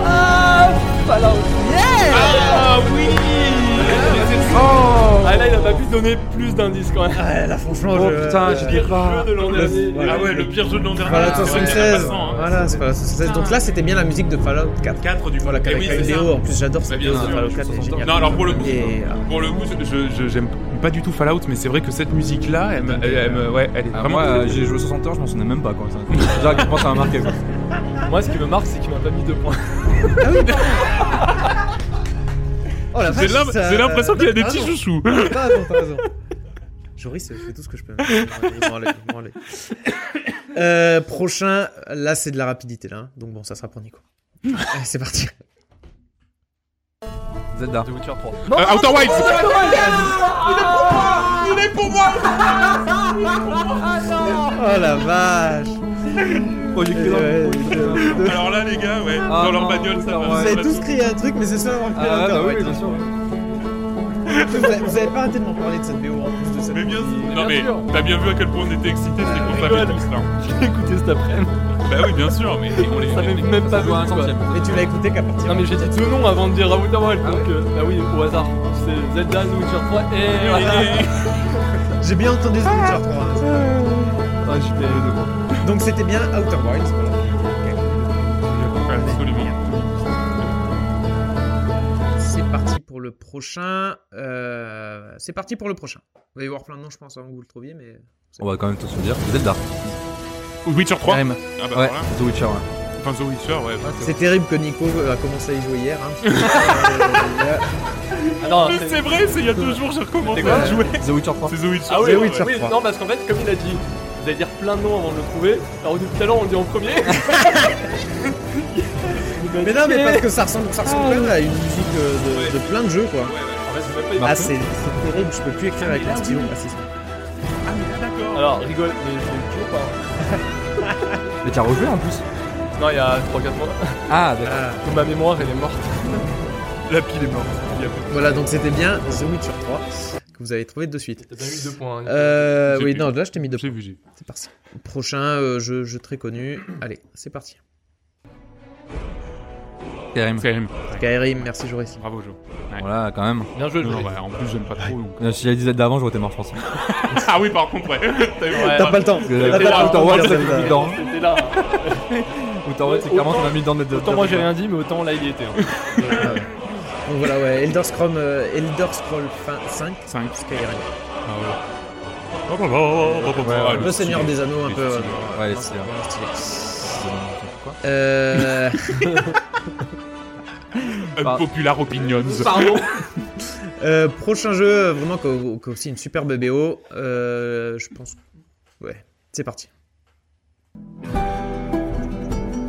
Speaker 4: Ah, Fallout.
Speaker 1: Ah oui
Speaker 2: Oh
Speaker 4: Ah là, il a pas pu donner plus d'indices quand même.
Speaker 3: Ah là, franchement,
Speaker 2: Oh
Speaker 3: je-
Speaker 2: putain,
Speaker 3: euh,
Speaker 2: j'y
Speaker 4: Pire
Speaker 2: étais pas.
Speaker 4: jeu de l'an
Speaker 3: le-
Speaker 4: dernier.
Speaker 1: Ah ouais, le pire jeu de l'an dernier.
Speaker 3: Fallout
Speaker 2: Ah, ouais,
Speaker 3: 76.
Speaker 1: passant, hein.
Speaker 3: Voilà, c'est Fallout 76. Donc là, c'était bien la musique de Fallout 4.
Speaker 1: 4 du coup.
Speaker 3: Voilà,
Speaker 1: Eh
Speaker 3: avec
Speaker 1: oui,
Speaker 3: la
Speaker 1: c'est ça.
Speaker 3: vidéo. En plus, j'adore
Speaker 1: Bah,
Speaker 3: cette
Speaker 1: bien
Speaker 3: vidéo de
Speaker 1: sûr,
Speaker 3: Fallout
Speaker 1: je
Speaker 3: 4.
Speaker 2: suis
Speaker 3: elle est
Speaker 2: content.
Speaker 3: géniale.
Speaker 1: Non, alors pour le coup,
Speaker 3: Et, euh,
Speaker 1: pour le coup, je- je- je- j'aime pas du tout Fallout, mais c'est vrai que cette musique-là, elle, me- elle- elle me- ouais, elle est
Speaker 2: Ah,
Speaker 1: vraiment.
Speaker 2: moi, euh, j'ai joué 60 heures, je m'en souvenais même pas. Quoi. Ça- Déjà, je pense que ça m'a marqué. quoi.
Speaker 4: Moi, ce qui me marque, c'est qu'il m'a pas mis 2 points.
Speaker 3: Oh la
Speaker 1: J'ai
Speaker 3: vache,
Speaker 1: l'im-
Speaker 3: ça-
Speaker 1: j'ai l'impression qu'il y a des
Speaker 3: Ah,
Speaker 1: petits
Speaker 3: non.
Speaker 1: chouchous.
Speaker 3: T'as raison, t'as raison. Joris, je fais tout ce que je peux. Ils vont aller, ils vont aller. Euh, prochain, là c'est de la rapidité là. hein. Donc bon, ça sera pour Nico. Allez, c'est parti.
Speaker 2: Zelda.
Speaker 4: The Witcher Ah, bah, 3.
Speaker 1: Euh, Outer Wilds
Speaker 3: Oh la vache. Euh,
Speaker 2: Oh, j'ai
Speaker 3: Ouais, ouais.
Speaker 1: Alors là, les gars, ouais, dans leur
Speaker 2: non,
Speaker 1: bagnole, ça
Speaker 2: Outer
Speaker 1: va.
Speaker 3: Vous
Speaker 2: Ouais,
Speaker 1: ça
Speaker 3: avez
Speaker 1: va.
Speaker 3: tous crié un truc, mais c'est ça avoir crié
Speaker 2: Ah,
Speaker 3: un
Speaker 2: bah
Speaker 3: terme,
Speaker 2: oui,
Speaker 3: ouais.
Speaker 2: bien sûr.
Speaker 3: vous, avez, vous avez pas arrêté de m'en parler de cette BO en plus de
Speaker 4: cette
Speaker 1: Mais bien sûr. Non
Speaker 4: Bien
Speaker 1: mais
Speaker 4: sûr.
Speaker 1: t'as bien vu à quel point on était excités, c'est qu'on
Speaker 4: rigole.
Speaker 1: savait tous là.
Speaker 4: J'ai écouté cet après-midi.
Speaker 1: Bah oui, bien sûr, mais on les
Speaker 4: Ça m'est même pas
Speaker 2: Ça se
Speaker 4: venu.
Speaker 2: voit un
Speaker 4: quoi.
Speaker 2: centième.
Speaker 3: Mais tu l'as écouté qu'à partir.
Speaker 4: Non mais j'ai dit deux noms avant de dire Raoul Dabrel,
Speaker 2: Ah
Speaker 4: donc euh, ah oui au hasard. C'est Zelda, The Witcher 3 et...
Speaker 3: J'ai bien entendu The Witcher 3. hein.
Speaker 4: Ah j'ai fait les deux.
Speaker 3: Donc c'était bien Outer Wilds. voilà.
Speaker 1: Absolument.
Speaker 3: Ok. C'est parti pour le prochain. euh, C'est parti pour le prochain. Vous allez voir plein de noms, je pense, avant que vous le trouviez, mais.
Speaker 2: On va quand même tous se dire. Zelda.
Speaker 1: Witcher 3
Speaker 2: RM.
Speaker 1: Ah bah
Speaker 2: Ouais,
Speaker 1: voilà.
Speaker 2: The Witcher. ouais.
Speaker 1: Enfin, The Witcher, ouais. bah,
Speaker 3: C'est terrible que Nico euh, a commencé à y jouer hier. hein, parce que, euh,
Speaker 4: Ah non,
Speaker 1: Mais c'est vrai, c'est il y a deux jours j'ai recommencé
Speaker 4: C'est quoi
Speaker 1: à jouer.
Speaker 2: The Witcher 3.
Speaker 1: C'est The Witcher.
Speaker 4: Ah oui,
Speaker 3: The
Speaker 4: oui,
Speaker 3: Witcher
Speaker 4: oui,
Speaker 3: 3.
Speaker 4: non parce qu'en fait comme il a dit, vous allez dire plein de noms avant de le trouver, alors depuis tout à l'heure on le dit en premier.
Speaker 3: Mais non, mais parce que ça ressemble, ça ressemble quand même à une musique euh, de, de plein de jeux, quoi.
Speaker 4: En fait, c'est même pas-
Speaker 3: Ah, c'est c'est terrible, je peux plus écrire avec mon stylo. Ah, c'est ça.
Speaker 1: Ah, mais là, d'accord.
Speaker 4: Alors Bah, rigole, mais je l'ai toujours pas.
Speaker 2: Mais t'as rejoué en plus.
Speaker 4: Non il y a 3-4 mois.
Speaker 2: Ah, d'accord.
Speaker 3: Ah,
Speaker 4: Ma mémoire elle est morte.
Speaker 1: La pile est morte. Il y a pas-
Speaker 3: voilà, donc c'était bien The Witcher 3 que vous avez trouvé de suite.
Speaker 4: T'as bien eu 2 points. hein.
Speaker 3: Euh,
Speaker 1: J'ai
Speaker 3: oui,
Speaker 1: pu.
Speaker 3: non, là je t'ai mis deux
Speaker 1: J'ai vu, j'ai vu.
Speaker 3: C'est parti. Prochain euh, jeu, jeu très connu. Allez, c'est parti.
Speaker 2: Skyrim.
Speaker 1: Skyrim.
Speaker 3: Skyrim, merci Joris.
Speaker 1: Bravo, Jo.
Speaker 2: Voilà, quand même.
Speaker 4: Bien joué,
Speaker 1: Non,
Speaker 4: joué.
Speaker 1: bah, en plus, j'aime pas trop. donc.
Speaker 2: Euh, Si j'avais dit Zelda avant, j'aurais été mort, je pense.
Speaker 1: Ah oui, par contre, ouais. T'as eu-
Speaker 4: Ouais.
Speaker 3: T'as pas le temps.
Speaker 2: que-
Speaker 3: T'as pas le
Speaker 2: Outer
Speaker 3: temps.
Speaker 2: Wilds,
Speaker 3: Zelda.
Speaker 2: c'est dedans.
Speaker 4: hein. C'était là.
Speaker 2: Outer Wilds, c'est clairement
Speaker 4: Autant-
Speaker 2: qu'on a mis dans notre.
Speaker 4: Autant moi j'ai rien dit, mais autant là il y était. hein.
Speaker 3: Donc voilà, ouais, Elder Scrolls, euh, Elder Scrolls fin- 5,
Speaker 1: 5.
Speaker 3: Skyrim.
Speaker 1: Ah, ouais. Oh, bah, bah, oh, bah, bah, bah,
Speaker 2: ouais.
Speaker 1: le
Speaker 3: Le Seigneur
Speaker 1: style.
Speaker 3: des Anneaux, un
Speaker 1: Le
Speaker 3: peu.
Speaker 1: style.
Speaker 3: euh,
Speaker 2: Ouais,
Speaker 3: non,
Speaker 2: c'est
Speaker 3: vraiment stylé.
Speaker 2: Quoi
Speaker 3: Euh,
Speaker 1: Unpopular opinions.
Speaker 2: Pardon
Speaker 3: euh, prochain jeu, euh, vraiment, qui a- qui a aussi une superbe BO. euh, je pense. Ouais, c'est parti.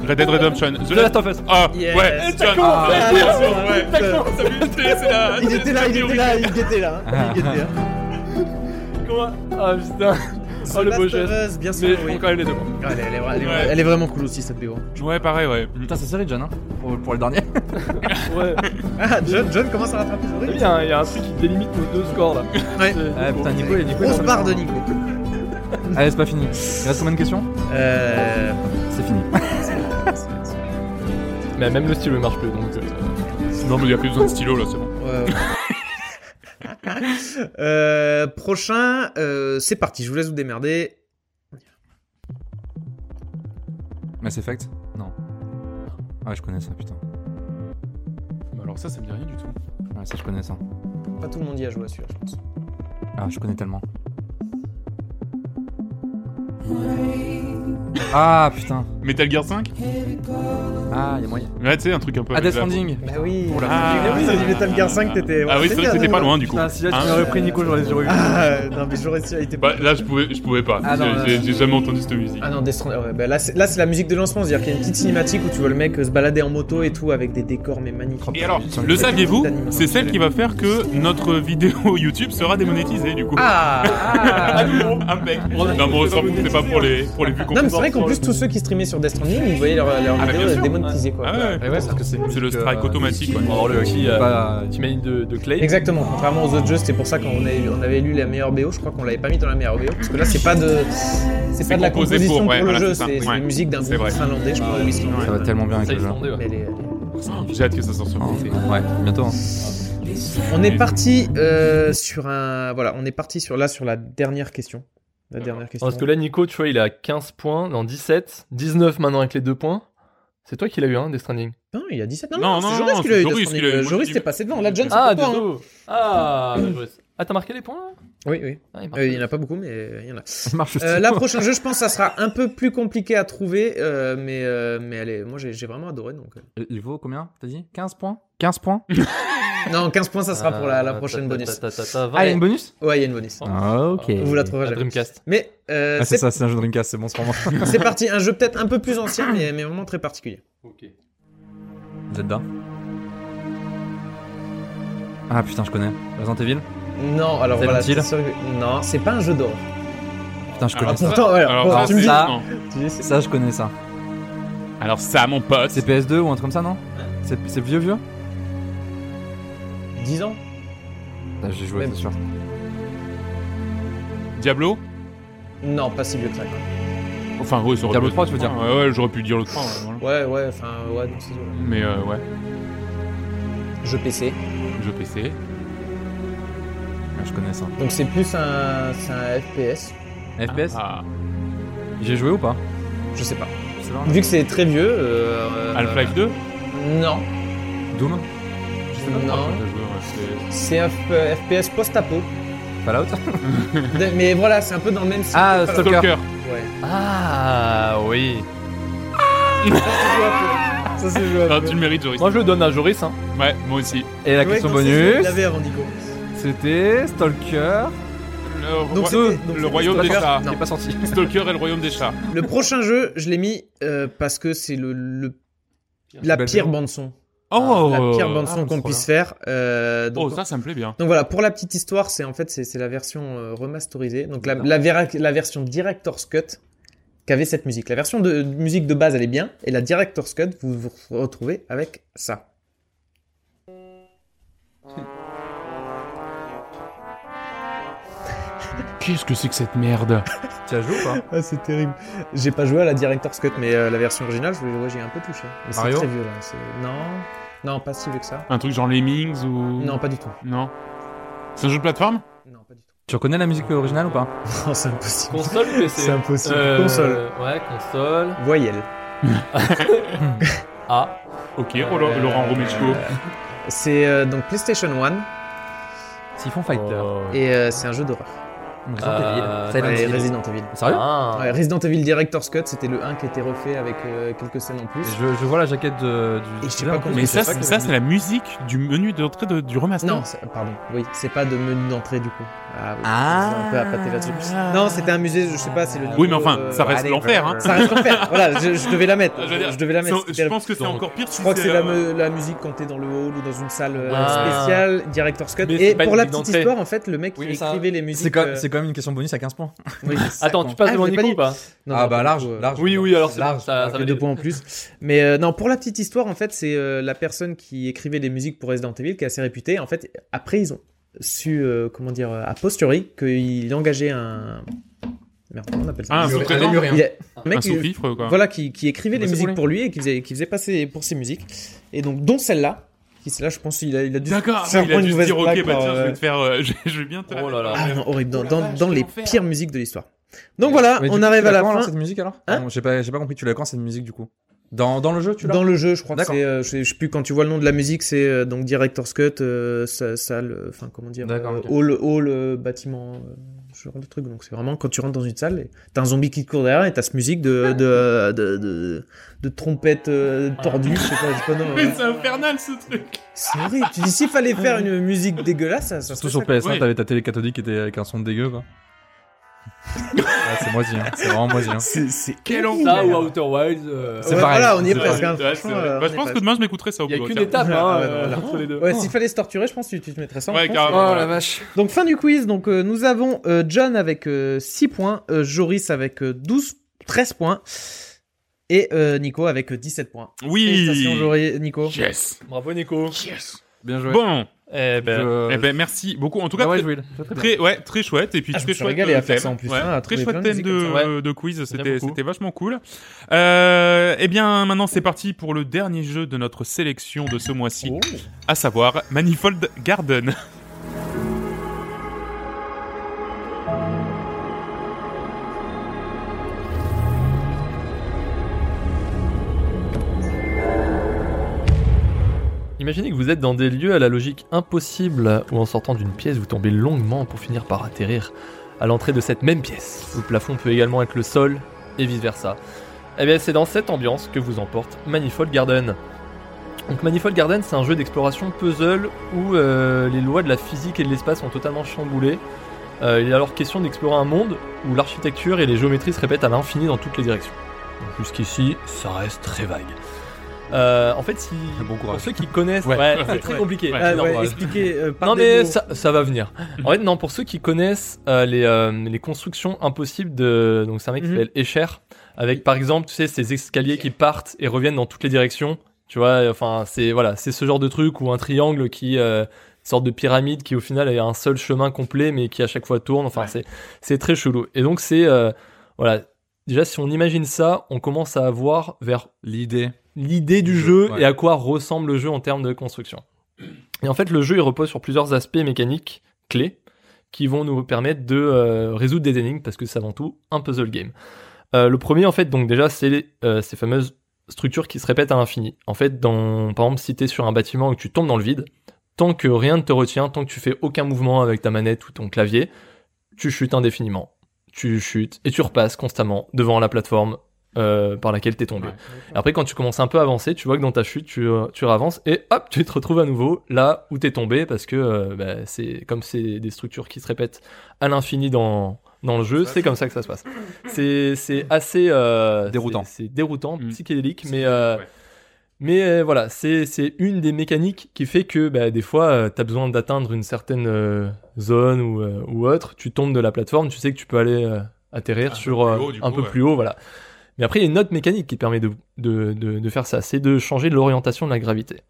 Speaker 1: Red Dead Redemption. The
Speaker 4: The Last of Us.
Speaker 1: Ah,
Speaker 3: Yes.
Speaker 1: ouais.
Speaker 4: Et t'as
Speaker 1: John.
Speaker 4: con,
Speaker 1: Ah,
Speaker 3: ouais,
Speaker 1: bien sûr,
Speaker 3: ouais, ouais,
Speaker 1: ouais.
Speaker 3: ouais.
Speaker 1: D'accord, ça me fait- c'est la-
Speaker 3: Il
Speaker 1: c'est
Speaker 3: était
Speaker 1: la
Speaker 3: là, il était
Speaker 1: théorie.
Speaker 3: là, il était là.
Speaker 2: Ah.
Speaker 3: hein, Il était là.
Speaker 4: Quoi Ah putain.
Speaker 3: The
Speaker 4: Oh le beau
Speaker 3: Last
Speaker 4: geste.
Speaker 3: of Us, bien
Speaker 4: Mais
Speaker 3: sûr,
Speaker 4: je
Speaker 3: oui.
Speaker 4: prends quand même les deux points.
Speaker 3: Ah, Elle est- elle est vra- elle est
Speaker 1: Ouais.
Speaker 3: vra- elle est vraiment cool aussi cette BO.
Speaker 1: Ouais, pareil, ouais.
Speaker 2: Putain, c'est serré, John, hein, pour, pour le dernier.
Speaker 4: Ouais.
Speaker 3: Ah, John, John commence à rattraper
Speaker 4: T'as vu,
Speaker 3: Joris.
Speaker 4: Il y, a un- il y a un truc qui délimite nos deux scores là.
Speaker 3: Ouais.
Speaker 4: C'est-
Speaker 2: Ah, putain, Nico, il est Nico. il a
Speaker 3: Grosse
Speaker 2: pas
Speaker 3: barre de
Speaker 2: le-
Speaker 3: Nico.
Speaker 2: Allez, c'est pas fini. Il reste combien de questions
Speaker 3: Euh.
Speaker 2: C'est fini.
Speaker 4: Mais même le stylo il marche plus donc. euh,
Speaker 1: Non, mais il y a plus besoin de stylo là, c'est bon.
Speaker 3: Ouais, ouais. Euh, prochain, euh, c'est parti, je vous laisse vous démerder.
Speaker 2: Mass Effect Non. Ah, ouais, je connais ça, putain.
Speaker 1: Bah, alors ça, ça me dit rien du tout.
Speaker 2: Ouais, Ah, ça, je connais ça.
Speaker 3: Pas tout le monde y a joué à celui-là, je pense.
Speaker 2: Ah, je connais tellement. Ah, putain.
Speaker 1: Metal Gear 5
Speaker 2: Ah, il y a moyen.
Speaker 1: Ouais, tu sais, un truc un peu.
Speaker 2: Ah,
Speaker 1: avec
Speaker 2: Death
Speaker 1: la-
Speaker 2: Stranding
Speaker 3: Bah oui,
Speaker 1: Oula. Ah,
Speaker 3: Mais oui,
Speaker 1: ah,
Speaker 3: ça dit Metal Gear 5, t'étais.
Speaker 1: Ah oui, c'est vrai que c'était pas loin du coup.
Speaker 2: Putain, Ah, si là, tu
Speaker 1: Hein
Speaker 2: m'aurais pris Nico, j'aurais j'aurais eu.
Speaker 3: Ah, euh, non, mais j'aurais su, été.
Speaker 1: Bah, là, je pouvais, je pouvais pas.
Speaker 2: Ah, non,
Speaker 1: J'ai-
Speaker 2: non,
Speaker 1: J'ai
Speaker 2: non.
Speaker 1: j'ai jamais entendu cette musique.
Speaker 3: Ah non, Death Stranding, ouais, bah là, c'est là, c'est la musique de lancement, c'est-à-dire qu'il y a une petite cinématique où tu vois le mec euh, se balader en moto et tout avec des décors mais magnifiques.
Speaker 1: Et alors, le saviez-vous C'est celle qui va faire que notre vidéo YouTube sera démonétisée du coup.
Speaker 3: Ah
Speaker 1: Impec. Non, bon, on s'en fout, c'est pas pour les, pour les vues qu'on
Speaker 3: Non, mais c'est
Speaker 1: fait.
Speaker 3: vrai qu'en plus, tous ceux qui streamaient sur Death Stranding, ils voyaient leur, leur
Speaker 1: bah, bien
Speaker 3: vidéo
Speaker 1: sûr.
Speaker 3: démonétisée, quoi.
Speaker 1: Ah ouais,
Speaker 2: Eh ouais, parce que c'est.
Speaker 1: C'est le strike automatique, ouais.
Speaker 4: On va voir le petit, euh,
Speaker 2: Bah,
Speaker 4: petit mail de, de Clay.
Speaker 3: Exactement, contrairement aux autres jeux, c'était pour ça qu'on avait, on avait élu la meilleure BO, je crois qu'on l'avait pas mis dans la meilleure BO, parce que là c'est pas de c'est pas de la
Speaker 1: composé pour,
Speaker 3: composition pour,
Speaker 1: ouais,
Speaker 3: le
Speaker 1: voilà,
Speaker 3: jeu,
Speaker 1: c'est ça.
Speaker 3: c'est c'est
Speaker 1: Ouais.
Speaker 3: une musique d'un
Speaker 1: C'est
Speaker 3: groupe
Speaker 1: vrai.
Speaker 3: finlandais, je crois, ou islandais.
Speaker 2: ça va tellement bien avec
Speaker 4: Ça,
Speaker 2: le
Speaker 4: ils
Speaker 2: jeu.
Speaker 4: sont deux, ouais.
Speaker 3: Mais les-
Speaker 1: J'ai hâte que ça sorte sur
Speaker 2: Oh,
Speaker 1: PC.
Speaker 2: ouais, bientôt. hein.
Speaker 3: On est parti euh, sur un voilà, on est parti sur là sur la dernière question, la dernière question.
Speaker 4: Parce que là, Nico, tu vois, il a 15 points, non 17, 19 maintenant avec les deux points. C'est toi qui l'as eu, hein, Death Stranding.
Speaker 3: Non, il y a 17. Non,
Speaker 1: Non,
Speaker 3: non, non
Speaker 1: non,
Speaker 3: c'est Joris
Speaker 1: non,
Speaker 3: qui l'a
Speaker 1: c'est
Speaker 3: eu.
Speaker 1: Joris
Speaker 3: Joris,
Speaker 1: qui l'a eu.
Speaker 3: Joris t'es passé devant. Là, John, c'est
Speaker 4: Ah,
Speaker 3: pour toi, hein.
Speaker 4: désolé. Ah, bien joué. Ah, t'as marqué les points là
Speaker 3: Oui, oui.
Speaker 4: ah, il marque.
Speaker 3: Euh, il y en a pas beaucoup, mais euh, il y en a.
Speaker 2: Ça marche
Speaker 3: Euh,
Speaker 2: aussi.
Speaker 3: là, prochain jeu, je pense, que ça sera un peu plus compliqué à trouver, euh, mais euh, mais allez, moi j'ai j'ai vraiment adoré donc. euh.
Speaker 2: Il vaut combien T'as dit 15 points 15 points
Speaker 3: Non, 15 points, ça sera pour la, la
Speaker 4: Ah,
Speaker 3: prochaine
Speaker 4: ta- ta-
Speaker 3: bonus.
Speaker 4: ta- ta- ta-
Speaker 2: Ah, il y a une bonus
Speaker 3: Ouais, il y a une bonus.
Speaker 2: Ah,
Speaker 3: Vous la trouverez
Speaker 4: La
Speaker 3: jamais.
Speaker 4: Dreamcast.
Speaker 3: Mais euh,
Speaker 2: Ah, c'est
Speaker 3: c'est
Speaker 2: ça, c'est un jeu de Dreamcast, c'est bon, c'est pour moi.
Speaker 3: c'est parti, un jeu peut-être un peu plus ancien, mais, mais vraiment très particulier.
Speaker 4: Ok.
Speaker 2: Zelda. Ah putain, je connais. Resident Evil
Speaker 3: Non, alors
Speaker 2: Silent
Speaker 3: voilà.
Speaker 2: Hill
Speaker 3: c'est sûr que- Non, c'est pas un jeu d'or.
Speaker 2: Putain,
Speaker 3: Ah,
Speaker 2: je connais
Speaker 1: Alors,
Speaker 2: ça.
Speaker 3: Pourtant, voilà.
Speaker 1: Alors,
Speaker 3: pourtant,
Speaker 1: Ah, ça,
Speaker 3: tu me
Speaker 1: c'est-
Speaker 3: dis-
Speaker 2: ça.
Speaker 1: non.
Speaker 3: tu me dis, c'est-
Speaker 2: Ça, je connais ça.
Speaker 1: Alors, ça, mon pote.
Speaker 2: C'est PS2 ou un truc comme ça, non C'est c'est vieux, vieux
Speaker 3: 10 ans Ah,
Speaker 2: Putain, J'ai joué,
Speaker 3: Même.
Speaker 2: c'est sûr.
Speaker 1: Diablo
Speaker 3: Non, pas si vieux que ça. quand
Speaker 1: Enfin, ouais, ça aurait
Speaker 2: Diablo
Speaker 1: pu être
Speaker 2: 3, tu veux
Speaker 1: le
Speaker 2: dire.
Speaker 1: trois, Ouais, ouais, j'aurais pu dire le 3. ouais, voilà.
Speaker 3: même. Ouais, ouais, enfin, ouais, non, c'est sûr.
Speaker 1: Mais euh, ouais,
Speaker 3: Jeu PC.
Speaker 1: jeu PC.
Speaker 2: Ah, Je connais ça.
Speaker 3: Donc c'est plus un, c'est un FPS.
Speaker 2: FPS
Speaker 1: Ah,
Speaker 2: J'ai joué ou pas
Speaker 3: Je sais pas. Vu que c'est très vieux. euh, euh,
Speaker 1: Half-Life 2
Speaker 3: Non.
Speaker 2: Doom
Speaker 1: Ah, Je sais pas
Speaker 3: Non.
Speaker 1: pourquoi j'ai joué, ouais,
Speaker 3: C'est un F- FPS post-apo.
Speaker 2: Fallout
Speaker 3: De- Mais voilà, c'est un peu dans le même style.
Speaker 2: Ah,
Speaker 3: que
Speaker 1: c'est-
Speaker 2: Stalker.
Speaker 1: Stalker.
Speaker 3: Ouais.
Speaker 4: Ah oui.
Speaker 3: Ça c'est jouable.
Speaker 1: Ah, tu le mérites, Joris.
Speaker 4: Moi je le donne à Joris. Hein.
Speaker 1: Ouais, moi aussi.
Speaker 2: Et la
Speaker 3: Ouais,
Speaker 2: question
Speaker 3: non, c'est- c'est de
Speaker 2: bonus,
Speaker 3: La VR, Nico.
Speaker 2: c'était Stalker.
Speaker 1: Euh, Le,
Speaker 3: Donc
Speaker 1: roi-
Speaker 3: c'était- donc
Speaker 1: le
Speaker 3: c'était
Speaker 1: royaume des
Speaker 3: Stalker.
Speaker 1: chats.
Speaker 3: Non.
Speaker 2: Il est pas sorti.
Speaker 1: Stalker et le royaume des chats.
Speaker 3: Le prochain jeu, je l'ai mis euh, parce que c'est le, le- la
Speaker 2: Belle
Speaker 3: pire
Speaker 2: jeu.
Speaker 3: bande son.
Speaker 1: Oh
Speaker 3: Ah, la pire bande son
Speaker 2: ah,
Speaker 3: qu'on
Speaker 2: trop
Speaker 3: puisse faire. Euh,
Speaker 1: Oh,
Speaker 3: donc,
Speaker 1: ça, ça me plaît bien.
Speaker 3: donc voilà, pour la petite histoire, c'est en fait c'est c'est la version euh, remasterisée, donc la, la, vera- la version director's cut qu'avait cette musique. La version de, de musique de base elle est bien, et la director's cut vous vous retrouvez avec ça.
Speaker 1: Qu'est-ce que c'est que cette merde
Speaker 2: Tu as joué ou pas
Speaker 3: Ah, c'est terrible. J'ai pas joué à la Director's Cut, mais euh, la version originale, je- ouais, j'ai un peu touché. Mais c'est
Speaker 2: Mario
Speaker 3: très vieux, là. c'est- Non, non, pas si vieux que ça.
Speaker 1: Un truc genre Lemmings ou.
Speaker 3: Non, pas du tout.
Speaker 1: Non. C'est un jeu de plateforme
Speaker 3: Non, pas du tout.
Speaker 2: Tu reconnais la musique originale ou pas
Speaker 3: Non, c'est impossible.
Speaker 4: Console ou PC
Speaker 3: C'est impossible.
Speaker 4: Euh,
Speaker 3: Console.
Speaker 4: Ouais, console.
Speaker 3: Voyelle.
Speaker 4: Ah.
Speaker 1: Ok,
Speaker 4: Euh,
Speaker 1: oh, Laurent- Laurent Romeshko.
Speaker 3: euh, C'est euh, donc PlayStation 1
Speaker 2: Siphon Fighter.
Speaker 4: Oh.
Speaker 3: et euh, c'est un jeu d'horreur.
Speaker 1: Ah,
Speaker 2: Resident Evil. Hill.
Speaker 3: Euh, Ouais,
Speaker 4: Silent
Speaker 3: Resident Evil.
Speaker 2: Sérieux
Speaker 4: Ah.
Speaker 3: Ouais, Resident Evil Director's Cut, c'était le 1 qui était refait avec euh, quelques scènes en plus.
Speaker 2: je, je vois la jaquette de, du.
Speaker 3: Et je sais pas comment-
Speaker 1: Mais
Speaker 3: Je
Speaker 1: ça,
Speaker 3: sais pas
Speaker 1: c'est-
Speaker 3: que-
Speaker 1: ça, c'est la musique du menu d'entrée de- du remaster.
Speaker 3: Non, c'est- pardon, oui, c'est pas de menu d'entrée du coup. Ah, oui,
Speaker 2: Ah.
Speaker 3: je suis un peu appâté là-dessus. Non, c'était un musée, je sais pas, c'est le.
Speaker 1: Ah. Oui,
Speaker 3: niveau,
Speaker 1: mais enfin,
Speaker 3: euh,
Speaker 1: ça reste
Speaker 2: allez,
Speaker 1: l'enfer. Hein.
Speaker 2: brr.
Speaker 3: Ça reste refaire. voilà, je, je devais la mettre.
Speaker 1: Je
Speaker 3: Je,
Speaker 1: veux dire,
Speaker 3: devais la
Speaker 1: C'est-
Speaker 3: mettre. c'était
Speaker 1: Je pense que c'est
Speaker 4: Donc,
Speaker 1: encore pire si
Speaker 3: Je crois que c'est la,
Speaker 1: euh,
Speaker 3: me- la musique quand t'es dans le hall ou dans une salle euh,
Speaker 4: Ah.
Speaker 3: spéciale, director's cut.
Speaker 4: Mais c'est
Speaker 3: Et
Speaker 4: pas
Speaker 3: pour
Speaker 4: une
Speaker 3: la
Speaker 4: musique
Speaker 3: petite
Speaker 4: d'entrée.
Speaker 3: histoire, en fait, le mec
Speaker 2: Oui,
Speaker 3: qui
Speaker 2: mais ça-
Speaker 3: écrivait les musiques.
Speaker 2: C'est quand,
Speaker 3: euh,
Speaker 2: c'est quand même une question bonus à 15 points.
Speaker 3: oui, ça
Speaker 4: Attends,
Speaker 3: compte.
Speaker 4: tu passes
Speaker 3: Ah,
Speaker 4: devant
Speaker 3: je l'ai
Speaker 4: Nico
Speaker 3: pas
Speaker 4: ou pas
Speaker 3: dit. Non,
Speaker 2: ah
Speaker 3: non,
Speaker 2: bah
Speaker 3: du
Speaker 2: large,
Speaker 3: coup, euh,
Speaker 2: large.
Speaker 4: Oui, oui, alors c'est bon,
Speaker 2: large.
Speaker 4: ça, ça
Speaker 3: avec
Speaker 4: va
Speaker 3: deux points en plus. Mais euh, non, pour la petite histoire, en fait, c'est euh, la personne qui écrivait les musiques pour Resident Evil, qui est assez réputée. En fait, après, ils ont su, euh, comment dire, euh, a posteriori, qu'il engageait un. Merde, comment on appelle ça
Speaker 1: Ah, un
Speaker 3: Il a-
Speaker 1: sous-traitant
Speaker 4: hein.
Speaker 3: il a- un
Speaker 1: Un
Speaker 3: mec, il-
Speaker 1: sous-fifre, quoi.
Speaker 3: voilà, qui, qui écrivait
Speaker 2: Bah,
Speaker 3: les
Speaker 2: c'est
Speaker 3: musiques
Speaker 2: roulé.
Speaker 3: pour lui et qui faisait, qui faisait passer pour ses musiques. Et donc, dont celle-là, qui celle-là, je pense qu'il a, il a dû
Speaker 1: D'accord,
Speaker 3: faire
Speaker 1: il a
Speaker 3: une
Speaker 1: juste
Speaker 3: mauvaise
Speaker 1: dire, ok, bah
Speaker 3: blague,
Speaker 1: tiens,
Speaker 3: euh,
Speaker 1: je vais te faire. euh, je je vais bien te la
Speaker 4: Oh là
Speaker 1: mettre.
Speaker 4: là.
Speaker 3: Ah non, horrible, dans, dans,
Speaker 1: Oh la
Speaker 3: dans
Speaker 1: vache,
Speaker 3: les
Speaker 1: quel enfer.
Speaker 3: pires musiques de l'histoire. Donc voilà, on arrive à la fin.
Speaker 2: cette musique alors
Speaker 3: Hein
Speaker 2: Non, J'ai pas, j'ai pas compris. Tu l'as quand cette musique du coup dans, dans le jeu, tu l'as
Speaker 3: Dans le jeu, je crois que
Speaker 2: D'accord.
Speaker 3: c'est, euh, je, sais- je sais plus, quand tu vois le nom de la musique, c'est euh, donc Director's Cut, euh, sa- salle, euh, enfin comment dire,
Speaker 2: D'accord,
Speaker 3: euh,
Speaker 2: ok.
Speaker 3: hall, hall, euh, bâtiment, euh, ce genre de truc. Donc c'est vraiment quand tu rentres dans une salle, et t'as un zombie qui te court derrière et t'as cette musique de, de, de, de, de trompette euh, tordue, je sais pas, je sais pas, non,
Speaker 1: Mais
Speaker 3: euh,
Speaker 1: c'est infernal ce truc.
Speaker 3: C'est horrible. Tu dis, s'il fallait faire une musique dégueulasse, ça, ça
Speaker 2: Surtout
Speaker 3: serait
Speaker 2: sur
Speaker 3: ça.
Speaker 2: PS1,
Speaker 1: Ouais.
Speaker 2: t'avais ta télé cathodique qui était avec un son dégueu, quoi. Ouais, c'est moisi, hein. c'est vraiment moisi. Hein.
Speaker 3: C'est, c'est
Speaker 1: Quel enfer.
Speaker 4: Ça ou Outer Wilds. euh,
Speaker 2: C'est
Speaker 3: ouais,
Speaker 2: pareil.
Speaker 3: Voilà, on y est
Speaker 2: C'est
Speaker 3: presque.
Speaker 1: Ouais,
Speaker 3: hein,
Speaker 1: c'est vrai.
Speaker 3: franchement,
Speaker 1: Bah,
Speaker 3: euh, on
Speaker 1: je
Speaker 3: y
Speaker 1: pense
Speaker 3: est
Speaker 1: que demain je m'écouterai ça au
Speaker 4: Il y a
Speaker 1: boulot,
Speaker 4: qu'une
Speaker 1: tiens.
Speaker 4: étape hein,
Speaker 3: Ah ouais,
Speaker 4: euh,
Speaker 3: voilà.
Speaker 4: entre les deux. Ah,
Speaker 3: presque. Ouais, s'il fallait se torturer, je pense que tu te mettrais ça en
Speaker 1: Ouais,
Speaker 3: France,
Speaker 1: carrément.
Speaker 2: Oh
Speaker 1: Voilà.
Speaker 2: la vache.
Speaker 3: Donc fin du quiz, donc euh, nous avons euh, John avec 6 points, euh, Joris avec euh, 12, 13 points et euh, Nico avec euh, 17 points. Félicitations
Speaker 1: Oui.
Speaker 3: Joris, Nico.
Speaker 1: Yes.
Speaker 4: Bravo Nico.
Speaker 1: Yes.
Speaker 2: Bien joué.
Speaker 1: Bon.
Speaker 4: Eh ben.
Speaker 2: Je-
Speaker 1: Eh ben merci beaucoup. En tout cas,
Speaker 4: Bah
Speaker 2: Ah
Speaker 1: très-
Speaker 2: ouais, je vais- très bien.
Speaker 1: Très, ouais, très chouette. Et puis
Speaker 3: Ah, je
Speaker 1: très
Speaker 3: me suis
Speaker 1: chouette.
Speaker 3: régalé à
Speaker 1: euh,
Speaker 3: faire
Speaker 1: thème.
Speaker 3: ça en plus,
Speaker 1: Ouais,
Speaker 3: hein, à
Speaker 1: très
Speaker 3: trouver
Speaker 1: chouette
Speaker 3: plein de
Speaker 1: thème de,
Speaker 3: musiques
Speaker 4: comme ça.
Speaker 1: euh, de quiz. C'était,
Speaker 4: beaucoup.
Speaker 1: c'était vachement cool. Euh, eh bien, maintenant, c'est parti pour le dernier jeu de notre sélection de ce mois-ci,
Speaker 3: Oh.
Speaker 1: à savoir Manifold Garden.
Speaker 4: Imaginez que vous êtes dans des lieux à la logique impossible où en sortant d'une pièce vous tombez longuement pour finir par atterrir à l'entrée de cette même pièce. Le plafond peut également être le sol et vice versa. Eh bien c'est dans cette ambiance que vous emporte Manifold Garden. Donc Manifold Garden c'est un jeu d'exploration puzzle où euh, les lois de la physique et de l'espace sont totalement chamboulées. Euh, il est alors question d'explorer un monde où l'architecture et les géométries se répètent à l'infini dans toutes les directions. Donc, Jusqu'ici ça reste très vague. Euh, en fait si...
Speaker 2: Bon
Speaker 4: Pour
Speaker 2: courage.
Speaker 4: ceux qui connaissent,
Speaker 1: Ouais.
Speaker 4: ouais, c'est très
Speaker 3: Ouais.
Speaker 4: compliqué.
Speaker 1: Ouais.
Speaker 3: Ah,
Speaker 4: Non,
Speaker 3: ouais,
Speaker 4: bah,
Speaker 3: expliquez euh, par
Speaker 4: non
Speaker 3: des
Speaker 4: mais
Speaker 3: mots.
Speaker 4: ça, ça va venir. En fait, non, pour ceux qui connaissent euh, les, euh, les constructions impossibles de. Donc, c'est un mec qui
Speaker 3: Mhm.
Speaker 4: s'appelle Escher, avec par exemple, tu sais, ces escaliers qui partent et reviennent dans toutes les directions. Tu vois, enfin, c'est voilà, c'est ce genre de truc ou un triangle qui. euh, sorte de pyramide qui au final a un seul chemin complet mais qui à chaque fois tourne. Enfin,
Speaker 1: Ouais.
Speaker 4: c'est c'est très chelou. Et donc c'est euh, voilà. Déjà, si on imagine ça, on commence à avoir vers
Speaker 2: L'idée.
Speaker 4: l'idée du
Speaker 2: Du
Speaker 4: jeu
Speaker 2: jeu, ouais.
Speaker 4: et à quoi ressemble le jeu en termes de construction. Et en fait, le jeu il repose sur plusieurs aspects mécaniques clés qui vont nous permettre de euh, résoudre des énigmes parce que c'est avant tout un puzzle game. Euh, le premier, en fait, donc déjà, c'est les- euh, ces fameuses structures qui se répètent à l'infini. En fait, dans, par exemple, si t'es sur un bâtiment et que tu tombes dans le vide, tant que rien ne te retient, tant que tu fais aucun mouvement avec ta manette ou ton clavier, tu chutes indéfiniment. Tu chutes et tu repasses constamment devant la plateforme euh, par laquelle t'es tombé. Et Après, quand tu commences un peu à avancer, tu vois que dans ta chute, tu, euh, tu ravances et hop, tu te retrouves à nouveau là où t'es tombé parce que euh, bah, c'est comme c'est des structures qui se répètent à l'infini dans, dans le jeu, c'est comme ça que ça se passe. C'est c'est assez euh,
Speaker 2: Déroutant.
Speaker 4: C'est c'est déroutant,
Speaker 1: Mm.
Speaker 4: psychédélique, mais euh, mais euh, voilà, c'est c'est une des mécaniques qui fait que bah, des fois, euh, t'as besoin d'atteindre une certaine euh, zone ou, euh, ou autre, tu tombes de la plateforme, tu sais que tu peux aller euh, atterrir
Speaker 1: Un peu
Speaker 4: sur
Speaker 1: plus
Speaker 4: euh,
Speaker 1: haut, du
Speaker 4: un
Speaker 1: coup,
Speaker 4: peu
Speaker 1: ouais.
Speaker 4: plus haut, voilà. Mais après, il y a une autre mécanique qui permet de, de, de, de faire ça, c'est de changer l'orientation de la gravité.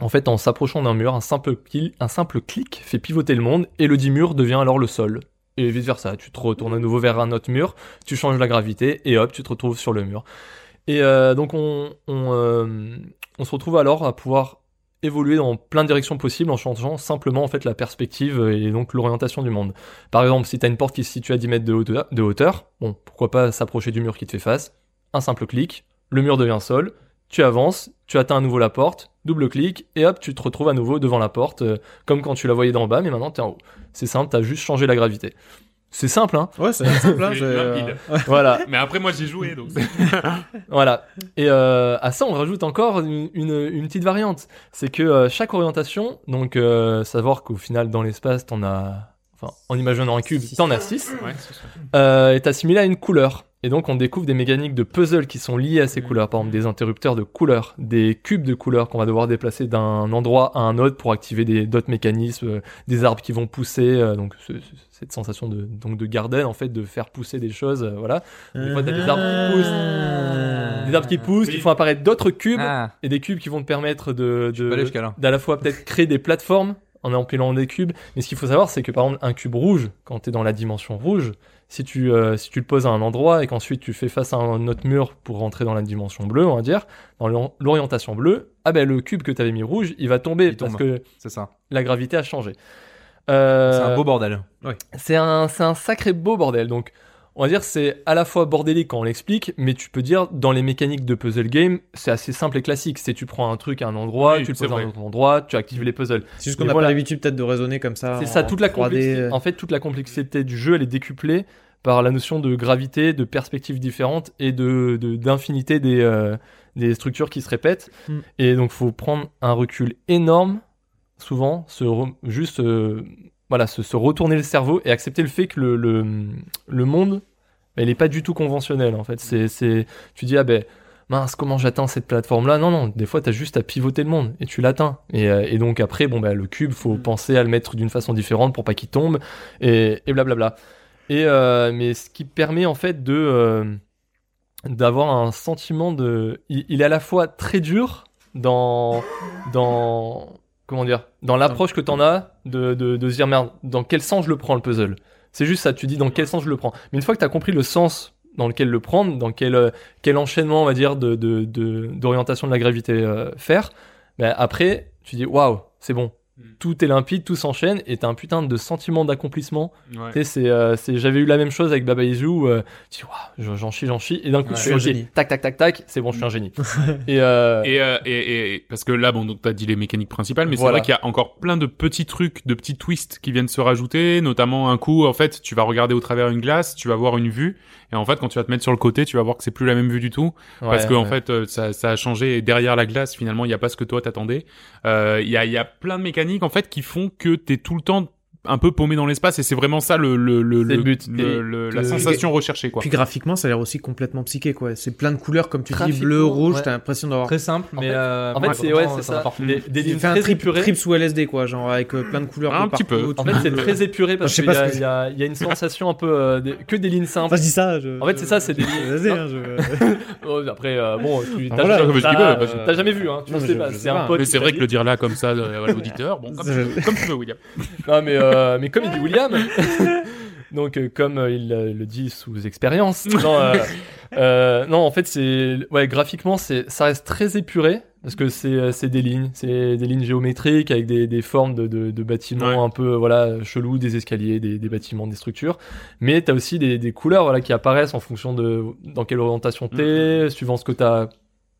Speaker 4: En fait, en s'approchant d'un mur, un simple, clic, un simple clic fait pivoter le monde et le dit mur devient alors le sol. Et vice versa, tu te retournes à nouveau vers un autre mur, tu changes la gravité et hop, tu te retrouves sur le mur. Et euh, donc on, on, euh, on se retrouve alors à pouvoir évoluer dans plein de directions possibles en changeant simplement en fait la perspective et donc l'orientation du monde. Par exemple, si tu as une porte qui se situe à 10 mètres de hauteur, de hauteur bon, pourquoi pas s'approcher du mur qui te fait face, un simple clic, le mur devient sol, tu avances, tu atteins à nouveau la porte, double clic, et hop, tu te retrouves à nouveau devant la porte, euh, comme quand tu la voyais d'en bas, mais maintenant t'es en haut. C'est simple, t'as juste changé la gravité. C'est simple, hein
Speaker 3: Ouais, c'est simple. hein,
Speaker 1: C'est
Speaker 3: j'ai, euh,
Speaker 1: limpide.
Speaker 4: Voilà.
Speaker 1: Mais après, moi, j'ai joué, donc. c'est-
Speaker 4: Voilà. Et euh, à ça, on rajoute encore une, une- une petite variante. C'est que euh, chaque orientation, donc euh, savoir qu'au final, dans l'espace, t'en as. Enfin, en imaginant un cube,
Speaker 3: Six.
Speaker 4: t'en as 6,
Speaker 1: Ouais, c'est ça.
Speaker 4: est assimilé à une couleur. Et donc, on découvre des mécaniques de puzzle qui sont liées à ces couleurs. Par exemple, des interrupteurs de couleurs, des cubes de couleurs qu'on va devoir déplacer d'un endroit à un autre pour activer des- d'autres mécanismes, euh, des arbres qui vont pousser. euh, donc, ce- ce- cette sensation de, donc de garden, en fait, de faire pousser des choses. euh, voilà. Des fois, t'as
Speaker 3: Ah.
Speaker 4: des arbres qui poussent. Des arbres qui poussent, qui
Speaker 1: Oui.
Speaker 4: font apparaître d'autres cubes
Speaker 2: Ah, hein.
Speaker 4: et des cubes qui vont te permettre de,
Speaker 2: je peux aller
Speaker 4: de
Speaker 2: jusqu'à là.
Speaker 4: d'à la fois peut-être créer des plateformes en empilant des cubes. Mais ce qu'il faut savoir, c'est que par exemple un cube rouge, quand t'es dans la dimension rouge, si tu euh, si tu le poses à un endroit et qu'ensuite tu fais face à un autre mur pour rentrer dans la dimension bleue, on va dire, dans l'or- l'orientation bleue, ah ben le cube que t'avais mis rouge, il va tomber
Speaker 2: Il
Speaker 4: parce
Speaker 2: tombe.
Speaker 4: que
Speaker 2: C'est ça.
Speaker 4: la gravité a changé. Euh,
Speaker 2: C'est un beau bordel.
Speaker 4: c'est un, c'est un sacré beau bordel. Donc, on va dire c'est à la fois bordélique quand on l'explique, mais tu peux dire dans les mécaniques de puzzle game, c'est assez simple et classique. C'est tu prends un truc à un endroit,
Speaker 1: Oui,
Speaker 4: tu le
Speaker 1: c'est
Speaker 4: poses à
Speaker 1: vrai.
Speaker 4: un autre endroit, tu actives les puzzles.
Speaker 3: C'est juste
Speaker 4: Mais
Speaker 3: qu'on n'a
Speaker 4: voilà.
Speaker 3: pas l'habitude peut-être de raisonner comme ça.
Speaker 4: C'est ça,
Speaker 3: en
Speaker 4: toute la
Speaker 3: 3D,
Speaker 4: complexité.
Speaker 3: euh.
Speaker 4: En fait, toute la complexité du jeu, elle est décuplée par la notion de gravité, de perspectives différentes et de de- d'infinité des euh, des structures qui se répètent.
Speaker 3: Mm.
Speaker 4: Et donc, faut prendre un recul énorme, souvent, se re- juste euh, voilà, se, se retourner le cerveau et accepter le fait que le le, le monde, bah, il est pas du tout conventionnel. En fait, c'est c'est tu dis ah ben mince, comment j'atteins cette plateforme-là Non, non, des fois, t'as juste à pivoter le monde et tu l'atteins. Et, euh, et donc après, bon, bah, le cube, faut penser à le mettre d'une façon différente pour pas qu'il tombe et, et blablabla. Et euh, mais ce qui permet en fait de euh, d'avoir un sentiment de, il, il est à la fois très dur dans dans comment dire, dans l'approche que t'en as de, de de se dire merde, dans quel sens je le prends le puzzle c'est juste ça, tu dis dans quel sens je le prends. Mais une fois que tu as compris le sens dans lequel le prendre, dans quel, euh, quel enchaînement, on va dire, de, de, de- d'orientation de la gravité euh, faire, ben après, tu dis waouh, c'est bon.
Speaker 1: Mm.
Speaker 4: Tout est limpide, tout s'enchaîne et t'as un putain de sentiment d'accomplissement.
Speaker 1: Ouais.
Speaker 4: Tu sais, c'est, euh, c'est, j'avais eu la même chose avec Baba Yaga où euh, tu dis waouh, je- j'en chie, j'en chie, et d'un coup
Speaker 2: Ouais.
Speaker 4: je
Speaker 3: Je
Speaker 4: suis
Speaker 3: suis un
Speaker 4: un
Speaker 3: génie.
Speaker 4: Tac, tac, tac, tac, c'est bon, je suis un génie. et, euh,
Speaker 1: Mm. Et, euh, et- et- parce que là, bon, donc t'as dit les mécaniques principales, mais c'est
Speaker 4: Voilà.
Speaker 1: vrai qu'il y a encore plein de petits trucs, de petits twists qui viennent se rajouter. Notamment un coup, en fait, tu vas regarder au travers une glace, tu vas voir une vue, et en fait, quand tu vas te mettre sur le côté, tu vas voir que c'est plus la même vue du tout, parce
Speaker 4: ouais,
Speaker 1: que en
Speaker 4: ouais.
Speaker 1: fait, euh, ça, ça a changé. Et derrière la glace, finalement, il n'y a pas ce que toi t'attendais. Euh, Il y, a, il y a plein de mécaniques en fait qui font que t'es tout le temps un peu paumé dans l'espace et c'est vraiment ça le, le, le,
Speaker 4: C'est le but.
Speaker 1: le- le- la
Speaker 4: Et-
Speaker 1: sensation recherchée quoi.
Speaker 3: Puis graphiquement, ça a l'air aussi complètement psyché, quoi. C'est plein de couleurs, comme tu dis,
Speaker 4: Graphiquement,
Speaker 3: bleu, rouge,
Speaker 4: ouais.
Speaker 3: t'as l'impression d'avoir.
Speaker 2: Très simple,
Speaker 4: En
Speaker 2: mais.
Speaker 4: fait-
Speaker 2: euh,
Speaker 4: En fait, c'est ouais, c'est ça.
Speaker 2: rapporte.
Speaker 4: Des, des
Speaker 3: Il
Speaker 4: lignes
Speaker 3: fait un
Speaker 4: très
Speaker 3: trip,
Speaker 4: épurées. Ah,
Speaker 3: trip sous LSD, quoi, genre avec euh, plein de couleurs.
Speaker 1: Un
Speaker 3: de
Speaker 1: petit
Speaker 3: partout,
Speaker 1: peu.
Speaker 3: tout
Speaker 4: En fait, c'est
Speaker 3: le-
Speaker 4: très épuré parce
Speaker 3: Je sais
Speaker 4: qu'il y,
Speaker 3: pas
Speaker 4: a-
Speaker 3: ce que
Speaker 4: il y a il y a une sensation un peu euh, des- que des lignes simples.
Speaker 3: Enfin, je dis ça. je-
Speaker 4: En fait, c'est ça, c'est des-
Speaker 3: LSD, hein, je-
Speaker 4: Ouais, après, euh, bon, tu
Speaker 3: Enfin,
Speaker 4: t'as
Speaker 3: voilà,
Speaker 4: t'as-
Speaker 1: je veux ce qu'il veut, parce
Speaker 3: que-
Speaker 4: t'as jamais vu, hein, tu
Speaker 3: Non,
Speaker 4: le
Speaker 3: mais
Speaker 4: sais
Speaker 3: je-
Speaker 4: pas.
Speaker 3: je
Speaker 4: C'est
Speaker 3: sais
Speaker 4: un
Speaker 3: pas.
Speaker 4: pote.
Speaker 1: Mais
Speaker 4: qui
Speaker 1: c'est
Speaker 4: t'a
Speaker 1: vrai
Speaker 4: dit.
Speaker 1: que le dire là comme ça euh, à l'auditeur, bon, comme,
Speaker 3: Je-
Speaker 1: comme tu veux William.
Speaker 4: Non, mais, euh, mais comme il dit William, donc euh, comme euh, il euh, le dit sous expérience, non, euh, euh, non, en fait, c'est ouais, graphiquement, c'est ça reste très épuré parce que c'est euh, c'est des lignes, c'est des lignes géométriques avec des, des formes de, de, de bâtiments
Speaker 1: Ouais.
Speaker 4: un peu euh, voilà chelous, des escaliers, des, des bâtiments, des structures. Mais t'as aussi des, des couleurs voilà qui apparaissent en fonction de dans quelle orientation t'es, suivant ce que t'as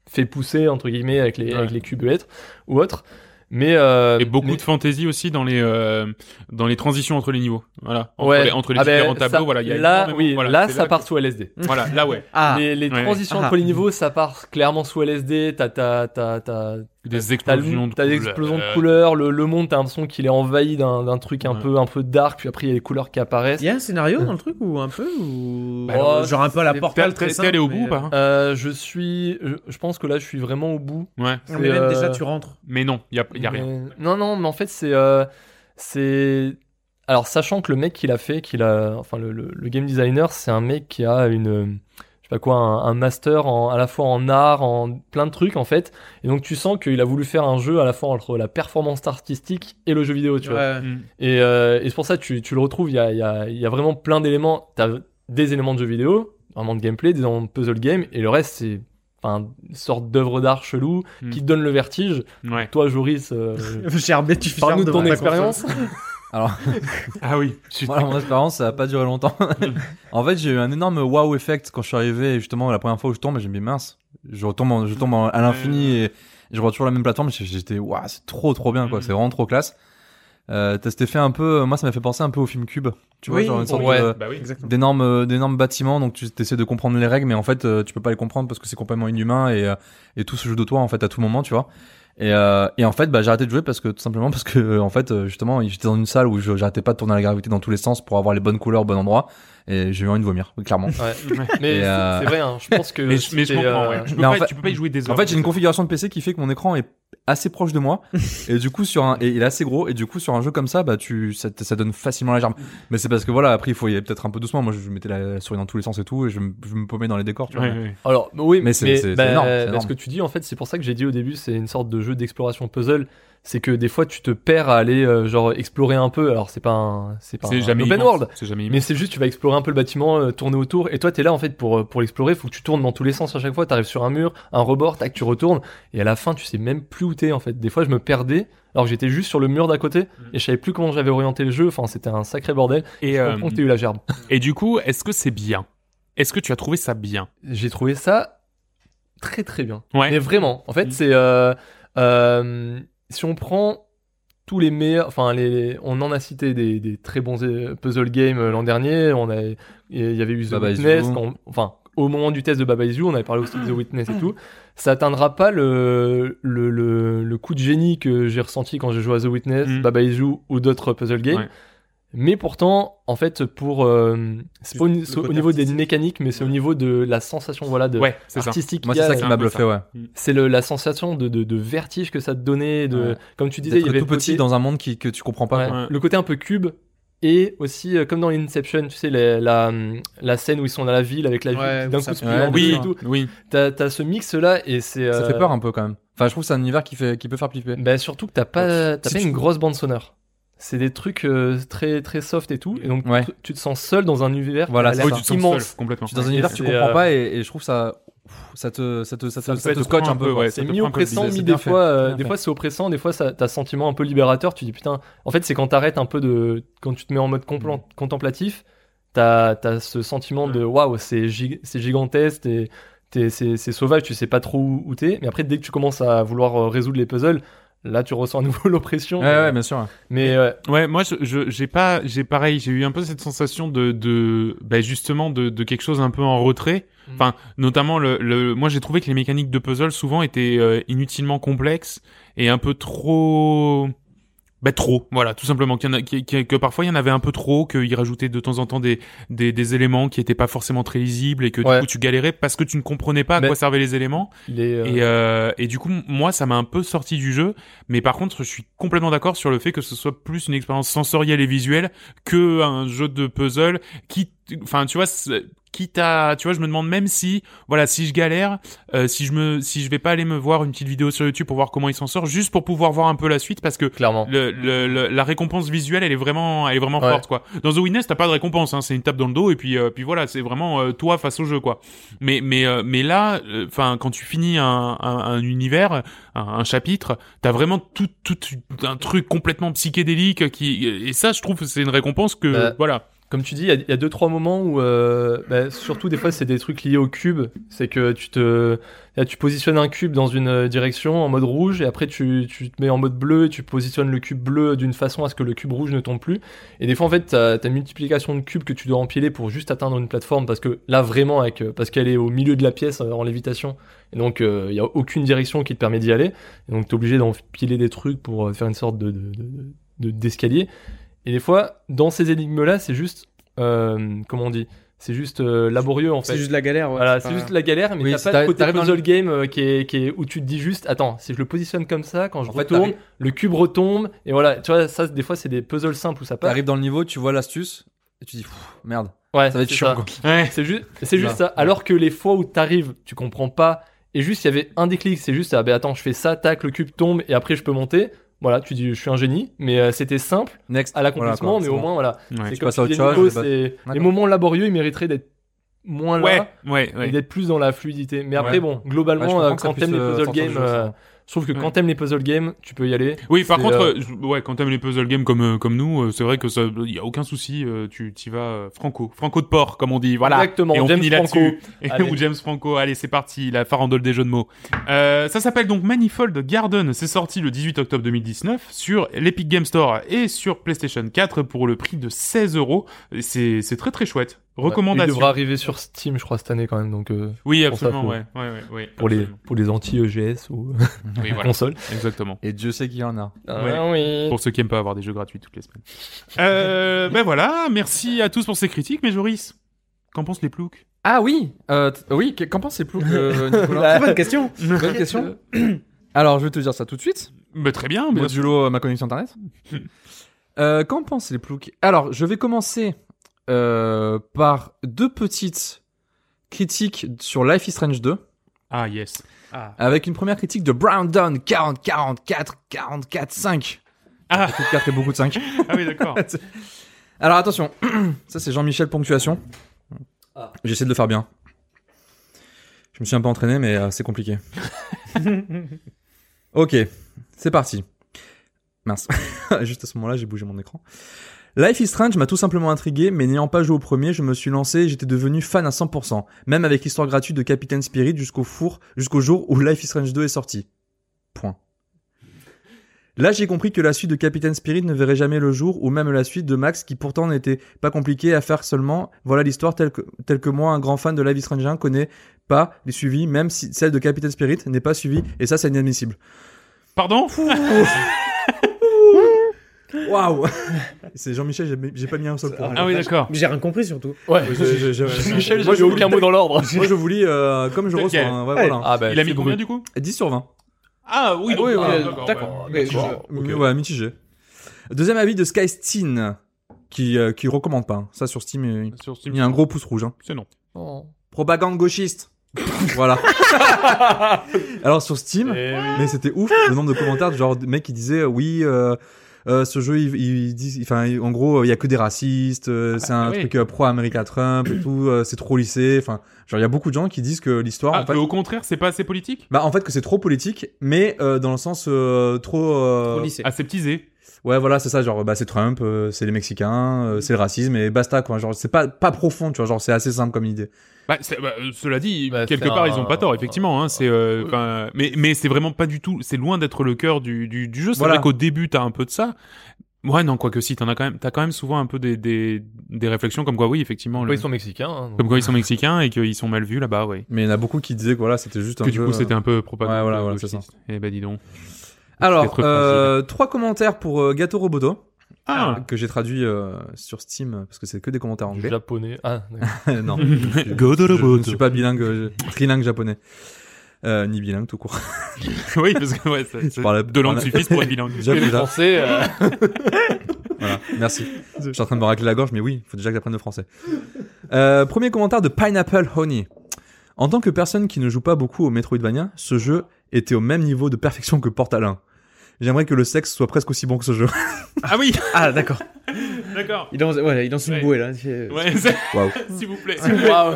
Speaker 4: fait pousser entre guillemets avec les
Speaker 1: Mm. Ouais.
Speaker 4: avec les cubettes ou autre. Mais euh,
Speaker 1: Et beaucoup
Speaker 4: mais-
Speaker 1: de fantaisie aussi dans les euh, dans les transitions entre les niveaux. Voilà. Entre
Speaker 4: Ouais.
Speaker 1: les, entre les
Speaker 4: Ah ben,
Speaker 1: différents
Speaker 4: ça-
Speaker 1: tableaux, voilà, il y a
Speaker 4: là,
Speaker 1: énormément-
Speaker 4: oui,
Speaker 1: voilà,
Speaker 4: là,
Speaker 1: c'est
Speaker 4: ça
Speaker 1: que-
Speaker 4: part sous LSD.
Speaker 1: Voilà, là ouais.
Speaker 3: Ah,
Speaker 4: les les
Speaker 1: Ouais, ouais.
Speaker 4: transitions
Speaker 3: Ah.
Speaker 4: entre les niveaux, ça part clairement sous LSD. T'as t'as t'as t'as
Speaker 1: Des
Speaker 4: t'as
Speaker 1: explosions
Speaker 4: le-
Speaker 1: de
Speaker 4: t'as des
Speaker 1: couleurs. Euh,
Speaker 4: explosions de couleurs. Le, le monde, t'as l'impression qu'il est envahi d'un d'un truc un
Speaker 1: Ouais.
Speaker 4: peu un peu dark. Puis après, il y a les couleurs qui apparaissent.
Speaker 3: Il y a un scénario dans le truc ou un peu ou...
Speaker 4: Bah, alors,
Speaker 3: genre un peu à la
Speaker 4: c'est-
Speaker 1: T'es
Speaker 3: portale très
Speaker 1: t'es- t'es
Speaker 3: simple.
Speaker 1: allé au bout
Speaker 3: mais-
Speaker 1: ou pas hein
Speaker 4: Euh, je suis, je, je pense que là, je suis vraiment au bout.
Speaker 1: Ouais.
Speaker 3: Non, mais
Speaker 4: C'est,
Speaker 3: même
Speaker 4: euh,
Speaker 3: déjà tu rentres.
Speaker 1: Mais non, il y a, y a rien.
Speaker 4: Mais- Non, non, mais en fait, c'est. euh, c'est. Alors, sachant que le mec qui l'a fait, qu'il a... enfin, le, le- le game designer, c'est un mec qui a une. euh, Je sais pas quoi, un, un master en, à la fois en art, en plein de trucs, en fait. Et donc, tu sens qu'il a voulu faire un jeu à la fois entre la performance artistique et le jeu vidéo, tu vois.
Speaker 3: Ouais.
Speaker 1: Mm.
Speaker 4: Et, euh, et c'est pour ça que tu, tu le retrouves, il y a, il y a- il y a vraiment plein d'éléments. T'as des éléments de jeu vidéo, vraiment de gameplay, des éléments de puzzle game, et le reste, c'est enfin, une sorte d'œuvre d'art chelou
Speaker 1: Mm.
Speaker 4: qui te donne le vertige.
Speaker 1: Ouais.
Speaker 4: Toi, Joris, euh,
Speaker 3: Cher Bled, tu fais
Speaker 4: Parle-nous de
Speaker 3: ça
Speaker 4: ton
Speaker 3: devant ta
Speaker 4: expérience.
Speaker 3: console.
Speaker 1: Ah oui. je suis-
Speaker 2: Voilà, mon expérience, ça n'a pas duré longtemps. en fait, j'ai eu un énorme wow effect quand je suis arrivé, justement, la première fois où je tombe, j'ai mis mince. Je retombe, en- je tombe en- à l'infini et je vois toujours la même plateforme. j'ai- J'étais, waouh, c'est trop, trop bien, quoi.
Speaker 1: Mhm.
Speaker 2: C'est vraiment trop classe. Euh, t'as cet effet un peu, moi, ça m'a fait penser un peu au film Cube. Tu vois,
Speaker 3: Oui,
Speaker 2: genre une sorte
Speaker 4: ouais.
Speaker 2: de-
Speaker 1: Bah oui.
Speaker 3: Exactement.
Speaker 2: d'énormes euh, d'énormes bâtiments donc tu essaies de comprendre les règles mais en fait euh, tu peux pas les comprendre parce que c'est complètement inhumain et euh, et tout se joue de toi en fait à tout moment tu vois et euh, et en fait bah j'ai arrêté de jouer parce que tout simplement parce que euh, en fait euh, justement j'étais dans une salle où je- j'arrêtais pas de tourner la gravité dans tous les sens pour avoir les bonnes couleurs au bon endroit et j'ai eu envie de vomir clairement
Speaker 4: Ouais.
Speaker 1: Ouais.
Speaker 4: Mais
Speaker 2: Et,
Speaker 4: c'est
Speaker 2: euh,
Speaker 4: c'est vrai, hein, je pense que.
Speaker 1: Mais je, mais je
Speaker 4: c'était,
Speaker 1: comprends,
Speaker 4: euh,
Speaker 1: ouais. Je peux
Speaker 2: mais en
Speaker 1: pas-
Speaker 2: fait-
Speaker 1: tu peux pas y jouer des heures.
Speaker 2: en fait j'ai une configuration de PC qui fait que mon écran est assez proche de moi et du coup sur un et il est assez gros et du coup sur un jeu comme ça bah tu ça, te- ça donne facilement la gerbe mais c'est parce que voilà après il faut y aller peut-être un peu doucement moi je mettais la souris dans tous les sens et tout et je, me- je me paumais dans les décors tu vois
Speaker 1: Ouais, ouais.
Speaker 4: Alors, oui,
Speaker 2: Mais
Speaker 4: mais,
Speaker 2: c'est- c'est-
Speaker 4: bah,
Speaker 2: c'est énorme, c'est
Speaker 4: bah,
Speaker 2: énorme.
Speaker 4: ce que tu dis, en fait, c'est pour ça que j'ai dit au début, c'est une sorte de jeu d'exploration puzzle. C'est que des fois, tu te perds à aller, euh, genre, explorer un peu. Alors, c'est pas un. C'est pas
Speaker 1: C'est
Speaker 4: un
Speaker 1: jamais
Speaker 4: open
Speaker 1: immense.
Speaker 4: world.
Speaker 1: C'est jamais
Speaker 4: Mais c'est juste, tu vas explorer un peu le bâtiment, euh, tourner autour, et toi, t'es là en fait pour euh, pour l'explorer. Faut que tu tournes dans tous les sens à chaque fois. T'arrives sur un mur, un rebord, tac, tu retournes, et à la fin, tu sais même plus où t'es en fait. Des fois, je me perdais, alors que j'étais juste sur le mur d'à côté, et je savais plus comment j'avais orienté le jeu. Enfin, c'était un sacré bordel.
Speaker 1: Et,
Speaker 4: Je
Speaker 1: euh,
Speaker 4: comprends que t'aies eu la gerbe.
Speaker 1: et du coup, est-ce que c'est bien Est-ce que tu as trouvé ça bien
Speaker 4: J'ai trouvé ça très très bien.
Speaker 1: Ouais.
Speaker 4: Mais vraiment, en fait,
Speaker 1: Mm.
Speaker 4: c'est euh, euh, si on prend tous les meilleurs, enfin les, les- on en a cité des, des très bons euh, puzzle games euh, l'an dernier. On a, il y avait eu The
Speaker 2: Baba Is
Speaker 4: Witness.
Speaker 2: You.
Speaker 4: qu'on- enfin, au moment du test de Baba Is You, on avait parlé aussi de The Witness et tout. Ça atteindra pas le le, le, le coup de génie que j'ai ressenti quand j'ai joué à The Witness,
Speaker 1: Mm.
Speaker 4: Baba Is You ou d'autres puzzle games.
Speaker 1: Ouais.
Speaker 4: Mais pourtant, en fait, pour euh, c'est
Speaker 3: C'est
Speaker 4: pas au,
Speaker 3: le
Speaker 4: c'est au
Speaker 3: côté
Speaker 4: niveau des
Speaker 3: artistique.
Speaker 4: mécaniques, mais c'est au niveau de la sensation, voilà, de
Speaker 1: Ouais, c'est ça.
Speaker 4: artistique.
Speaker 2: moi
Speaker 4: qu'il y
Speaker 2: c'est
Speaker 4: a.
Speaker 2: ça qui
Speaker 1: un
Speaker 2: m'a
Speaker 1: peu
Speaker 2: bluffé
Speaker 1: ça.
Speaker 2: ouais
Speaker 4: C'est le- la sensation de, de, de vertige que ça te donnait, de
Speaker 2: Ouais.
Speaker 4: comme tu disais, il y
Speaker 2: d'être
Speaker 4: avait
Speaker 2: tout
Speaker 4: le côté-
Speaker 2: petit dans un monde qui, que tu comprends pas.
Speaker 4: Ouais,
Speaker 2: quoi.
Speaker 1: Ouais.
Speaker 4: le côté un peu cube et aussi euh, comme dans Inception, tu sais la, la, la scène où ils sont dans la ville avec la ville
Speaker 3: Ouais,
Speaker 4: qui d'un
Speaker 3: où
Speaker 4: coup
Speaker 3: ça
Speaker 4: se
Speaker 3: pue.
Speaker 4: plie en deux
Speaker 1: Oui,
Speaker 4: et tout.
Speaker 1: oui.
Speaker 4: T'as t'as ce mix là et c'est
Speaker 2: Ça
Speaker 4: euh,
Speaker 2: fait peur un peu quand même. Enfin, je trouve que c'est un univers qui, fait, qui peut faire flipper.
Speaker 4: Bah surtout que t'as pas, t'as
Speaker 2: Si
Speaker 4: pas
Speaker 2: tu-
Speaker 4: une grosse bande sonore. C'est des trucs euh, très très soft et tout, et donc
Speaker 2: Ouais.
Speaker 4: tu, tu te sens seul dans un univers
Speaker 2: Voilà,
Speaker 4: qui a
Speaker 2: c'est
Speaker 1: Oui,
Speaker 4: l'air
Speaker 1: tu te sens
Speaker 4: immense.
Speaker 1: seul, complètement.
Speaker 2: Je suis dans un
Speaker 4: Ouais,
Speaker 2: univers
Speaker 4: et
Speaker 2: que tu
Speaker 4: c'est,
Speaker 2: comprends
Speaker 4: euh,
Speaker 2: pas et, et je trouve ça, pff, ça te, ça te, ça te,
Speaker 4: Ça
Speaker 2: ça
Speaker 4: te fait
Speaker 2: te
Speaker 4: te
Speaker 2: scotche
Speaker 1: prend
Speaker 2: un peu. quoi.
Speaker 1: ouais, ça
Speaker 4: C'est
Speaker 1: te
Speaker 4: mi
Speaker 1: prend un peu le
Speaker 4: oppressant,
Speaker 1: business.
Speaker 4: mi
Speaker 2: c'est
Speaker 4: des
Speaker 2: bien fait,
Speaker 4: fois, euh,
Speaker 2: bien
Speaker 4: des
Speaker 2: fait.
Speaker 4: fois c'est oppressant, des fois ça- t'as ce sentiment un peu libérateur. Tu dis putain. En fait, c'est quand t'arrêtes un peu de, quand tu te mets en mode complan- contemplatif, t'as as ce sentiment de waouh, c'est gig- c'est gigantesque, t'es- t'es- c'est c'est sauvage, tu sais pas trop où où t'es. Mais après, dès que tu commences à vouloir euh, résoudre les puzzles, là tu ressens à nouveau l'oppression.
Speaker 2: Ouais, ouais, bien sûr.
Speaker 4: Mais ouais,
Speaker 1: Ouais, moi, je- je- j'ai pas, j'ai pareil, j'ai eu un peu cette sensation de, de, bah, justement, de, de quelque chose un peu en retrait.
Speaker 4: Mm.
Speaker 1: Enfin, notamment le, le moi, j'ai trouvé que les mécaniques de puzzle souvent étaient euh, inutilement complexes et un peu trop, bah, trop, voilà, tout simplement. Qu'il y en a- qu'il- qu'il- que parfois il y en avait un peu trop, qu'ils rajoutaient de temps en temps des, des, des éléments qui étaient pas forcément très lisibles et que du
Speaker 4: Ouais.
Speaker 1: coup tu galérais parce que tu ne comprenais pas à
Speaker 4: Mais-
Speaker 1: quoi servaient les éléments.
Speaker 4: Les, euh,
Speaker 1: Et, euh, et du coup, m- moi, ça m'a un peu sorti du jeu, mais par contre, je suis complètement d'accord sur le fait que ce soit plus une expérience sensorielle et visuelle que un jeu de puzzle qui, enfin, tu vois, c'est- quitte à, tu vois, je me demande même si, voilà, si je galère, euh, si je me, si je vais pas aller me voir une petite vidéo sur YouTube pour voir comment il s'en sort, juste pour pouvoir voir un peu la suite, parce que
Speaker 4: clairement.
Speaker 1: le, le- le- la récompense visuelle, elle est vraiment, elle est vraiment
Speaker 4: Oh. Ouais.
Speaker 1: forte, quoi. Dans The Witness, t'as pas de récompense, hein, c'est une tape dans le dos, et puis, euh, puis voilà, c'est vraiment euh, toi face au jeu, quoi. Mais, mais, euh, mais là, enfin, quand tu finis un, un, un univers, un, un chapitre, t'as vraiment tout, tout un truc complètement psychédélique qui, euh, et ça, je trouve, c'est une récompense que,
Speaker 4: Bah,
Speaker 1: voilà.
Speaker 4: Comme tu dis, il y a- il y, a deux trois moments où, euh, bah, surtout des fois, c'est des trucs liés au cube. C'est que tu te, là, tu positionnes un cube dans une euh, direction en mode rouge, et après tu, tu te mets en mode bleu, et tu positionnes le cube bleu d'une façon à ce que le cube rouge ne tombe plus. Et des fois, en fait, t'as as multiplication de cubes que tu dois empiler pour juste atteindre une plateforme, parce que là, vraiment, avec, euh, parce qu'elle est au milieu de la pièce euh, en lévitation, et donc euh, il y a aucune direction qui te permet d'y aller. Et donc t'es obligé d'empiler des trucs pour euh, faire une sorte de de- de- de- d'escalier. Et des fois, dans ces énigmes-là, c'est juste. euh, comment on dit C'est juste euh, laborieux en fait.
Speaker 3: C'est juste de la galère. ouais,
Speaker 4: Voilà,
Speaker 3: c'est
Speaker 4: c'est
Speaker 3: pas-
Speaker 4: juste de la galère, mais
Speaker 2: Oui,
Speaker 4: t'as
Speaker 2: c'est-
Speaker 4: pas
Speaker 2: t'arri-
Speaker 4: le côté
Speaker 2: t'arrives dans
Speaker 4: puzzle game euh, qui est, qui est- où tu te dis juste, attends, si je le positionne comme ça, quand je
Speaker 2: En fait,
Speaker 4: retourne,
Speaker 2: t'arrives-
Speaker 4: le cube retombe, et voilà, tu vois, ça, des fois, c'est des puzzles simples où ça passe.
Speaker 2: T'arrives dans le niveau, tu vois l'astuce, et tu dis, Pff, merde,
Speaker 4: Ouais,
Speaker 2: ça va être
Speaker 4: c'est
Speaker 2: chiant. quoi.
Speaker 1: Ouais.
Speaker 4: C'est juste, c'est juste
Speaker 2: Ouais.
Speaker 4: ça. Alors que les fois où t'arrives, tu comprends pas, et juste il y avait un déclic, c'est juste, ah ben attends, je fais ça, tac, le cube tombe, et après je peux monter. Voilà, tu dis, je suis un génie, mais euh, c'était simple
Speaker 2: Next.
Speaker 4: à
Speaker 2: Voilà, quoi,
Speaker 4: l'accomplissement, mais
Speaker 2: c'est
Speaker 4: au
Speaker 2: bon.
Speaker 4: moins, voilà.
Speaker 1: Ouais.
Speaker 4: C'est
Speaker 2: Tu
Speaker 4: comme
Speaker 2: passes à
Speaker 4: tu dis,
Speaker 2: autre chose,
Speaker 4: Nico,
Speaker 2: bah,
Speaker 4: c'est- les
Speaker 2: d'accord.
Speaker 4: moments laborieux, ils mériteraient d'être moins là
Speaker 1: Ouais, ouais, ouais.
Speaker 4: et d'être plus dans la fluidité. Mais après,
Speaker 1: Ouais.
Speaker 4: bon,
Speaker 2: Ouais, je
Speaker 4: globalement,
Speaker 2: comprends
Speaker 4: euh,
Speaker 2: que ça
Speaker 4: quand
Speaker 2: puisse,
Speaker 4: t'aimes les
Speaker 2: euh,
Speaker 4: puzzle
Speaker 2: sortir du
Speaker 4: games,
Speaker 2: jeu, ça.
Speaker 4: euh, je trouve que
Speaker 1: Ouais.
Speaker 4: quand t'aimes les puzzle games, tu peux y aller.
Speaker 1: Oui, par
Speaker 4: C'est,
Speaker 1: contre,
Speaker 4: euh,
Speaker 1: euh, je- ouais, quand t'aimes les puzzle games comme euh, comme nous, euh, c'est vrai que ça, y a aucun souci. euh, tu t'y vas euh, franco, franco de porc, comme on dit. Voilà.
Speaker 4: Exactement,
Speaker 1: Et on
Speaker 4: James
Speaker 1: finit
Speaker 4: Franco.
Speaker 1: là-dessus. Et-
Speaker 4: Allez.
Speaker 1: Ou James Franco. Allez, c'est parti. La farandole des jeux de mots. Euh, ça s'appelle donc Manifold Garden. C'est sorti le 18 octobre 2019 sur l'Epic Game Store et sur PlayStation 4 pour le prix de 16 euros. Et C'est c'est très très chouette.
Speaker 4: Il
Speaker 1: Recommandation.
Speaker 4: devra arriver sur Steam, je crois, cette année quand même, donc euh,
Speaker 1: Oui,
Speaker 4: pour ça,
Speaker 1: absolument.
Speaker 4: faut-
Speaker 1: Ouais, ouais, ouais, ouais,
Speaker 4: pour les
Speaker 1: absolument.
Speaker 4: pour les anti EGS ou
Speaker 1: Oui, voilà,
Speaker 4: console.
Speaker 1: exactement.
Speaker 2: Et Dieu sait qu'il y en a.
Speaker 4: Ah oui.
Speaker 1: Pour ceux qui aiment pas avoir des jeux gratuits toutes les semaines. Euh, ben voilà, merci à tous pour ces critiques, mais Joris, qu'en pensent les ploucs
Speaker 2: Ah oui, euh, t- oui, qu'en qu'en pensez plus euh, Nicolas
Speaker 3: Très bonne question.
Speaker 2: Bonne question. Alors, je vais te dire ça tout de suite.
Speaker 1: Bah, Très bien, bien sûr.
Speaker 2: Modulo, euh, ma connexion internet. euh, Qu'en pensent les ploucs Alors, je vais commencer euh, par deux petites critiques sur Life is Strange 2,
Speaker 1: Ah yes.
Speaker 3: Ah.
Speaker 2: avec une première critique de Brown Down 40 44 44 5.
Speaker 1: Ah.
Speaker 2: 4 et beaucoup de 5.
Speaker 1: Ah oui, d'accord.
Speaker 2: Alors attention, ça c'est Jean-Michel Ponctuation.
Speaker 4: Ah.
Speaker 2: J'essaie de le faire bien. Je me suis un peu entraîné, mais euh, c'est compliqué. ok, c'est parti. Mince, juste à ce moment-là, j'ai bougé mon écran. Life is Strange m'a tout simplement intrigué, mais n'ayant pas joué au premier, je me suis lancé et j'étais devenu fan à 100%, même avec l'histoire gratuite de Captain Spirit jusqu'au four, jusqu'au jour où Life is Strange 2 est sorti. Point. Là, j'ai compris que la suite de Captain Spirit ne verrait jamais le jour, ou même la suite de Max, qui pourtant n'était pas compliquée à faire seulement. Voilà l'histoire telle que, telle que moi, un grand fan de Life is Strange 1, connaît pas les suivis, même si celle de Captain Spirit n'est pas suivie, et ça, c'est inadmissible.
Speaker 1: Pardon
Speaker 2: Waouh C'est Jean-Michel, j'ai- j'ai pas mis un seul point.
Speaker 1: Ah oui, d'accord.
Speaker 3: J'ai rien compris surtout.
Speaker 4: Ouais.
Speaker 2: Je- je- je-
Speaker 4: Michel,
Speaker 2: moi,
Speaker 4: j'ai
Speaker 2: je vous
Speaker 4: aucun
Speaker 2: lis-
Speaker 4: mot dans l'ordre.
Speaker 2: Moi je vous lis euh, comme je
Speaker 1: Ok.
Speaker 2: reçois. hein. Ouais,
Speaker 3: Allez.
Speaker 2: voilà.
Speaker 4: Ah bah,
Speaker 1: Il a
Speaker 4: c'est
Speaker 1: mis
Speaker 4: brut.
Speaker 1: combien du coup
Speaker 2: 10 sur 20.
Speaker 1: Ah oui,
Speaker 3: Ah,
Speaker 1: donc
Speaker 3: oui,
Speaker 1: ah,
Speaker 3: oui,
Speaker 1: d'accord.
Speaker 3: d'accord.
Speaker 1: ouais.
Speaker 3: Mais je-
Speaker 1: D'accord.
Speaker 2: Mais Mm, Ouais, mitigé. Deuxième avis de Sky Steen, qui, euh, qui recommande pas. hein. Ça sur Steam, euh,
Speaker 1: Sur Steam,
Speaker 2: il y a un gros pouce rouge. hein.
Speaker 1: c'est non.
Speaker 4: Oh.
Speaker 2: Propagande gauchiste. voilà. Alors sur Steam,
Speaker 4: Eh oui.
Speaker 2: mais c'était ouf le nombre de commentaires de genre de mecs qui disaient euh, oui euh, euh, ce jeu il, il dit enfin il- en gros il y a que des racistes euh, c'est un
Speaker 1: Ah, oui.
Speaker 2: truc pro America Trump et tout euh, c'est trop lycée enfin genre il y a beaucoup de gens qui disent que l'histoire
Speaker 1: Ah,
Speaker 2: en fait
Speaker 1: mais au contraire, c'est pas assez politique
Speaker 2: bah en fait que c'est trop politique mais euh, dans le sens euh, trop, euh,
Speaker 3: Au
Speaker 1: Ah,
Speaker 3: lycée.
Speaker 1: Aseptisé.
Speaker 2: ouais voilà c'est ça genre bah c'est Trump euh, c'est les Mexicains
Speaker 1: Mm.
Speaker 2: euh, c'est le racisme et basta quoi genre c'est pas pas profond tu vois genre c'est assez simple comme idée
Speaker 1: Bah, c'est- bah, euh, cela dit,
Speaker 4: Bah,
Speaker 1: quelque
Speaker 4: c'est
Speaker 1: part,
Speaker 4: un-
Speaker 1: ils ont pas tort, effectivement. Hein, c'est, euh, enfin, mais mais c'est vraiment pas du tout. C'est loin d'être le cœur du du, du jeu. C'est
Speaker 2: Voilà.
Speaker 1: vrai qu'au début, t'as un peu de ça. Ouais, non, quoique si, t'en as quand même. T'as quand même souvent un peu des des, des réflexions comme quoi, oui, effectivement. le-
Speaker 4: Ouais, Ils sont mexicains. hein, donc.
Speaker 1: Comme quoi, ils sont mexicains et qu'ils sont mal vus là-bas, ouais.
Speaker 2: mais il y en a beaucoup qui disaient que voilà c'était juste un
Speaker 1: Que du
Speaker 2: jeu,
Speaker 1: coup,
Speaker 2: euh,
Speaker 1: c'était un peu propagande.
Speaker 2: ouais, voilà, voilà,
Speaker 1: gauchiste. Eh ben, dis donc.
Speaker 2: Alors,
Speaker 1: Quatre
Speaker 2: euh, trois commentaires pour euh, Gâteau Roboto,
Speaker 1: Ah.
Speaker 2: que j'ai traduit euh, sur Steam, euh, parce que c'est que des commentaires
Speaker 4: Du
Speaker 2: anglais.
Speaker 4: japonais. Ah, d'accord.
Speaker 2: non,
Speaker 1: Go to
Speaker 2: je ne suis pas bilingue, euh, trilingue japonais. Euh, ni bilingue tout court.
Speaker 1: oui, parce que ouais, ça- ça-
Speaker 2: Par la-
Speaker 1: deux
Speaker 2: par
Speaker 1: langues
Speaker 2: la-
Speaker 1: suffisent pour être bilingue.
Speaker 2: J'avoue,
Speaker 4: le
Speaker 2: là,
Speaker 4: français. euh,
Speaker 2: voilà, merci. Je suis en train de me racler la gorge, mais oui, il faut déjà que j'apprenne le français. Euh, premier commentaire de Pineapple Honey. En tant que personne qui ne joue pas beaucoup au Metroidvania, ce jeu était au même niveau de perfection que Portal 1. J'aimerais que le sexe soit presque aussi bon que ce jeu.
Speaker 1: Ah oui,
Speaker 3: Ah, d'accord.
Speaker 1: d'accord.
Speaker 3: Il lance, ouais, il lance une
Speaker 1: Ouais.
Speaker 3: bouée là. C'est-
Speaker 1: Ouais, c'est-
Speaker 2: Waouh.
Speaker 1: s'il vous plaît.
Speaker 4: waouh.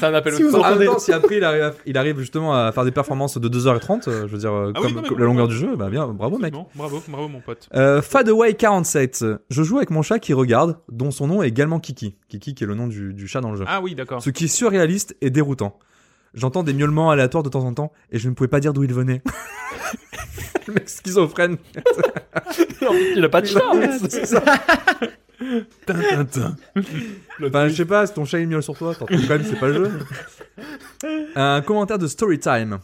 Speaker 4: Ça n'appelle
Speaker 3: Si
Speaker 4: au
Speaker 3: vous
Speaker 4: sort.
Speaker 2: En même
Speaker 3: Attendez.
Speaker 2: temps, si après il arrive, à- il arrive justement à faire des performances de 2h30, euh, je veux dire, euh,
Speaker 1: Ah oui,
Speaker 2: comme,
Speaker 1: non, mais
Speaker 2: comme
Speaker 1: bon,
Speaker 2: la longueur
Speaker 1: bon.
Speaker 2: du jeu, bah bien, bravo mec.
Speaker 1: Bon, bravo, bravo mon pote.
Speaker 2: Euh, Fadaway47, je joue avec mon chat qui regarde, dont son nom est également Kiki. Kiki qui est le nom du, du chat dans le jeu.
Speaker 1: Ah oui, d'accord.
Speaker 2: Ce qui est surréaliste et déroutant. J'entends des miaulements aléatoires de temps en temps et je ne pouvais pas dire d'où il venait. le mec schizophrène.
Speaker 4: Il a pas de chat.
Speaker 2: C'est ça. Enfin, je sais pas, si ton chat il miaule sur toi, t'en trouves quand même, c'est pas le jeu. Un commentaire de Storytime.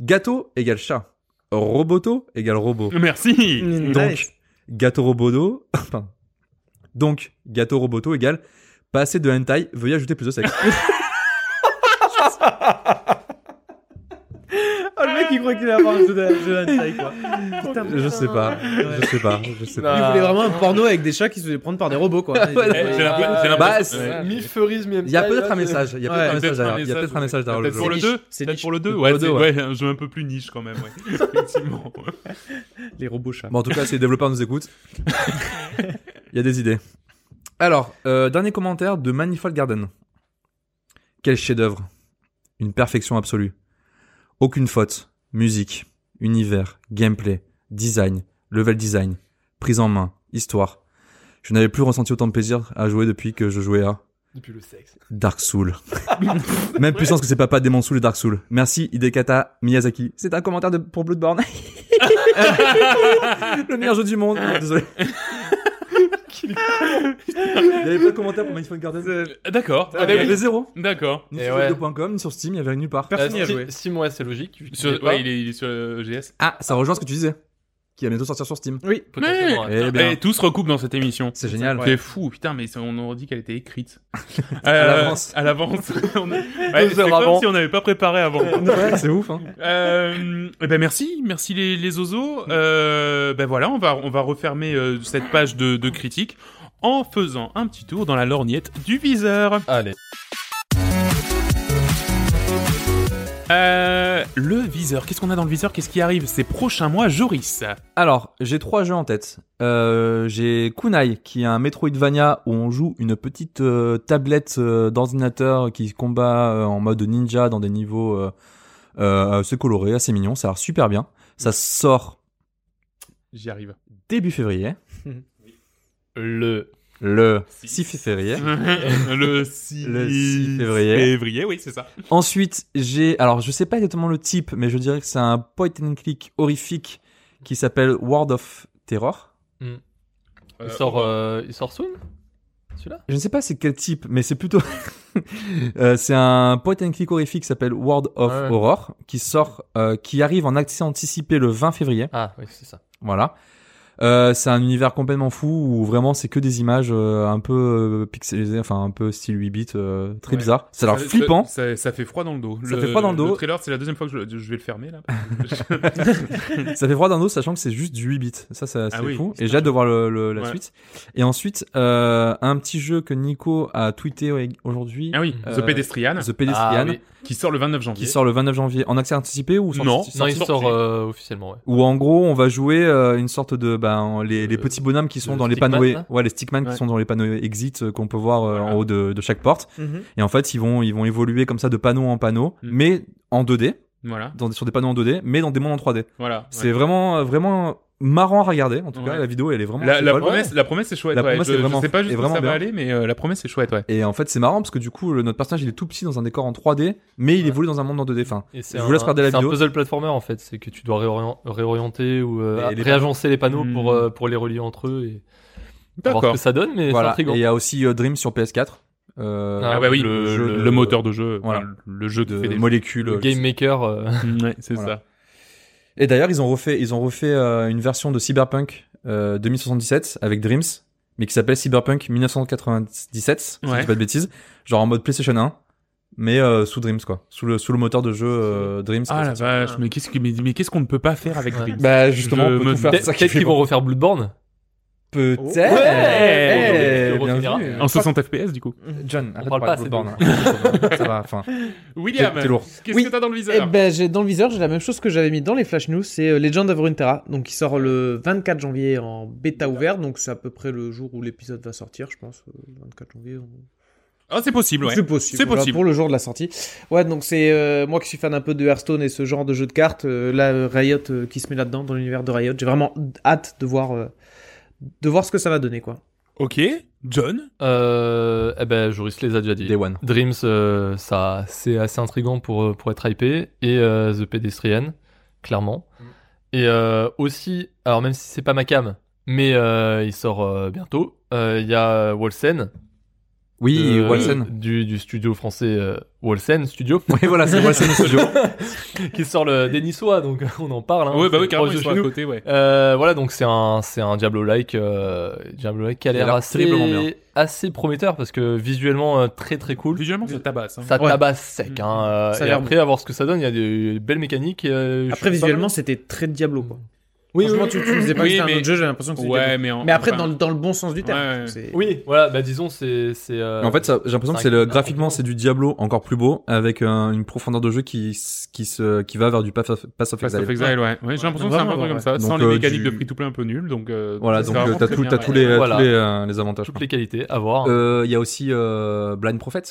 Speaker 2: Gâteau égale chat. Roboto égale robot.
Speaker 1: Merci.
Speaker 3: Mm,
Speaker 2: Donc,
Speaker 3: nice.
Speaker 2: gâteau roboto. Enfin, donc, gâteau roboto égale pas assez de hentai, veuillez ajouter plus de sexe.
Speaker 3: Oh, le mec, il croit qu'il a avoir un jeu de jeu hentai, quoi.
Speaker 2: je sais pas, je sais pas, je sais pas.
Speaker 3: Il
Speaker 4: Bah,
Speaker 3: voulait vraiment un porno avec des chats qui se faisaient prendre par des robots, quoi.
Speaker 2: Ouais,
Speaker 1: Eh, J'ai l'impression- j'ai
Speaker 2: Bah,
Speaker 1: l'impression.
Speaker 2: c'est-
Speaker 1: ouais.
Speaker 4: Mi feurisme, mi
Speaker 2: Il y a peut-être un message, il y a peut-être
Speaker 3: Ouais,
Speaker 2: un message
Speaker 1: peut-être un
Speaker 2: derrière, il y a
Speaker 1: message,
Speaker 2: peut-être un message derrière le
Speaker 1: Peut-être
Speaker 2: jeu.
Speaker 1: pour le
Speaker 3: niche.
Speaker 1: 2
Speaker 3: C'est
Speaker 1: Peut-être
Speaker 3: niche.
Speaker 1: pour le 2
Speaker 2: Peut-être
Speaker 1: Ouais,
Speaker 2: pour le
Speaker 1: c'est
Speaker 2: deux,
Speaker 1: ouais, un jeu un peu plus niche quand même, ouais. Effectivement.
Speaker 3: Les robots chats.
Speaker 2: Bon, en tout cas, si les développeurs nous écoutent, il y a des idées. Alors, euh, dernier commentaire de Manifold Garden. Quel chef-d'œuvre. Une perfection absolue. Aucune faute. Musique, univers, gameplay, design, level design, prise en main, histoire. Je n'avais plus ressenti autant de plaisir à jouer depuis que je jouais à
Speaker 4: Depuis le sexe.
Speaker 2: Dark Souls. Même puissance que c'est papa Demon Souls et Dark Souls. Merci Hidekata Miyazaki. C'est un commentaire de, pour Bloodborne. le meilleur jeu du monde. Non, désolé. Il y avait pas de commentaire pour Mindful Garden. Ah,
Speaker 1: D'accord.
Speaker 2: Il y avait zéro.
Speaker 1: Ah, D'accord.
Speaker 2: Ni
Speaker 4: Eh
Speaker 2: sur
Speaker 4: ouais.
Speaker 2: jeuxvideo.com, ni sur Steam, il y avait nulle part.
Speaker 3: Personne n'y a
Speaker 4: Euh, Sti-
Speaker 3: joué.
Speaker 4: Steam, ouais, c'est logique. vu qu'il
Speaker 1: Sur-
Speaker 4: est pas.
Speaker 1: ouais, il est, il est sur euh, le GS.
Speaker 2: Ah, ça rejoint ce que tu disais. Qui va bientôt sortir sur Steam.
Speaker 3: Oui.
Speaker 4: Potentiellement,
Speaker 1: Mais-
Speaker 4: ouais.
Speaker 2: Eh bien.
Speaker 1: Et tout se recoupe dans cette émission.
Speaker 2: C'est génial.
Speaker 1: C'est fou, putain, mais ça- on aurait dit qu'elle était écrite. Euh,
Speaker 2: l'avance.
Speaker 1: À l'avance. On a- Ouais,
Speaker 4: Deux
Speaker 1: c'est
Speaker 4: heures
Speaker 1: comme
Speaker 4: avant.
Speaker 1: si on n'avait pas préparé avant.
Speaker 2: Ouais, c'est ouf, hein.
Speaker 1: Euh, eh ben merci, merci les, les zozos. Euh, ben voilà, on va, on va refermer euh, cette page de, de critique en faisant un petit tour dans la lorgnette du viseur.
Speaker 4: Allez.
Speaker 1: Euh, le viseur, qu'est-ce qu'on a dans le viseur Qu'est-ce qui arrive ces prochains mois, Joris
Speaker 2: Alors, j'ai trois jeux en tête. Euh, j'ai Kunai, qui est un Metroidvania où on joue une petite euh, tablette euh, d'ordinateur qui combat euh, en mode ninja dans des niveaux euh, euh, assez colorés, assez mignons. Ça a l'air super bien. Ça sort
Speaker 1: J'y arrive.
Speaker 2: début février.
Speaker 4: Le.
Speaker 2: Le
Speaker 1: Six. Mm.
Speaker 2: 6 février.
Speaker 1: le 6,
Speaker 2: Le 6 février.
Speaker 1: oui, c'est ça.
Speaker 2: Ensuite, j'ai... Alors, je sais pas exactement le type, mais je dirais que c'est un point and click horrifique qui s'appelle World of Terror.
Speaker 1: Euh,
Speaker 4: Il sort, euh, il sort soon Celui-là
Speaker 2: Je ne sais pas c'est quel type, mais c'est plutôt. Euh, c'est un point and click horrifique qui s'appelle World of
Speaker 4: Ouais.
Speaker 2: Horror, qui sort, euh, qui arrive en accès anticipé le 20 février.
Speaker 4: Ah, oui, c'est ça.
Speaker 2: Voilà. Euh, c'est un univers complètement fou où vraiment c'est que des images euh, un peu euh, pixelisées, enfin un peu style 8 bits, euh, très
Speaker 1: Ouais.
Speaker 2: bizarre. C'est alors
Speaker 1: Ça-
Speaker 2: flippant.
Speaker 1: Ça, ça fait froid dans le dos.
Speaker 2: Ça fait froid dans le dos.
Speaker 1: Le trailer, c'est la deuxième fois que je, je vais le fermer là.
Speaker 2: ça fait froid d'un dos, sachant que c'est juste du 8 bits. Ça, ça c'est
Speaker 1: Ah oui,
Speaker 2: fou.
Speaker 1: c'est
Speaker 2: Et j'ai hâte de voir le, le- la
Speaker 1: Ouais.
Speaker 2: suite. Et ensuite, euh, un petit jeu que Nico a tweeté au- aujourd'hui,
Speaker 1: ah oui, The
Speaker 2: Euh,
Speaker 1: Pedestrian,
Speaker 2: The Pedestrian,
Speaker 4: Ah, oui.
Speaker 1: qui sort le 29 janvier.
Speaker 2: qui sort le 29 janvier en accès anticipé
Speaker 1: Non.
Speaker 2: ou sorti-
Speaker 4: Non, il
Speaker 1: Sorti-
Speaker 4: sort euh, officiellement, ouais.
Speaker 2: où en gros on va jouer euh, une sorte de ben les, les
Speaker 1: Euh,
Speaker 4: Le-
Speaker 2: petits bonhommes qui sont
Speaker 4: le
Speaker 2: dans les
Speaker 4: stickman,
Speaker 2: panneaux
Speaker 4: là
Speaker 2: ouais les stickman
Speaker 1: Ouais.
Speaker 2: qui sont dans les panneaux exit euh, qu'on peut voir euh,
Speaker 1: Voilà.
Speaker 2: en haut de, de chaque porte
Speaker 3: Mhm.
Speaker 2: et en fait ils vont ils vont évoluer comme ça de panneau en panneau
Speaker 1: Mm.
Speaker 2: mais en 2D
Speaker 1: Voilà,
Speaker 2: dans, sur des panneaux en 2D mais dans des mondes en 3D
Speaker 1: voilà. ouais.
Speaker 2: c'est vraiment euh, vraiment marrant à regarder en tout cas
Speaker 1: Ouais.
Speaker 2: la vidéo elle est vraiment
Speaker 1: La, la
Speaker 2: folle.
Speaker 1: promesse, la promesse est chouette.
Speaker 2: La
Speaker 1: ouais.
Speaker 2: promesse
Speaker 1: je,
Speaker 2: est
Speaker 1: je
Speaker 2: vraiment-
Speaker 1: sais pas juste
Speaker 2: est
Speaker 1: où
Speaker 2: vraiment
Speaker 1: ça va
Speaker 2: bien.
Speaker 1: aller, mais euh, la promesse est chouette, ouais.
Speaker 2: et en fait c'est marrant parce que du coup le, notre personnage il est tout petit dans un décor en 3D mais il
Speaker 4: Ouais.
Speaker 2: évolue dans un monde en 2D enfin
Speaker 4: Et c'est
Speaker 2: Je vous laisse
Speaker 4: un-
Speaker 2: regarder la
Speaker 4: c'est un
Speaker 2: vidéo.
Speaker 4: puzzle platformer en fait, c'est que tu dois réorient- réorienter ou euh,
Speaker 2: Et les-
Speaker 4: réagencer les panneaux
Speaker 1: Hmm.
Speaker 4: pour, euh, pour les relier entre eux et voir ce
Speaker 1: D'accord.
Speaker 4: que ça donne, mais
Speaker 2: voilà
Speaker 4: c'est
Speaker 2: et il
Speaker 4: intriguant.
Speaker 2: y a aussi euh, Dream sur PS4 euh,
Speaker 1: Ah bah oui,
Speaker 4: le
Speaker 1: le,
Speaker 2: jeu
Speaker 1: le
Speaker 2: de-
Speaker 1: moteur de jeu,
Speaker 2: voilà.
Speaker 1: enfin, le jeu qui fait
Speaker 2: de
Speaker 1: des
Speaker 2: molécules
Speaker 4: Le
Speaker 2: je sais
Speaker 4: Game Maker, euh,
Speaker 1: Mm, ouais, c'est
Speaker 2: Voilà.
Speaker 1: ça.
Speaker 2: Et d'ailleurs, ils ont refait, ils ont refait euh, une version de Cyberpunk euh, 2077 avec Dreams, mais qui s'appelle Cyberpunk 1997, si je
Speaker 1: Ouais.
Speaker 2: dis pas de bêtises, genre en mode PlayStation 1, mais euh, sous Dreams quoi, sous le sous le moteur de jeu euh, Dreams.
Speaker 1: Ah la vache, mais qu'est-ce que- mais- mais qu'est-ce qu'on ne peut pas faire avec
Speaker 4: Ouais.
Speaker 1: Dream
Speaker 2: bah justement,
Speaker 1: Je
Speaker 2: on peut
Speaker 1: me
Speaker 2: tout faire,
Speaker 4: Peut-
Speaker 2: c'est ça qui
Speaker 4: Peut-être
Speaker 2: fait
Speaker 4: qu'ils vont
Speaker 2: bon.
Speaker 4: refaire Bloodborne.
Speaker 2: peut-être.
Speaker 1: Ouais.
Speaker 2: Eh,
Speaker 4: On
Speaker 2: bien
Speaker 4: refinira.
Speaker 2: vu.
Speaker 1: En 60 FPS du coup.
Speaker 2: John, arrête de
Speaker 4: parle
Speaker 2: parler de
Speaker 4: pas
Speaker 2: Bloodborne. hein. Ça va, enfin,
Speaker 1: William,
Speaker 2: T'es- t'es lourd.
Speaker 1: qu'est-ce
Speaker 3: Oui.
Speaker 1: que t'as dans le
Speaker 3: Eh
Speaker 1: viseur
Speaker 3: ben, j'ai dans le viseur, j'ai la même chose que j'avais mis dans les Flash News, c'est euh, Legend of Runeterra, donc qui sort le 24 janvier en bêta ouvert, donc c'est à peu près le jour où l'épisode va sortir, je pense. euh, le 24 janvier. on-
Speaker 1: Ah, c'est possible, ouais.
Speaker 3: C'est possible.
Speaker 1: C'est
Speaker 3: voilà,
Speaker 1: possible.
Speaker 3: pour le jour de la sortie. Ouais, donc c'est euh, moi qui suis fan un peu de Hearthstone et ce genre de jeu de cartes. euh, là, euh, Riot euh, qui se met là-dedans dans l'univers de Riot. J'ai vraiment hâte de voir, euh, de voir ce que ça va donner, quoi.
Speaker 1: Ok, John.
Speaker 4: Euh, eh ben, Joris les a déjà dit.
Speaker 2: Day One.
Speaker 4: Dreams, euh, ça, c'est assez intriguant pour, euh, pour être hypé. Et euh, The Pedestrian, clairement.
Speaker 1: Mm.
Speaker 4: Et euh, aussi, alors même si c'est pas ma cam, mais euh, il sort euh, bientôt, euh, il y a Wolsen.
Speaker 2: Oui,
Speaker 1: Euh,
Speaker 4: de-
Speaker 2: Walsen.
Speaker 4: Du, du studio français euh, Wolsen Studio,
Speaker 2: Oui, voilà, c'est Walsen Studio.
Speaker 4: qui sort le, des Niçois, donc on en parle. Hein,
Speaker 1: ouais, bah
Speaker 4: c'est
Speaker 1: oui, carrément,
Speaker 4: proche de
Speaker 1: ils sont
Speaker 4: chez
Speaker 1: à
Speaker 4: nous.
Speaker 1: côté, ouais.
Speaker 4: Euh, voilà, donc c'est un, c'est un Diablo-like, euh, Diablo-like qui a
Speaker 2: Il a
Speaker 4: l'air
Speaker 2: l'air terriblement bien.
Speaker 4: assez, assez prometteur parce que visuellement euh, très très cool.
Speaker 1: Visuellement, ça tabasse. hein. mm.
Speaker 4: Ça
Speaker 3: Ouais.
Speaker 4: tabasse sec. Hein, euh,
Speaker 3: Ça a
Speaker 4: et
Speaker 3: l'air
Speaker 4: après, à voir ce que ça donne, il y a des belles mécaniques. euh, je
Speaker 3: Après,
Speaker 4: suis pas
Speaker 3: visuellement, c'était très Diablo, quoi.
Speaker 4: Oui,
Speaker 3: Franchement, tu, tu me disais pas
Speaker 1: Oui,
Speaker 3: que c'était
Speaker 1: mais-
Speaker 3: un autre jeu, j'ai l'impression que c'était
Speaker 1: Ouais,
Speaker 3: Diablo.
Speaker 1: mais en-
Speaker 3: Mais après,
Speaker 1: enfin,
Speaker 3: dans, le- dans le bon sens du terme.
Speaker 1: Ouais, ouais.
Speaker 3: C'est-
Speaker 4: Oui, voilà, bah disons, c'est. c'est euh,
Speaker 2: en fait, ça- j'ai l'impression que c'est le graphiquement, c'est du Diablo encore plus beau, avec un- une profondeur de jeu qui s- qui se qui va vers du Path of, Path of
Speaker 1: Path
Speaker 2: Exile.
Speaker 1: of Exile, ouais. Ouais, J'ai l'impression que c'est un peu un truc
Speaker 3: Vraiment,
Speaker 1: comme ça,
Speaker 2: ouais.
Speaker 1: sans
Speaker 2: Donc,
Speaker 1: les
Speaker 2: euh,
Speaker 1: mécaniques de
Speaker 2: du-
Speaker 1: free-to-play un peu nulles, donc... euh,
Speaker 2: Voilà,
Speaker 1: c'est
Speaker 2: donc
Speaker 1: vraiment
Speaker 2: euh, t'as
Speaker 1: très
Speaker 2: tout,
Speaker 1: bien,
Speaker 2: t'as
Speaker 1: ouais.
Speaker 2: tous les, euh,
Speaker 4: Voilà.
Speaker 2: tous les, euh, les avantages.
Speaker 4: toutes
Speaker 2: quoi.
Speaker 4: les qualités à voir.
Speaker 2: Euh, Il y a aussi euh, Blind Prophet.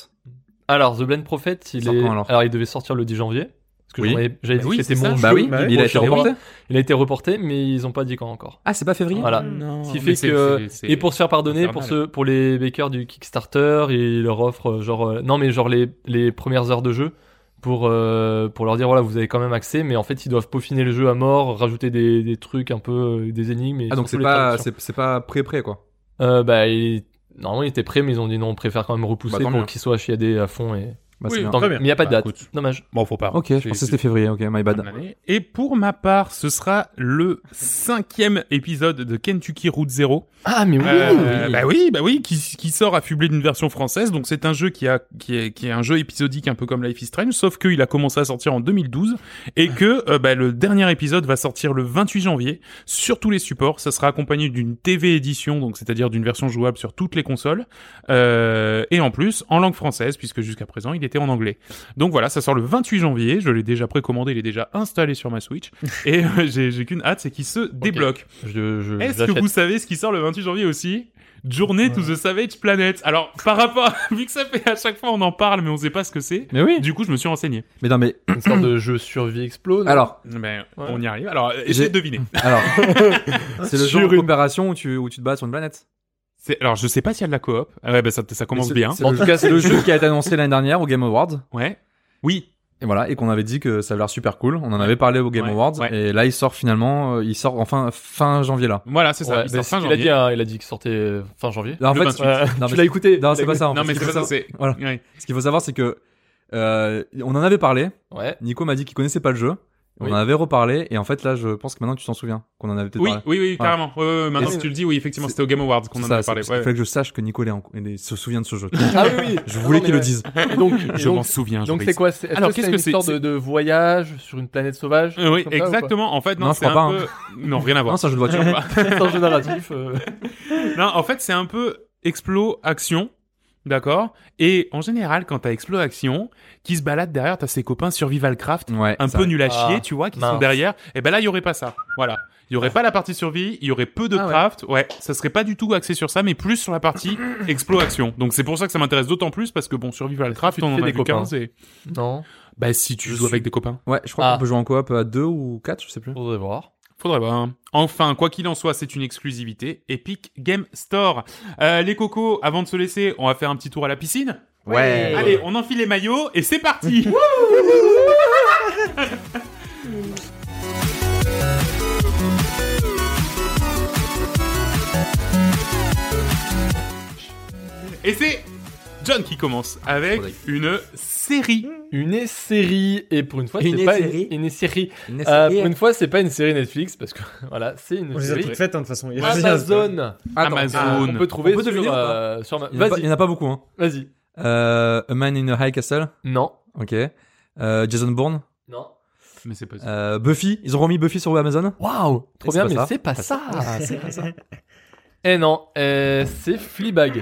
Speaker 4: Alors, The Blind Prophet, il
Speaker 2: Sort
Speaker 4: est.
Speaker 2: quand,
Speaker 4: alors,
Speaker 2: alors
Speaker 4: il devait sortir le 10 janvier. Parce que
Speaker 2: Oui.
Speaker 4: j'en avais- j'avais
Speaker 1: Bah
Speaker 4: dit
Speaker 1: oui,
Speaker 4: que c'était
Speaker 1: c'est ça.
Speaker 4: mon
Speaker 2: Bah
Speaker 4: jeu.
Speaker 2: oui,
Speaker 3: bah oui,
Speaker 2: il a
Speaker 4: bon,
Speaker 2: été
Speaker 4: je vais voir.
Speaker 2: reporté.
Speaker 4: Il a été reporté, mais ils ont pas dit quand encore.
Speaker 2: Ah, c'est pas février.
Speaker 4: Voilà.
Speaker 1: Non,
Speaker 4: Ce qui
Speaker 1: mais
Speaker 4: fait
Speaker 1: c'est-
Speaker 4: que-
Speaker 1: c'est- c'est-
Speaker 4: Et pour se faire pardonner,
Speaker 1: infernal.
Speaker 4: pour, ceux, pour les bakers du Kickstarter, ils leur offrent euh, genre euh, non mais genre les, les premières heures de jeu pour euh, pour leur dire voilà vous avez quand même accès, mais en fait ils doivent peaufiner le jeu à mort, rajouter des, des trucs un peu euh, des énigmes. Et
Speaker 2: Ah donc
Speaker 4: surtout
Speaker 2: c'est
Speaker 4: les
Speaker 2: pas
Speaker 4: traductions.
Speaker 2: c'est c'est pas pré pré quoi.
Speaker 4: Euh, bah ils- normalement ils étaient prêts, mais ils ont dit non on préfère quand même repousser
Speaker 2: Bah, tant
Speaker 4: pour
Speaker 2: mieux.
Speaker 4: qu'ils soient HIAD à fond et
Speaker 2: Bah,
Speaker 1: Oui,
Speaker 2: c'est bien.
Speaker 1: tant
Speaker 4: Tant-
Speaker 1: Très
Speaker 4: mais
Speaker 1: bien.
Speaker 4: il n'y a pas de
Speaker 1: Bah,
Speaker 4: date.
Speaker 1: écoute.
Speaker 4: Dommage.
Speaker 1: Bon, faut pas.
Speaker 2: Ok, je pensais que c'était février. Ok, my bad.
Speaker 1: Et pour ma part, ce sera le cinquième épisode de Kentucky Route Zero.
Speaker 4: Ah mais oui.
Speaker 1: Euh, Bah oui, bah oui, qui, qui sort affublé d'une version française. Donc c'est un jeu qui a qui est qui est un jeu épisodique un peu comme Life is Strange, sauf qu'il a commencé à sortir en 2012 et que euh, bah, le dernier épisode va sortir le 28 janvier sur tous les supports. Ça sera accompagné d'une TV édition, donc c'est-à-dire d'une version jouable sur toutes les consoles Euh, et en plus en langue française puisque jusqu'à présent il était en anglais. Donc voilà, ça sort le 28 janvier. Je l'ai déjà précommandé, il est déjà installé sur ma Switch et euh, j'ai j'ai qu'une hâte, c'est qu'il se débloque.
Speaker 4: Je, je,
Speaker 1: Est-ce que
Speaker 4: j'achète.
Speaker 1: vous savez ce qui sort le 28 janvier aussi Journée to the Savage Planet. Alors, par rapport, à- vu que ça fait à chaque fois on en parle, mais on sait pas ce que c'est.
Speaker 2: Mais oui.
Speaker 1: Du coup, je me suis renseigné.
Speaker 2: Mais non mais
Speaker 4: une sorte de jeu survie explode
Speaker 2: alors
Speaker 1: Mais
Speaker 4: Ouais.
Speaker 1: Ben, on y arrive. Alors, euh, essayez de deviner.
Speaker 2: alors c'est le
Speaker 4: Sur
Speaker 2: genre
Speaker 4: une-
Speaker 2: d'opération où tu où tu te bats sur une planète.
Speaker 1: C'est- Alors, je sais pas s'il y a de la coop. Ah ouais, bah, ça, ça commence
Speaker 2: Mais c'est-
Speaker 1: bien.
Speaker 2: c'est
Speaker 4: En
Speaker 2: le-
Speaker 4: tout cas,
Speaker 2: c'est le jeu qui a été annoncé l'année dernière au Game Awards.
Speaker 1: Ouais. Oui.
Speaker 2: Et voilà, et qu'on avait dit que ça avait l'air super cool. On en avait parlé au Game
Speaker 1: Ouais,
Speaker 2: Awards.
Speaker 1: ouais.
Speaker 2: Et là, il sort finalement, euh, il sort enfin fin janvier là.
Speaker 1: Voilà, c'est
Speaker 4: Ouais,
Speaker 1: ça.
Speaker 4: bah,
Speaker 1: il sort
Speaker 4: c'est
Speaker 1: fin
Speaker 4: ce qu'il a dit,
Speaker 1: janvier.
Speaker 4: hein, il a dit qu'il sortait euh, fin janvier.
Speaker 2: Alors, en
Speaker 1: Le Euh, 28.
Speaker 2: fait,
Speaker 4: Ouais.
Speaker 2: non,
Speaker 4: tu
Speaker 2: mais-
Speaker 4: l'as écouté
Speaker 2: Non, c'est pas ça. en
Speaker 1: Non,
Speaker 2: fait.
Speaker 1: mais
Speaker 2: Ce
Speaker 1: c'est
Speaker 2: qu'il
Speaker 1: pas
Speaker 2: faut
Speaker 1: ça.
Speaker 2: savoir-
Speaker 1: C'est.
Speaker 2: Voilà.
Speaker 1: Ouais.
Speaker 2: Ce qu'il faut savoir, c'est que euh, on en avait parlé.
Speaker 4: Ouais.
Speaker 2: Nico m'a dit qu'il connaissait pas le jeu. On
Speaker 4: Oui.
Speaker 2: en avait reparlé. Et en fait, là, je pense que maintenant tu t'en souviens qu'on en avait peut-être
Speaker 1: Oui,
Speaker 2: parlé.
Speaker 1: oui, oui, carrément. Ouais, ouais, ouais, maintenant
Speaker 2: Et
Speaker 1: que
Speaker 2: c'est-
Speaker 1: tu le dis, oui, effectivement,
Speaker 2: c'est-
Speaker 1: c'était au Game Awards qu'on en
Speaker 2: C'est ça,
Speaker 1: avait
Speaker 2: c'est-
Speaker 1: parlé.
Speaker 2: c'est-
Speaker 1: ouais.
Speaker 2: Il fallait que je sache que Nico est en- est- se souvient de ce jeu.
Speaker 4: Ah oui, oui.
Speaker 2: Je voulais
Speaker 4: Non,
Speaker 2: qu'il
Speaker 4: mais
Speaker 2: le dise.
Speaker 4: ouais. Et donc, et
Speaker 1: Je m'en
Speaker 4: donc,
Speaker 1: souviens.
Speaker 4: donc
Speaker 1: Joris.
Speaker 4: c'est quoi c'est- Est-ce
Speaker 1: Alors,
Speaker 4: que
Speaker 1: qu'est-ce
Speaker 4: c'est une
Speaker 1: que c'est-
Speaker 4: histoire de,
Speaker 1: c'est-
Speaker 4: de voyage sur une planète sauvage
Speaker 1: Euh, Oui,
Speaker 4: comme ça, ou pas
Speaker 1: exactement. En fait, non,
Speaker 2: Non, je
Speaker 1: c'est
Speaker 2: crois
Speaker 1: un
Speaker 2: pas,
Speaker 1: peu. Non, rien à voir.
Speaker 2: Non, c'est un jeu de voiture.
Speaker 4: C'est un jeu narratif. euh.
Speaker 1: Non, en fait, c'est un peu explo action. D'accord Et en général, quand t'as Explo Action, qui se balade derrière, t'as ses copains Survival Craft,
Speaker 2: ouais.
Speaker 1: un
Speaker 2: ça
Speaker 1: peu nul à
Speaker 4: Ah,
Speaker 1: chier, tu vois, qui sont
Speaker 4: mince.
Speaker 1: derrière. Et ben là, il y aurait pas ça. Voilà. Il y aurait pas la partie survie, il y aurait peu de
Speaker 3: Ah ouais.
Speaker 1: craft. Ouais. ça serait pas du tout axé sur ça, mais plus sur la partie Explo Action. Donc c'est pour ça que ça m'intéresse d'autant plus, parce que bon, Survival Craft,
Speaker 4: Tu te
Speaker 1: on en
Speaker 4: fais
Speaker 1: a
Speaker 4: des
Speaker 1: vu
Speaker 4: copains.
Speaker 1: 15 et...
Speaker 4: Non,
Speaker 1: Bah si tu
Speaker 2: Je
Speaker 1: joues
Speaker 2: suis-
Speaker 1: avec des copains.
Speaker 2: Ouais, je crois
Speaker 4: Ah.
Speaker 2: qu'on peut jouer en coop à 2 ou 4, je sais plus.
Speaker 4: faudrait voir.
Speaker 1: Faudrait voir. hein. Enfin, quoi qu'il en soit, c'est une exclusivité Epic Game Store. Euh, les cocos, avant de se laisser, on va faire un petit tour à la piscine.
Speaker 3: Ouais.
Speaker 1: Allez, on enfile les maillots et c'est parti Et c'est John qui commence avec
Speaker 2: Faudrait-
Speaker 1: une série.
Speaker 4: Une série. Et pour une fois,
Speaker 2: Une
Speaker 4: c'est pas
Speaker 2: série.
Speaker 4: une, une série.
Speaker 2: Une
Speaker 4: Euh,
Speaker 2: série.
Speaker 4: pour une fois, c'est pas une série Netflix parce que voilà, c'est une
Speaker 3: On les a
Speaker 4: série
Speaker 3: toutes faites, hein, de toute façon. Il y a rien, c'est pas-
Speaker 4: Amazon.
Speaker 2: Attends,
Speaker 1: Amazon.
Speaker 2: ah,
Speaker 4: On peut trouver
Speaker 2: On peut
Speaker 4: sur,
Speaker 2: deviner ou pas
Speaker 4: euh, sur ma-
Speaker 2: Il y en a pas-
Speaker 4: Vas-y,
Speaker 2: il y en a pas beaucoup. Hein.
Speaker 4: vas-y.
Speaker 2: Euh, a Man in a High Castle.
Speaker 4: Non,
Speaker 2: Ok. Euh, Jason Bourne.
Speaker 4: non.
Speaker 1: Mais c'est pas ça.
Speaker 2: Euh, Buffy. Ils ont remis Buffy sur Amazon.
Speaker 4: Waouh, trop
Speaker 2: c'est
Speaker 4: bien,
Speaker 2: pas
Speaker 4: mais
Speaker 2: ça.
Speaker 4: c'est pas ça.
Speaker 2: Ah, c'est pas ça.
Speaker 4: Eh non, euh, c'est Fleabag.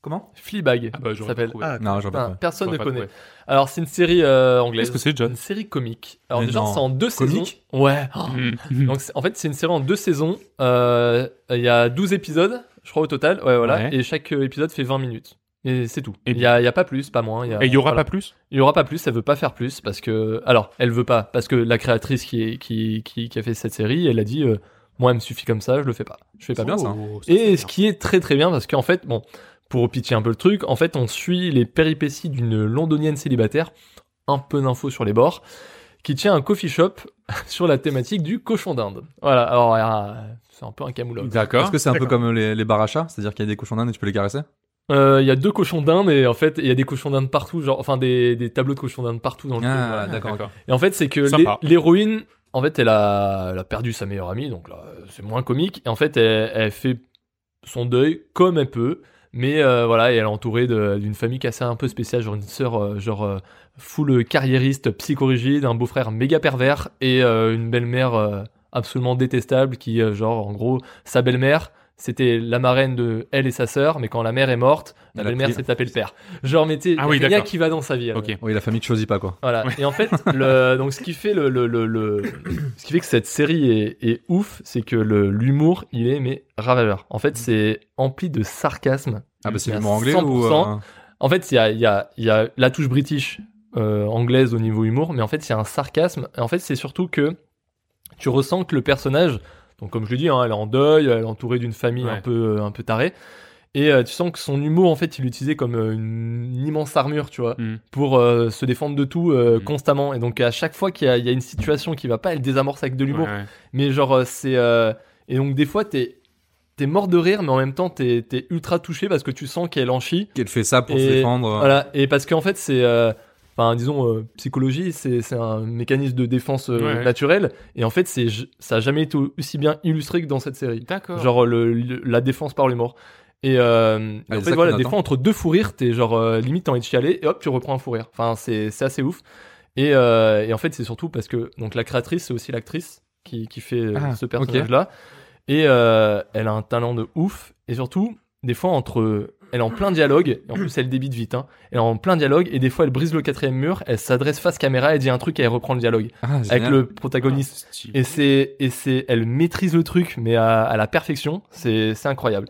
Speaker 2: Comment
Speaker 4: Fleabag.
Speaker 1: Ah bah, j'aurais
Speaker 4: s'appelle.
Speaker 1: pas trouvé.
Speaker 3: Ah,
Speaker 2: Non, j'en
Speaker 4: Putain,
Speaker 2: pas.
Speaker 4: personne ne
Speaker 1: J'aurais pas
Speaker 4: connaît.
Speaker 1: trouvé.
Speaker 4: Alors c'est une série euh, anglaise.
Speaker 1: Qu'est-ce que c'est, John
Speaker 4: Une série comique. Alors
Speaker 2: Mais
Speaker 4: déjà
Speaker 2: non.
Speaker 4: c'est en deux
Speaker 2: Comique
Speaker 4: saisons. Ouais. Oh.
Speaker 1: Mhm.
Speaker 4: Donc c'est- en fait c'est une série en deux saisons. Euh, Il y a 12 épisodes, je crois au total. Ouais voilà.
Speaker 1: Ouais.
Speaker 4: Et chaque euh, épisode fait 20 minutes. Et c'est tout.
Speaker 1: Et-
Speaker 4: Il y, a il y a pas plus, pas moins.
Speaker 1: Et il y aura
Speaker 4: voilà.
Speaker 1: pas plus
Speaker 4: Il y aura pas plus, elle veut pas faire plus parce que alors elle veut pas parce que la créatrice qui est- qui, qui, qui a fait cette série, elle a dit euh, moi elle me suffit comme ça, je le fais pas. Je fais pas
Speaker 2: bien, ça.
Speaker 1: Oh, c'est
Speaker 4: et ce qui est très très bien parce qu'en fait, bon, pour pitcher un peu le truc, en fait, on suit les péripéties d'une londonienne célibataire, un peu d'infos sur les bords, qui tient un coffee shop sur la thématique du cochon d'Inde. Voilà, alors euh, c'est un peu un
Speaker 1: bien.
Speaker 4: camoulot.
Speaker 2: Est-ce
Speaker 1: D'accord.
Speaker 2: que c'est un peu
Speaker 3: D'accord.
Speaker 2: comme les, les barres à chats C'est-à-dire qu'il y a des cochons d'Inde et tu peux les caresser
Speaker 4: Euh, Il y a deux cochons d'Inde et en fait, il y a des cochons d'Inde partout, genre, enfin des, des tableaux de cochons d'Inde partout dans le jeu.
Speaker 2: Ah,
Speaker 4: voilà.
Speaker 2: d'accord.
Speaker 4: Et en fait, c'est que l'hé-
Speaker 1: Sympa.
Speaker 4: l'héroïne, en fait, elle a, elle a perdu sa meilleure amie, donc là, c'est moins comique. Et en fait, elle, elle fait son deuil comme elle peut. Mais euh, voilà, et elle est entourée de- d'une famille cassée un peu spéciale, genre une sœur, euh, genre euh, full carriériste, psychorigide, un beau-frère méga pervers et euh, une belle-mère euh, absolument détestable qui, euh, genre, en gros, sa belle-mère, c'était la marraine de elle et sa sœur, mais quand la mère est morte, la
Speaker 2: Elle a
Speaker 4: belle-mère
Speaker 2: pris-
Speaker 4: s'est tapée le père. Genre, mais tu sais,
Speaker 1: Ah oui,
Speaker 4: y a rien
Speaker 1: d'accord.
Speaker 4: qui va dans sa vie. euh. elle.
Speaker 1: Ok.
Speaker 2: Oui, Oh, la famille ne choisit pas quoi.
Speaker 4: Voilà. Et en fait, le, donc ce qui fait le, le- le- le- ce qui fait que cette série est, est ouf, c'est que le- l'humour, il est mais ravageur. En fait, c'est empli de sarcasme.
Speaker 2: Ah bah c'est
Speaker 4: Il y a
Speaker 2: l'humour anglais ou
Speaker 4: 100%.
Speaker 2: euh,
Speaker 4: En fait, il y a, il y a- il y a la touche british euh, anglaise au niveau humour, mais en fait, il y a un sarcasme. Et en fait, c'est surtout que tu ressens que le personnage, donc comme je l'ai dit, hein, elle est en deuil, elle est entourée d'une famille un
Speaker 1: Ouais.
Speaker 4: peu, un peu tarée. Et euh, tu sens que son humour, en fait, il l'utilisait comme euh, une immense armure, tu vois
Speaker 1: Mhm.
Speaker 4: pour euh, se défendre de tout euh,
Speaker 1: Mm.
Speaker 4: constamment. Et donc à chaque fois qu'il y, a- il y a une situation qui va pas, elle désamorce avec de l'humour.
Speaker 1: Ouais, ouais.
Speaker 4: Mais genre euh, c'est euh, et donc des fois t'es t'es mort de rire, mais en même temps t'es t'es ultra touché parce que tu sens qu'elle en chie.
Speaker 2: Qu'elle fait ça pour
Speaker 4: Et
Speaker 2: se défendre.
Speaker 4: Voilà. Et parce qu'en fait c'est euh, Enfin, disons, euh, psychologie, c'est c'est un mécanisme de défense euh,
Speaker 1: Ouais, ouais.
Speaker 4: naturelle. Et en fait, c'est j- ça a jamais été aussi bien illustré que dans cette série.
Speaker 1: D'accord.
Speaker 4: Genre le- le- la défense par l'humour. Et, euh,
Speaker 2: Ah,
Speaker 4: en
Speaker 2: c'est
Speaker 4: fait,
Speaker 2: ça
Speaker 4: voilà,
Speaker 2: qu'on
Speaker 4: des
Speaker 2: attend.
Speaker 4: fois, entre deux fous rires, t'es genre euh, limite t'as envie de chialer et hop, tu reprends un fou rire. Enfin, c'est c'est assez ouf. Et, euh, et en fait, c'est surtout parce que donc la créatrice, c'est aussi l'actrice qui, qui fait euh,
Speaker 2: Ah,
Speaker 4: ce personnage-là. Et euh, elle a un talent de ouf. Et surtout, des fois, entre. Elle est en plein dialogue, et en plus elle débite vite, hein. elle est en plein dialogue, et des fois elle brise le quatrième mur, elle s'adresse face caméra, elle dit un truc et elle reprend le dialogue.
Speaker 2: Ah,
Speaker 4: Avec
Speaker 2: génial.
Speaker 4: le protagoniste, et c'est, et c'est, elle maîtrise le truc, mais à, à la perfection. C'est, c'est incroyable.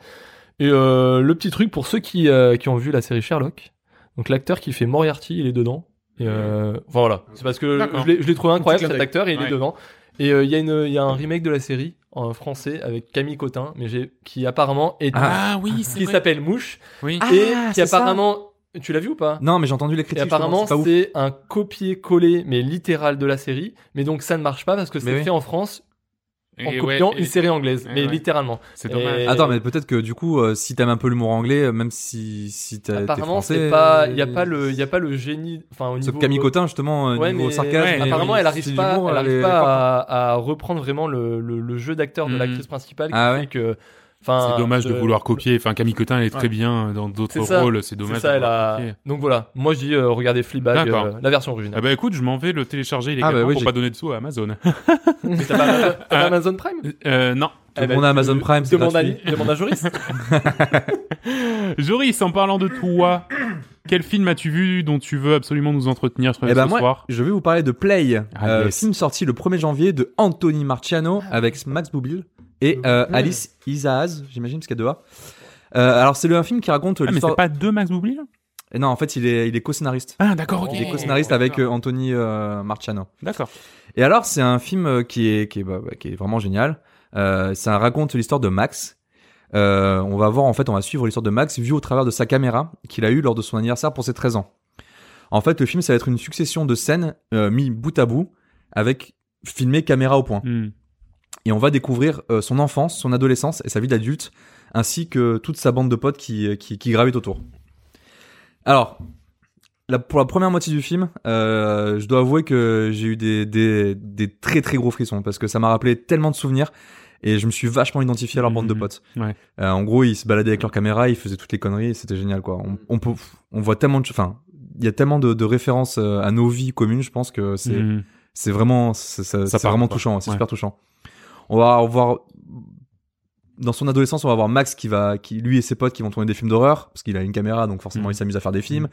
Speaker 4: Et euh, le petit truc pour ceux qui, euh, qui ont vu la série Sherlock, donc l'acteur qui fait Moriarty, il est dedans. Et euh, enfin, voilà, c'est parce que
Speaker 1: D'accord.
Speaker 4: je l'ai, je l'ai trouvé incroyable
Speaker 3: clin
Speaker 4: cet
Speaker 3: d'œil.
Speaker 4: acteur et il est
Speaker 1: Ouais.
Speaker 4: dedans. Et euh, il y a une, il y a un remake de la série en français avec Camille Cotin, mais j'ai, qui apparemment est,
Speaker 1: Ah oui, c'est
Speaker 4: qui
Speaker 1: vrai.
Speaker 4: s'appelle Mouche
Speaker 1: Oui.
Speaker 2: Ah,
Speaker 4: et qui
Speaker 2: c'est ça.
Speaker 4: apparemment, tu l'as vu ou pas
Speaker 2: Non, mais j'ai entendu les
Speaker 4: et
Speaker 2: critiques.
Speaker 4: apparemment,
Speaker 2: justement, c'est pas ouf.
Speaker 4: c'est un copier-coller, mais littéral de la série. Mais donc, ça ne marche pas parce que
Speaker 2: Mais
Speaker 4: c'est
Speaker 2: oui.
Speaker 4: fait en France en
Speaker 1: Et ouais,
Speaker 4: copiant
Speaker 1: et-
Speaker 4: une série anglaise,
Speaker 1: et
Speaker 4: mais
Speaker 1: ouais.
Speaker 4: littéralement.
Speaker 1: C'est
Speaker 4: Et-
Speaker 1: dommage.
Speaker 2: Attends, mais peut-être que du coup, euh, si t'aimes un peu l'humour anglais, euh, même si si t'as- t'es
Speaker 4: Apparemment,
Speaker 2: français,
Speaker 4: c'est pas,
Speaker 2: euh,
Speaker 4: il y a pas le, il y a pas le génie, enfin au
Speaker 2: Sauf
Speaker 4: niveau.
Speaker 2: que Camille Cotin justement euh,
Speaker 4: Ouais,
Speaker 2: niveau
Speaker 4: mais-
Speaker 2: sarcasme.
Speaker 1: ouais,
Speaker 2: et
Speaker 4: Apparemment, elle arrive
Speaker 2: style
Speaker 4: pas,
Speaker 2: d'humour,
Speaker 4: elle
Speaker 2: est
Speaker 4: arrive
Speaker 2: forte.
Speaker 4: pas à, à reprendre vraiment le, le, le jeu d'acteur de
Speaker 1: Mhm.
Speaker 4: l'actrice principale. Qui
Speaker 2: Ah
Speaker 4: fait
Speaker 2: ouais.
Speaker 4: que, enfin, euh,
Speaker 1: C'est dommage de vouloir copier. Enfin, Camille Cotin, elle est
Speaker 3: Ouais.
Speaker 1: très bien euh, dans d'autres
Speaker 4: C'est ça.
Speaker 1: rôles. C'est dommage.
Speaker 4: C'est ça,
Speaker 1: de
Speaker 4: elle
Speaker 1: vouloir
Speaker 4: a.
Speaker 1: copier.
Speaker 4: Donc voilà, moi je dis euh, regardez Fleabag,
Speaker 1: D'accord.
Speaker 4: euh, la version originale.
Speaker 1: Ah bah écoute, je m'en vais le télécharger
Speaker 2: Ah bah
Speaker 1: illégalement
Speaker 2: oui,
Speaker 1: pour
Speaker 2: j'ai-
Speaker 1: pas donner de sous à Amazon. Ah.
Speaker 4: Mais t'as pas, Amazon- t'as pas Amazon Prime Euh,
Speaker 1: Euh, non.
Speaker 2: Tout le monde a Amazon Prime, c'est
Speaker 4: Demande à,
Speaker 2: gratuit.
Speaker 4: demande à Joris.
Speaker 1: Joris, en parlant de toi, quel film as-tu vu dont tu veux absolument nous entretenir ce,
Speaker 2: Eh ben
Speaker 1: ce
Speaker 2: moi,
Speaker 1: soir
Speaker 2: je vais vous parler de Play,
Speaker 1: Ah,
Speaker 2: euh,
Speaker 1: yes.
Speaker 2: film sorti le 1er janvier de Anthony Marciano avec Max Boublil et euh,
Speaker 3: Mmh.
Speaker 2: Alice Isaaz, j'imagine, parce qu'il y a deux A. Euh, alors c'est le un film qui raconte
Speaker 1: Ah, mais
Speaker 2: l'histoire.
Speaker 1: c'est pas deux Max Boublil
Speaker 2: Eh Non, en fait, il est, il est co-scénariste.
Speaker 1: Ah d'accord, ok.
Speaker 2: Il est
Speaker 4: Oh,
Speaker 2: co-scénariste avec euh, Anthony euh, Marciano.
Speaker 1: D'accord.
Speaker 2: Et alors, c'est un film euh, qui est, qui est, bah, bah, qui est vraiment génial. Euh, ça raconte l'histoire de Max. Euh, on va voir, en fait, on va suivre l'histoire de Max vue au travers de sa caméra qu'il a eue lors de son anniversaire pour ses 13 ans. En fait, le film, ça va être une succession de scènes euh, mis bout à bout avec filmé caméra au point.
Speaker 1: Hmm.
Speaker 2: Et on va découvrir euh, son enfance, son euh, adolescence et sa vie d'adulte, ainsi que toute sa bande de potes qui, qui, qui gravitent autour. Alors, la- pour la première moitié du film, euh, je dois avouer que j'ai eu des, des, des très très gros frissons parce que ça m'a rappelé tellement de souvenirs et je me suis vachement identifié à leur bande de
Speaker 1: Mhm.
Speaker 2: potes.
Speaker 1: Ouais.
Speaker 2: Euh, en gros, ils se baladaient avec leur caméra, ils faisaient toutes les conneries, et c'était génial quoi.
Speaker 1: Mhm.
Speaker 2: On, on peut, on voit tellement de, enfin, il y a tellement de, de références euh, à nos vies communes, je pense que c'est
Speaker 1: Mhm.
Speaker 2: c'est vraiment, c'est- ça-
Speaker 1: Ça
Speaker 2: c'est
Speaker 1: parle,
Speaker 2: vraiment
Speaker 1: quoi.
Speaker 2: touchant, c'est
Speaker 1: Ouais.
Speaker 2: super touchant. On va voir dans son adolescence, on va voir Max qui va, qui lui et ses potes qui vont tourner des films d'horreur parce qu'il a une caméra, donc forcément
Speaker 1: Mhm.
Speaker 2: il s'amuse à faire des films.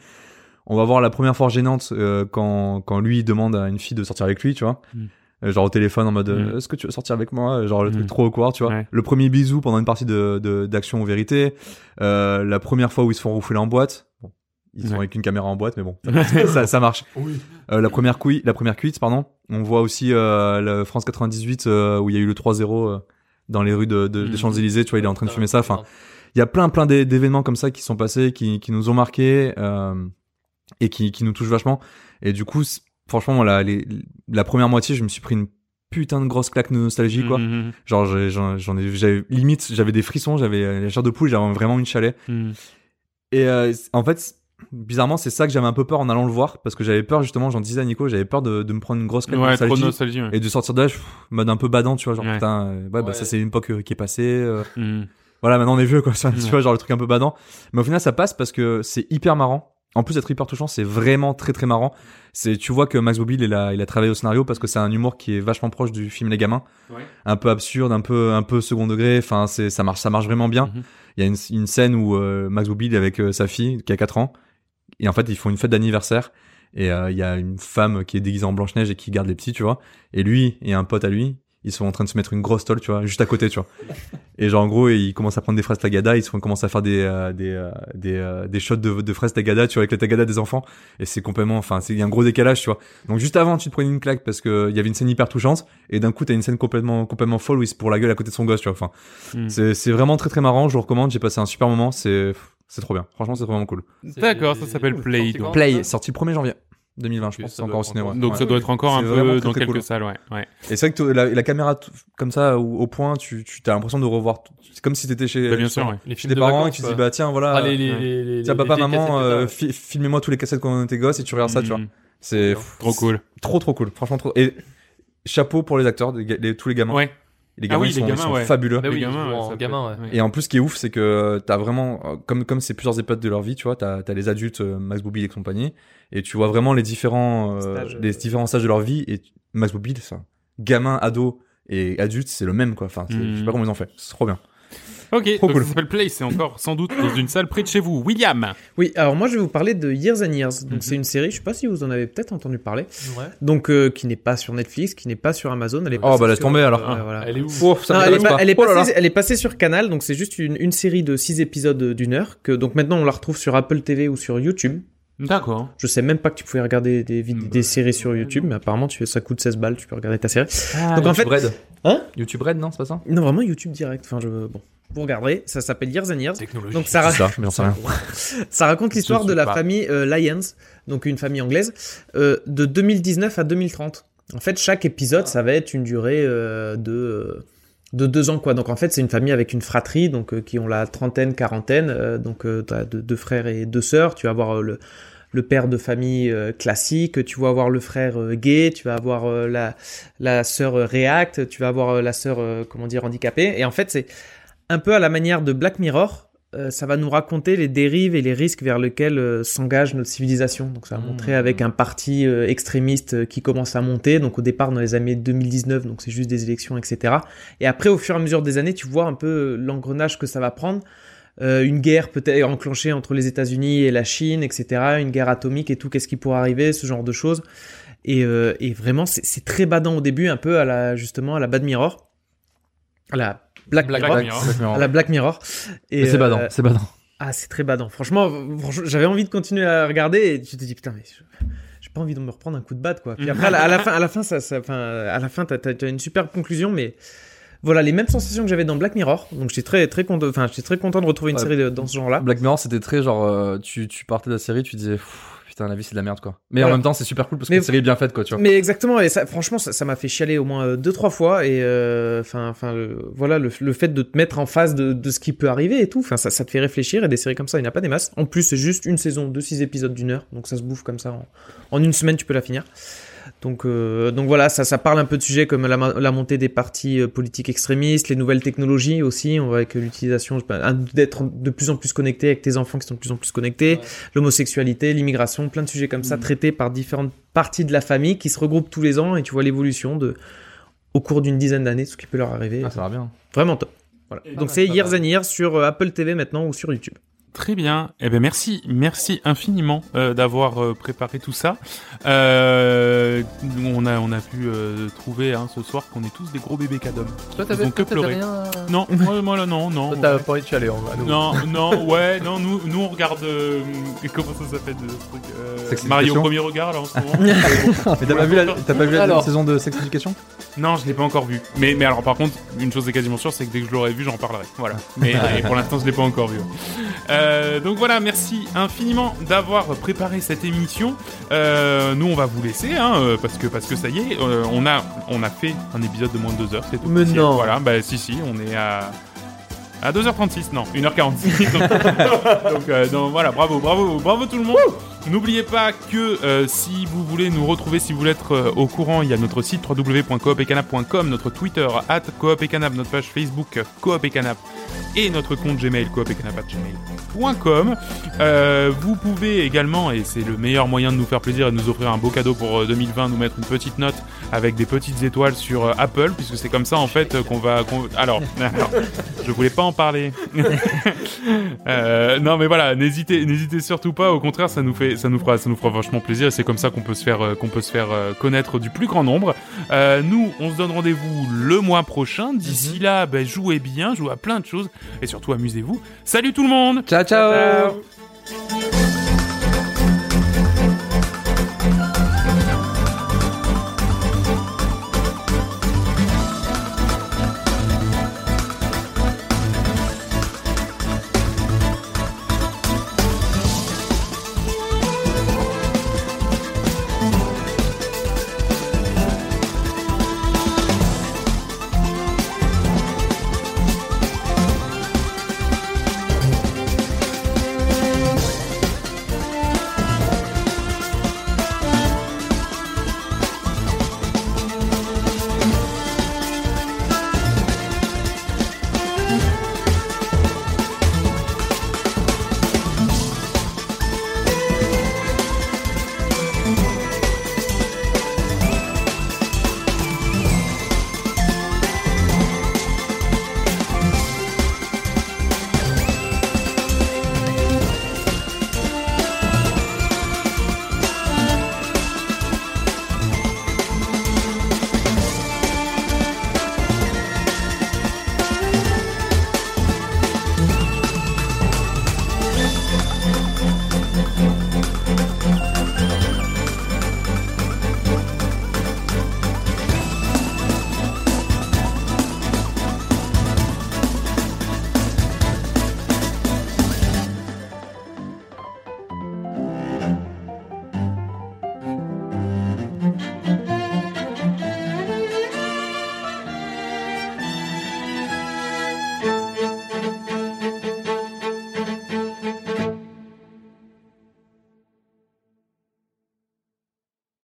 Speaker 2: On va voir la première fois gênante euh, quand quand lui il demande à une fille de sortir avec lui, tu vois.
Speaker 1: Mhm.
Speaker 2: Euh, Genre au téléphone en mode euh,
Speaker 1: Mhm.
Speaker 2: est-ce que tu veux sortir avec moi Genre le truc
Speaker 1: Mhm.
Speaker 2: trop awkward, tu vois.
Speaker 1: Ouais.
Speaker 2: Le premier bisou pendant une partie de de- d'action ou vérité. Euh, la première fois où ils se font refouler en boîte. Bon, ils sont
Speaker 1: Ouais.
Speaker 2: avec une caméra en boîte, mais bon, ça- ça, ça marche. Euh, la première couille, la première cuite, pardon. On voit aussi euh, le France 98 euh, où il y a eu le 3-0 euh, dans les rues de, de-
Speaker 1: Mhm.
Speaker 2: des Champs-Élysées. Tu vois, il est en train de fumer ça. Enfin, il y a plein, plein d'é- d'événements comme ça qui sont passés, qui, qui nous ont marqués euh, et qui, qui nous touchent vachement. Et du coup, c'est- franchement, moi, la, les- la première moitié, je me suis pris une putain de grosse claque de nostalgie, quoi.
Speaker 1: Mhm.
Speaker 2: Genre, j'ai- j'en j'en ai, j'avais limite, j'avais des frissons, j'avais euh, la chair de poule, j'avais vraiment une chalet.
Speaker 1: Mhm.
Speaker 2: Et euh, c- en fait, c- bizarrement, c'est ça que j'avais un peu peur en allant le voir, parce que j'avais peur justement, j'en disais à Nico, j'avais peur de, de me prendre une grosse claque
Speaker 1: Ouais, trop
Speaker 2: nostalgique
Speaker 1: de nostalgie. ouais.
Speaker 2: et de sortir de là, je- pff, mode un peu badant, tu vois, genre
Speaker 1: Ouais.
Speaker 2: putain, euh, ouais, bah
Speaker 4: Ouais.
Speaker 2: ça c'est une époque euh, qui est passée. euh,
Speaker 1: Mhm.
Speaker 2: voilà, maintenant on est vieux, quoi, ça, tu
Speaker 1: Ouais.
Speaker 2: vois, genre le truc un peu badant. Mais au final, ça passe parce que c'est hyper marrant. En plus d'être hyper touchant, c'est vraiment très très marrant. C'est, tu vois que Max Bobby, il a, il a travaillé au scénario parce que c'est un humour qui est vachement proche du film Les Gamins,
Speaker 1: Ouais.
Speaker 2: un peu absurde, un peu un peu second degré. Enfin, c'est ça marche, ça marche vraiment bien.
Speaker 1: Mhm.
Speaker 2: Il y a une, une scène où euh, Max Bobby il est avec euh, sa fille qui a 4 ans et en fait ils font une fête d'anniversaire et euh, il y a une femme qui est déguisée en Blanche Neige et qui garde les petits, tu vois. Et lui et un pote à lui, ils sont en train de se mettre une grosse tôle, tu vois, juste à côté, tu vois. Et genre en gros, ils commencent à prendre des fraises tagada, ils se font- commencent à faire des euh, des euh, des, euh, des shots de, de fraises tagada, tu vois, avec les tagada des enfants. Et c'est complètement, enfin, c'est il y a un gros décalage, tu vois. Donc juste avant, tu te prenais une claque parce que il y avait une scène hyper touchante, et d'un coup, t'as une scène complètement complètement folle où il se pour la gueule à côté de son gosse, tu vois. Enfin,
Speaker 1: Mhm.
Speaker 2: c'est c'est vraiment très très marrant. Je vous recommande. J'ai passé un super moment. C'est c'est trop bien. Franchement, c'est vraiment cool.
Speaker 1: D'accord, ça s'appelle Play It.
Speaker 4: Sorti
Speaker 2: Play
Speaker 4: quand, ça
Speaker 2: sorti 1er janvier 2020, je
Speaker 4: Ok,
Speaker 2: pense.
Speaker 4: ça
Speaker 2: C'est
Speaker 4: doit
Speaker 2: encore au
Speaker 4: être
Speaker 2: ciné.
Speaker 4: encore-
Speaker 2: ouais.
Speaker 1: Donc
Speaker 2: Ouais.
Speaker 1: ça doit être encore un
Speaker 2: C'est vraiment
Speaker 1: peu
Speaker 2: très,
Speaker 1: dans
Speaker 2: très
Speaker 1: quelques
Speaker 2: cool. hein.
Speaker 1: salles, ouais. ouais.
Speaker 2: Et c'est vrai que la, la caméra t- comme ça au, au point, tu, tu as l'impression de revoir. tout- C'est comme si t'étais chez,
Speaker 1: Bah, bien
Speaker 2: chez
Speaker 1: sûr, ouais.
Speaker 4: Les films
Speaker 2: tes
Speaker 4: de
Speaker 2: parents et
Speaker 4: vacances,
Speaker 2: tu te dis
Speaker 4: quoi.
Speaker 2: bah tiens voilà.
Speaker 4: Ah, les, les,
Speaker 1: ouais.
Speaker 4: les, les,
Speaker 2: Tiens,
Speaker 4: les
Speaker 2: papa,
Speaker 4: vieilles
Speaker 2: maman,
Speaker 4: cassettes,
Speaker 2: euh,
Speaker 4: ça.
Speaker 2: fi- filmez-moi tous les cassettes quand on était gosse et tu regardes ça, tu vois.
Speaker 1: Mhm.
Speaker 2: C'est
Speaker 1: Trop cool.
Speaker 2: Trop, trop cool. Franchement, trop. Et chapeau pour les acteurs, les ga- les- tous les gamins.
Speaker 1: Ouais.
Speaker 2: Les
Speaker 1: Ah
Speaker 2: gamins,
Speaker 1: oui,
Speaker 2: ils
Speaker 1: les
Speaker 2: sont, ils
Speaker 1: gamins,
Speaker 2: sont
Speaker 1: ouais.
Speaker 2: fabuleux.
Speaker 4: Bah oui,
Speaker 1: Les gamins,
Speaker 4: en
Speaker 1: ça peut
Speaker 4: gamin,
Speaker 1: être-
Speaker 4: ouais.
Speaker 2: Et en plus, ce qui est ouf, c'est que t'as vraiment, euh, comme comme c'est plusieurs époques de leur vie, tu vois, t'as as les adultes, euh, Max Bobby et compagnie, et tu vois vraiment les différents, euh,
Speaker 3: Stages,
Speaker 2: les
Speaker 3: euh.
Speaker 2: différents stages de leur vie. Et tu- Max Bobby, c'est un gamin, ado et adulte, c'est le même quoi. Enfin, c'est-
Speaker 1: Mhm.
Speaker 2: je sais pas comment ils ont fait. C'est trop bien.
Speaker 1: Ok,
Speaker 2: Trop
Speaker 1: donc
Speaker 2: cool.
Speaker 1: ça s'appelle Play, c'est encore sans doute dans une salle près de chez vous. William
Speaker 3: Oui, alors moi je vais vous parler de Years and Years. Donc
Speaker 1: Mhm.
Speaker 3: c'est une série, je sais pas si vous en avez peut-être entendu parler,
Speaker 4: Ouais.
Speaker 3: donc euh, qui n'est pas sur Netflix, qui n'est pas sur Amazon. Elle est
Speaker 2: Oh,
Speaker 3: passée
Speaker 2: bah, laisse
Speaker 3: sur-
Speaker 2: tomber, alors.
Speaker 3: Ouais, voilà.
Speaker 4: Elle est où
Speaker 2: Oh, ça
Speaker 3: Non, elle, est
Speaker 2: m'intéresse
Speaker 3: pas-
Speaker 2: pas.
Speaker 3: elle est
Speaker 2: Oh là
Speaker 3: passée,
Speaker 2: là.
Speaker 3: elle est passée sur Canal, donc c'est juste une, une série de 6 épisodes euh, d'une heure. Que, donc maintenant on la retrouve sur Apple TV ou sur YouTube.
Speaker 1: D'accord.
Speaker 3: Je sais même pas que tu pouvais regarder des, vid-
Speaker 2: Hmm.
Speaker 1: Bah,
Speaker 3: des séries sur
Speaker 1: non.
Speaker 3: YouTube, mais apparemment tu, ça coûte 16 balles, tu peux regarder ta série.
Speaker 2: Donc
Speaker 3: Donc,
Speaker 2: en
Speaker 3: en
Speaker 2: fait,
Speaker 3: fait-
Speaker 2: Red.
Speaker 3: Hein
Speaker 2: YouTube Red, non, c'est pas ça.
Speaker 3: Non, vraiment YouTube direct. Enfin, je, bon, vous regarderez, ça s'appelle Years and Years.
Speaker 4: Technologie.
Speaker 3: Donc ça, ra-
Speaker 2: C'est ça, mais j'en sais rien.
Speaker 3: ça raconte l'histoire
Speaker 1: Je
Speaker 3: de
Speaker 1: sais
Speaker 3: la
Speaker 1: pas.
Speaker 3: famille euh, Lyons, donc une famille anglaise, euh, de 2019 à 2030. En fait, chaque épisode, ça va être une durée euh, de euh, de deux ans quoi. Donc en fait, c'est une famille avec une fratrie, donc euh, qui ont la trentaine, quarantaine. euh, donc euh, t'as deux, deux frères et deux sœurs. Tu vas avoir euh, le le père de famille euh, classique, tu vas avoir le frère euh, gay, tu vas avoir euh, la la sœur euh, réact, tu vas avoir euh, la sœur euh, comment dire handicapée. Et en fait, c'est un peu à la manière de Black Mirror. euh, ça va nous raconter les dérives et les risques vers lesquels euh, s'engage notre civilisation. Donc ça va
Speaker 4: Mmh.
Speaker 3: montrer avec un parti euh, extrémiste euh, qui commence à monter. Donc au départ dans les années 2019, donc c'est juste des élections, etc. Et après, au fur et à mesure des années, tu vois un peu euh, l'engrenage que ça va prendre. Euh, une guerre peut-être enclenchée entre les États-Unis et la Chine, etc. Une guerre atomique et tout, qu'est-ce qui pourrait arriver, ce genre de choses. Et, euh, et vraiment, c'est c'est très badant au début, un peu à la, justement à la Bad Mirror. À la Black,
Speaker 4: Black
Speaker 3: Mirror.
Speaker 1: Mirror.
Speaker 3: À la Black Mirror. Et,
Speaker 2: Mais C'est badant,
Speaker 3: euh,
Speaker 2: c'est badant.
Speaker 3: ah, c'est très badant. Franchement, franchement, j'avais envie de continuer à regarder et tu te dis putain, mais je- j'ai pas envie de me reprendre un coup de batte quoi. Puis après, à la, à la fin, à la fin, ça, ça- enfin, à la fin, t'as, t'as- t'as une super conclusion, mais voilà, les mêmes sensations que j'avais dans Black Mirror. Donc j'étais très, très content, enfin, j'étais très content de retrouver une
Speaker 2: Ouais.
Speaker 3: série de- dans ce genre-là.
Speaker 2: Black Mirror, c'était très genre, euh, tu, tu partais de la série, tu disais, Pff, putain, la vie, c'est de la merde, quoi. Mais en
Speaker 3: Voilà.
Speaker 2: même temps, c'est super cool parce que
Speaker 3: Mais-
Speaker 2: la série est bien faite, quoi, tu vois.
Speaker 3: Mais exactement, et ça, franchement, ça ça m'a fait chialer au moins euh, deux, trois fois. Et euh, enfin, enfin, le- voilà, le, le fait de te mettre en face de, de ce qui peut arriver et tout, enfin, ça, ça te fait réfléchir. Et des séries comme ça, il n'y en a pas des masses. En plus, c'est juste une saison de six épisodes d'une heure, donc ça se bouffe comme ça. En, en une semaine, tu peux la finir. Donc, euh, donc voilà, ça, ça parle un peu de sujets comme la, ma- la montée des partis euh, politiques extrémistes, les nouvelles technologies aussi, on voit avec l'utilisation je sais pas, un- d'être de plus en plus connecté avec tes enfants qui sont de plus en plus connectés, l'homosexualité, l'immigration, plein de sujets comme
Speaker 4: Mm.
Speaker 3: ça traités par différentes parties de la famille qui se regroupent tous les ans et tu vois l'évolution de au cours d'une dizaine d'années, ce qui peut leur arriver.
Speaker 2: Ah, ça va bien.
Speaker 3: Vraiment top. Voilà.
Speaker 4: Et-
Speaker 3: Donc
Speaker 4: Pas
Speaker 3: c'est
Speaker 4: mal, pas
Speaker 3: Years
Speaker 4: mal.
Speaker 3: and Years sur euh, Apple TV maintenant ou sur YouTube.
Speaker 1: Très bien. Eh ben merci, merci infiniment euh, d'avoir euh, préparé tout ça. Euh, on a on a pu euh, trouver hein, ce soir qu'on est tous des gros bébés cadoms.
Speaker 4: Toi,
Speaker 1: Ils ont
Speaker 4: t'avais
Speaker 1: que
Speaker 4: toi, t'avais
Speaker 1: pleuré.
Speaker 4: rien. à-
Speaker 1: Non, moi, moi là non, non.
Speaker 4: Toi, t'as pas envie de chialer, en vrai. Ah, à nouveau.
Speaker 1: Non, non, ouais, non, nous, nous on regarde. euh, comment ça s'appelle de ce truc euh,
Speaker 2: Sex
Speaker 1: Mario
Speaker 2: Education
Speaker 1: au premier regard là en ce moment.
Speaker 2: Mais t'as pas vu la, t'as pas vu la
Speaker 4: Alors.
Speaker 2: saison de Sex Education
Speaker 1: non, je l'ai pas encore vu. Mais, mais alors par contre, une chose est quasiment sûre, c'est que dès que je l'aurai vu, j'en parlerai. Voilà. Mais mais pour l'instant, je l'ai pas encore vu. Euh, donc voilà, merci infiniment d'avoir préparé cette émission. Euh, nous, on va vous laisser hein, euh, parce que parce que ça y est, euh, on a on a fait un épisode de moins de 2 heures, c'est tout.
Speaker 3: Mais
Speaker 1: Si,
Speaker 3: non.
Speaker 1: Voilà, bah si si, on est à à 2h36, non, 1h46. donc, donc, euh, donc, voilà, bravo, bravo, bravo tout le monde. N'oubliez pas que euh, si vous voulez nous retrouver, si vous voulez être euh, au courant, il y a notre site www.coopecanap.com, notre Twitter, at coopecanap, notre page Facebook coopecanap et notre compte Gmail coopetcanap@gmail.com. Euh, vous pouvez également, et c'est le meilleur moyen de nous faire plaisir et de nous offrir un beau cadeau pour euh, 2020, nous mettre une petite note avec des petites étoiles sur euh, Apple, puisque c'est comme ça en fait euh, qu'on va. qu'on- Alors, alors, je voulais pas en parler. Euh, non mais voilà, n'hésitez, n'hésitez surtout pas. Au contraire, ça nous fait, ça nous fera, ça nous fera vachement plaisir. Et c'est comme ça qu'on peut se faire, euh, qu'on peut se faire euh, connaître du plus grand nombre. Euh, nous, on se donne rendez-vous le mois prochain. D'ici là, ben, jouez bien, jouez à plein de choses et surtout amusez-vous. Salut tout le monde.
Speaker 2: ciao, ciao.
Speaker 3: Ciao.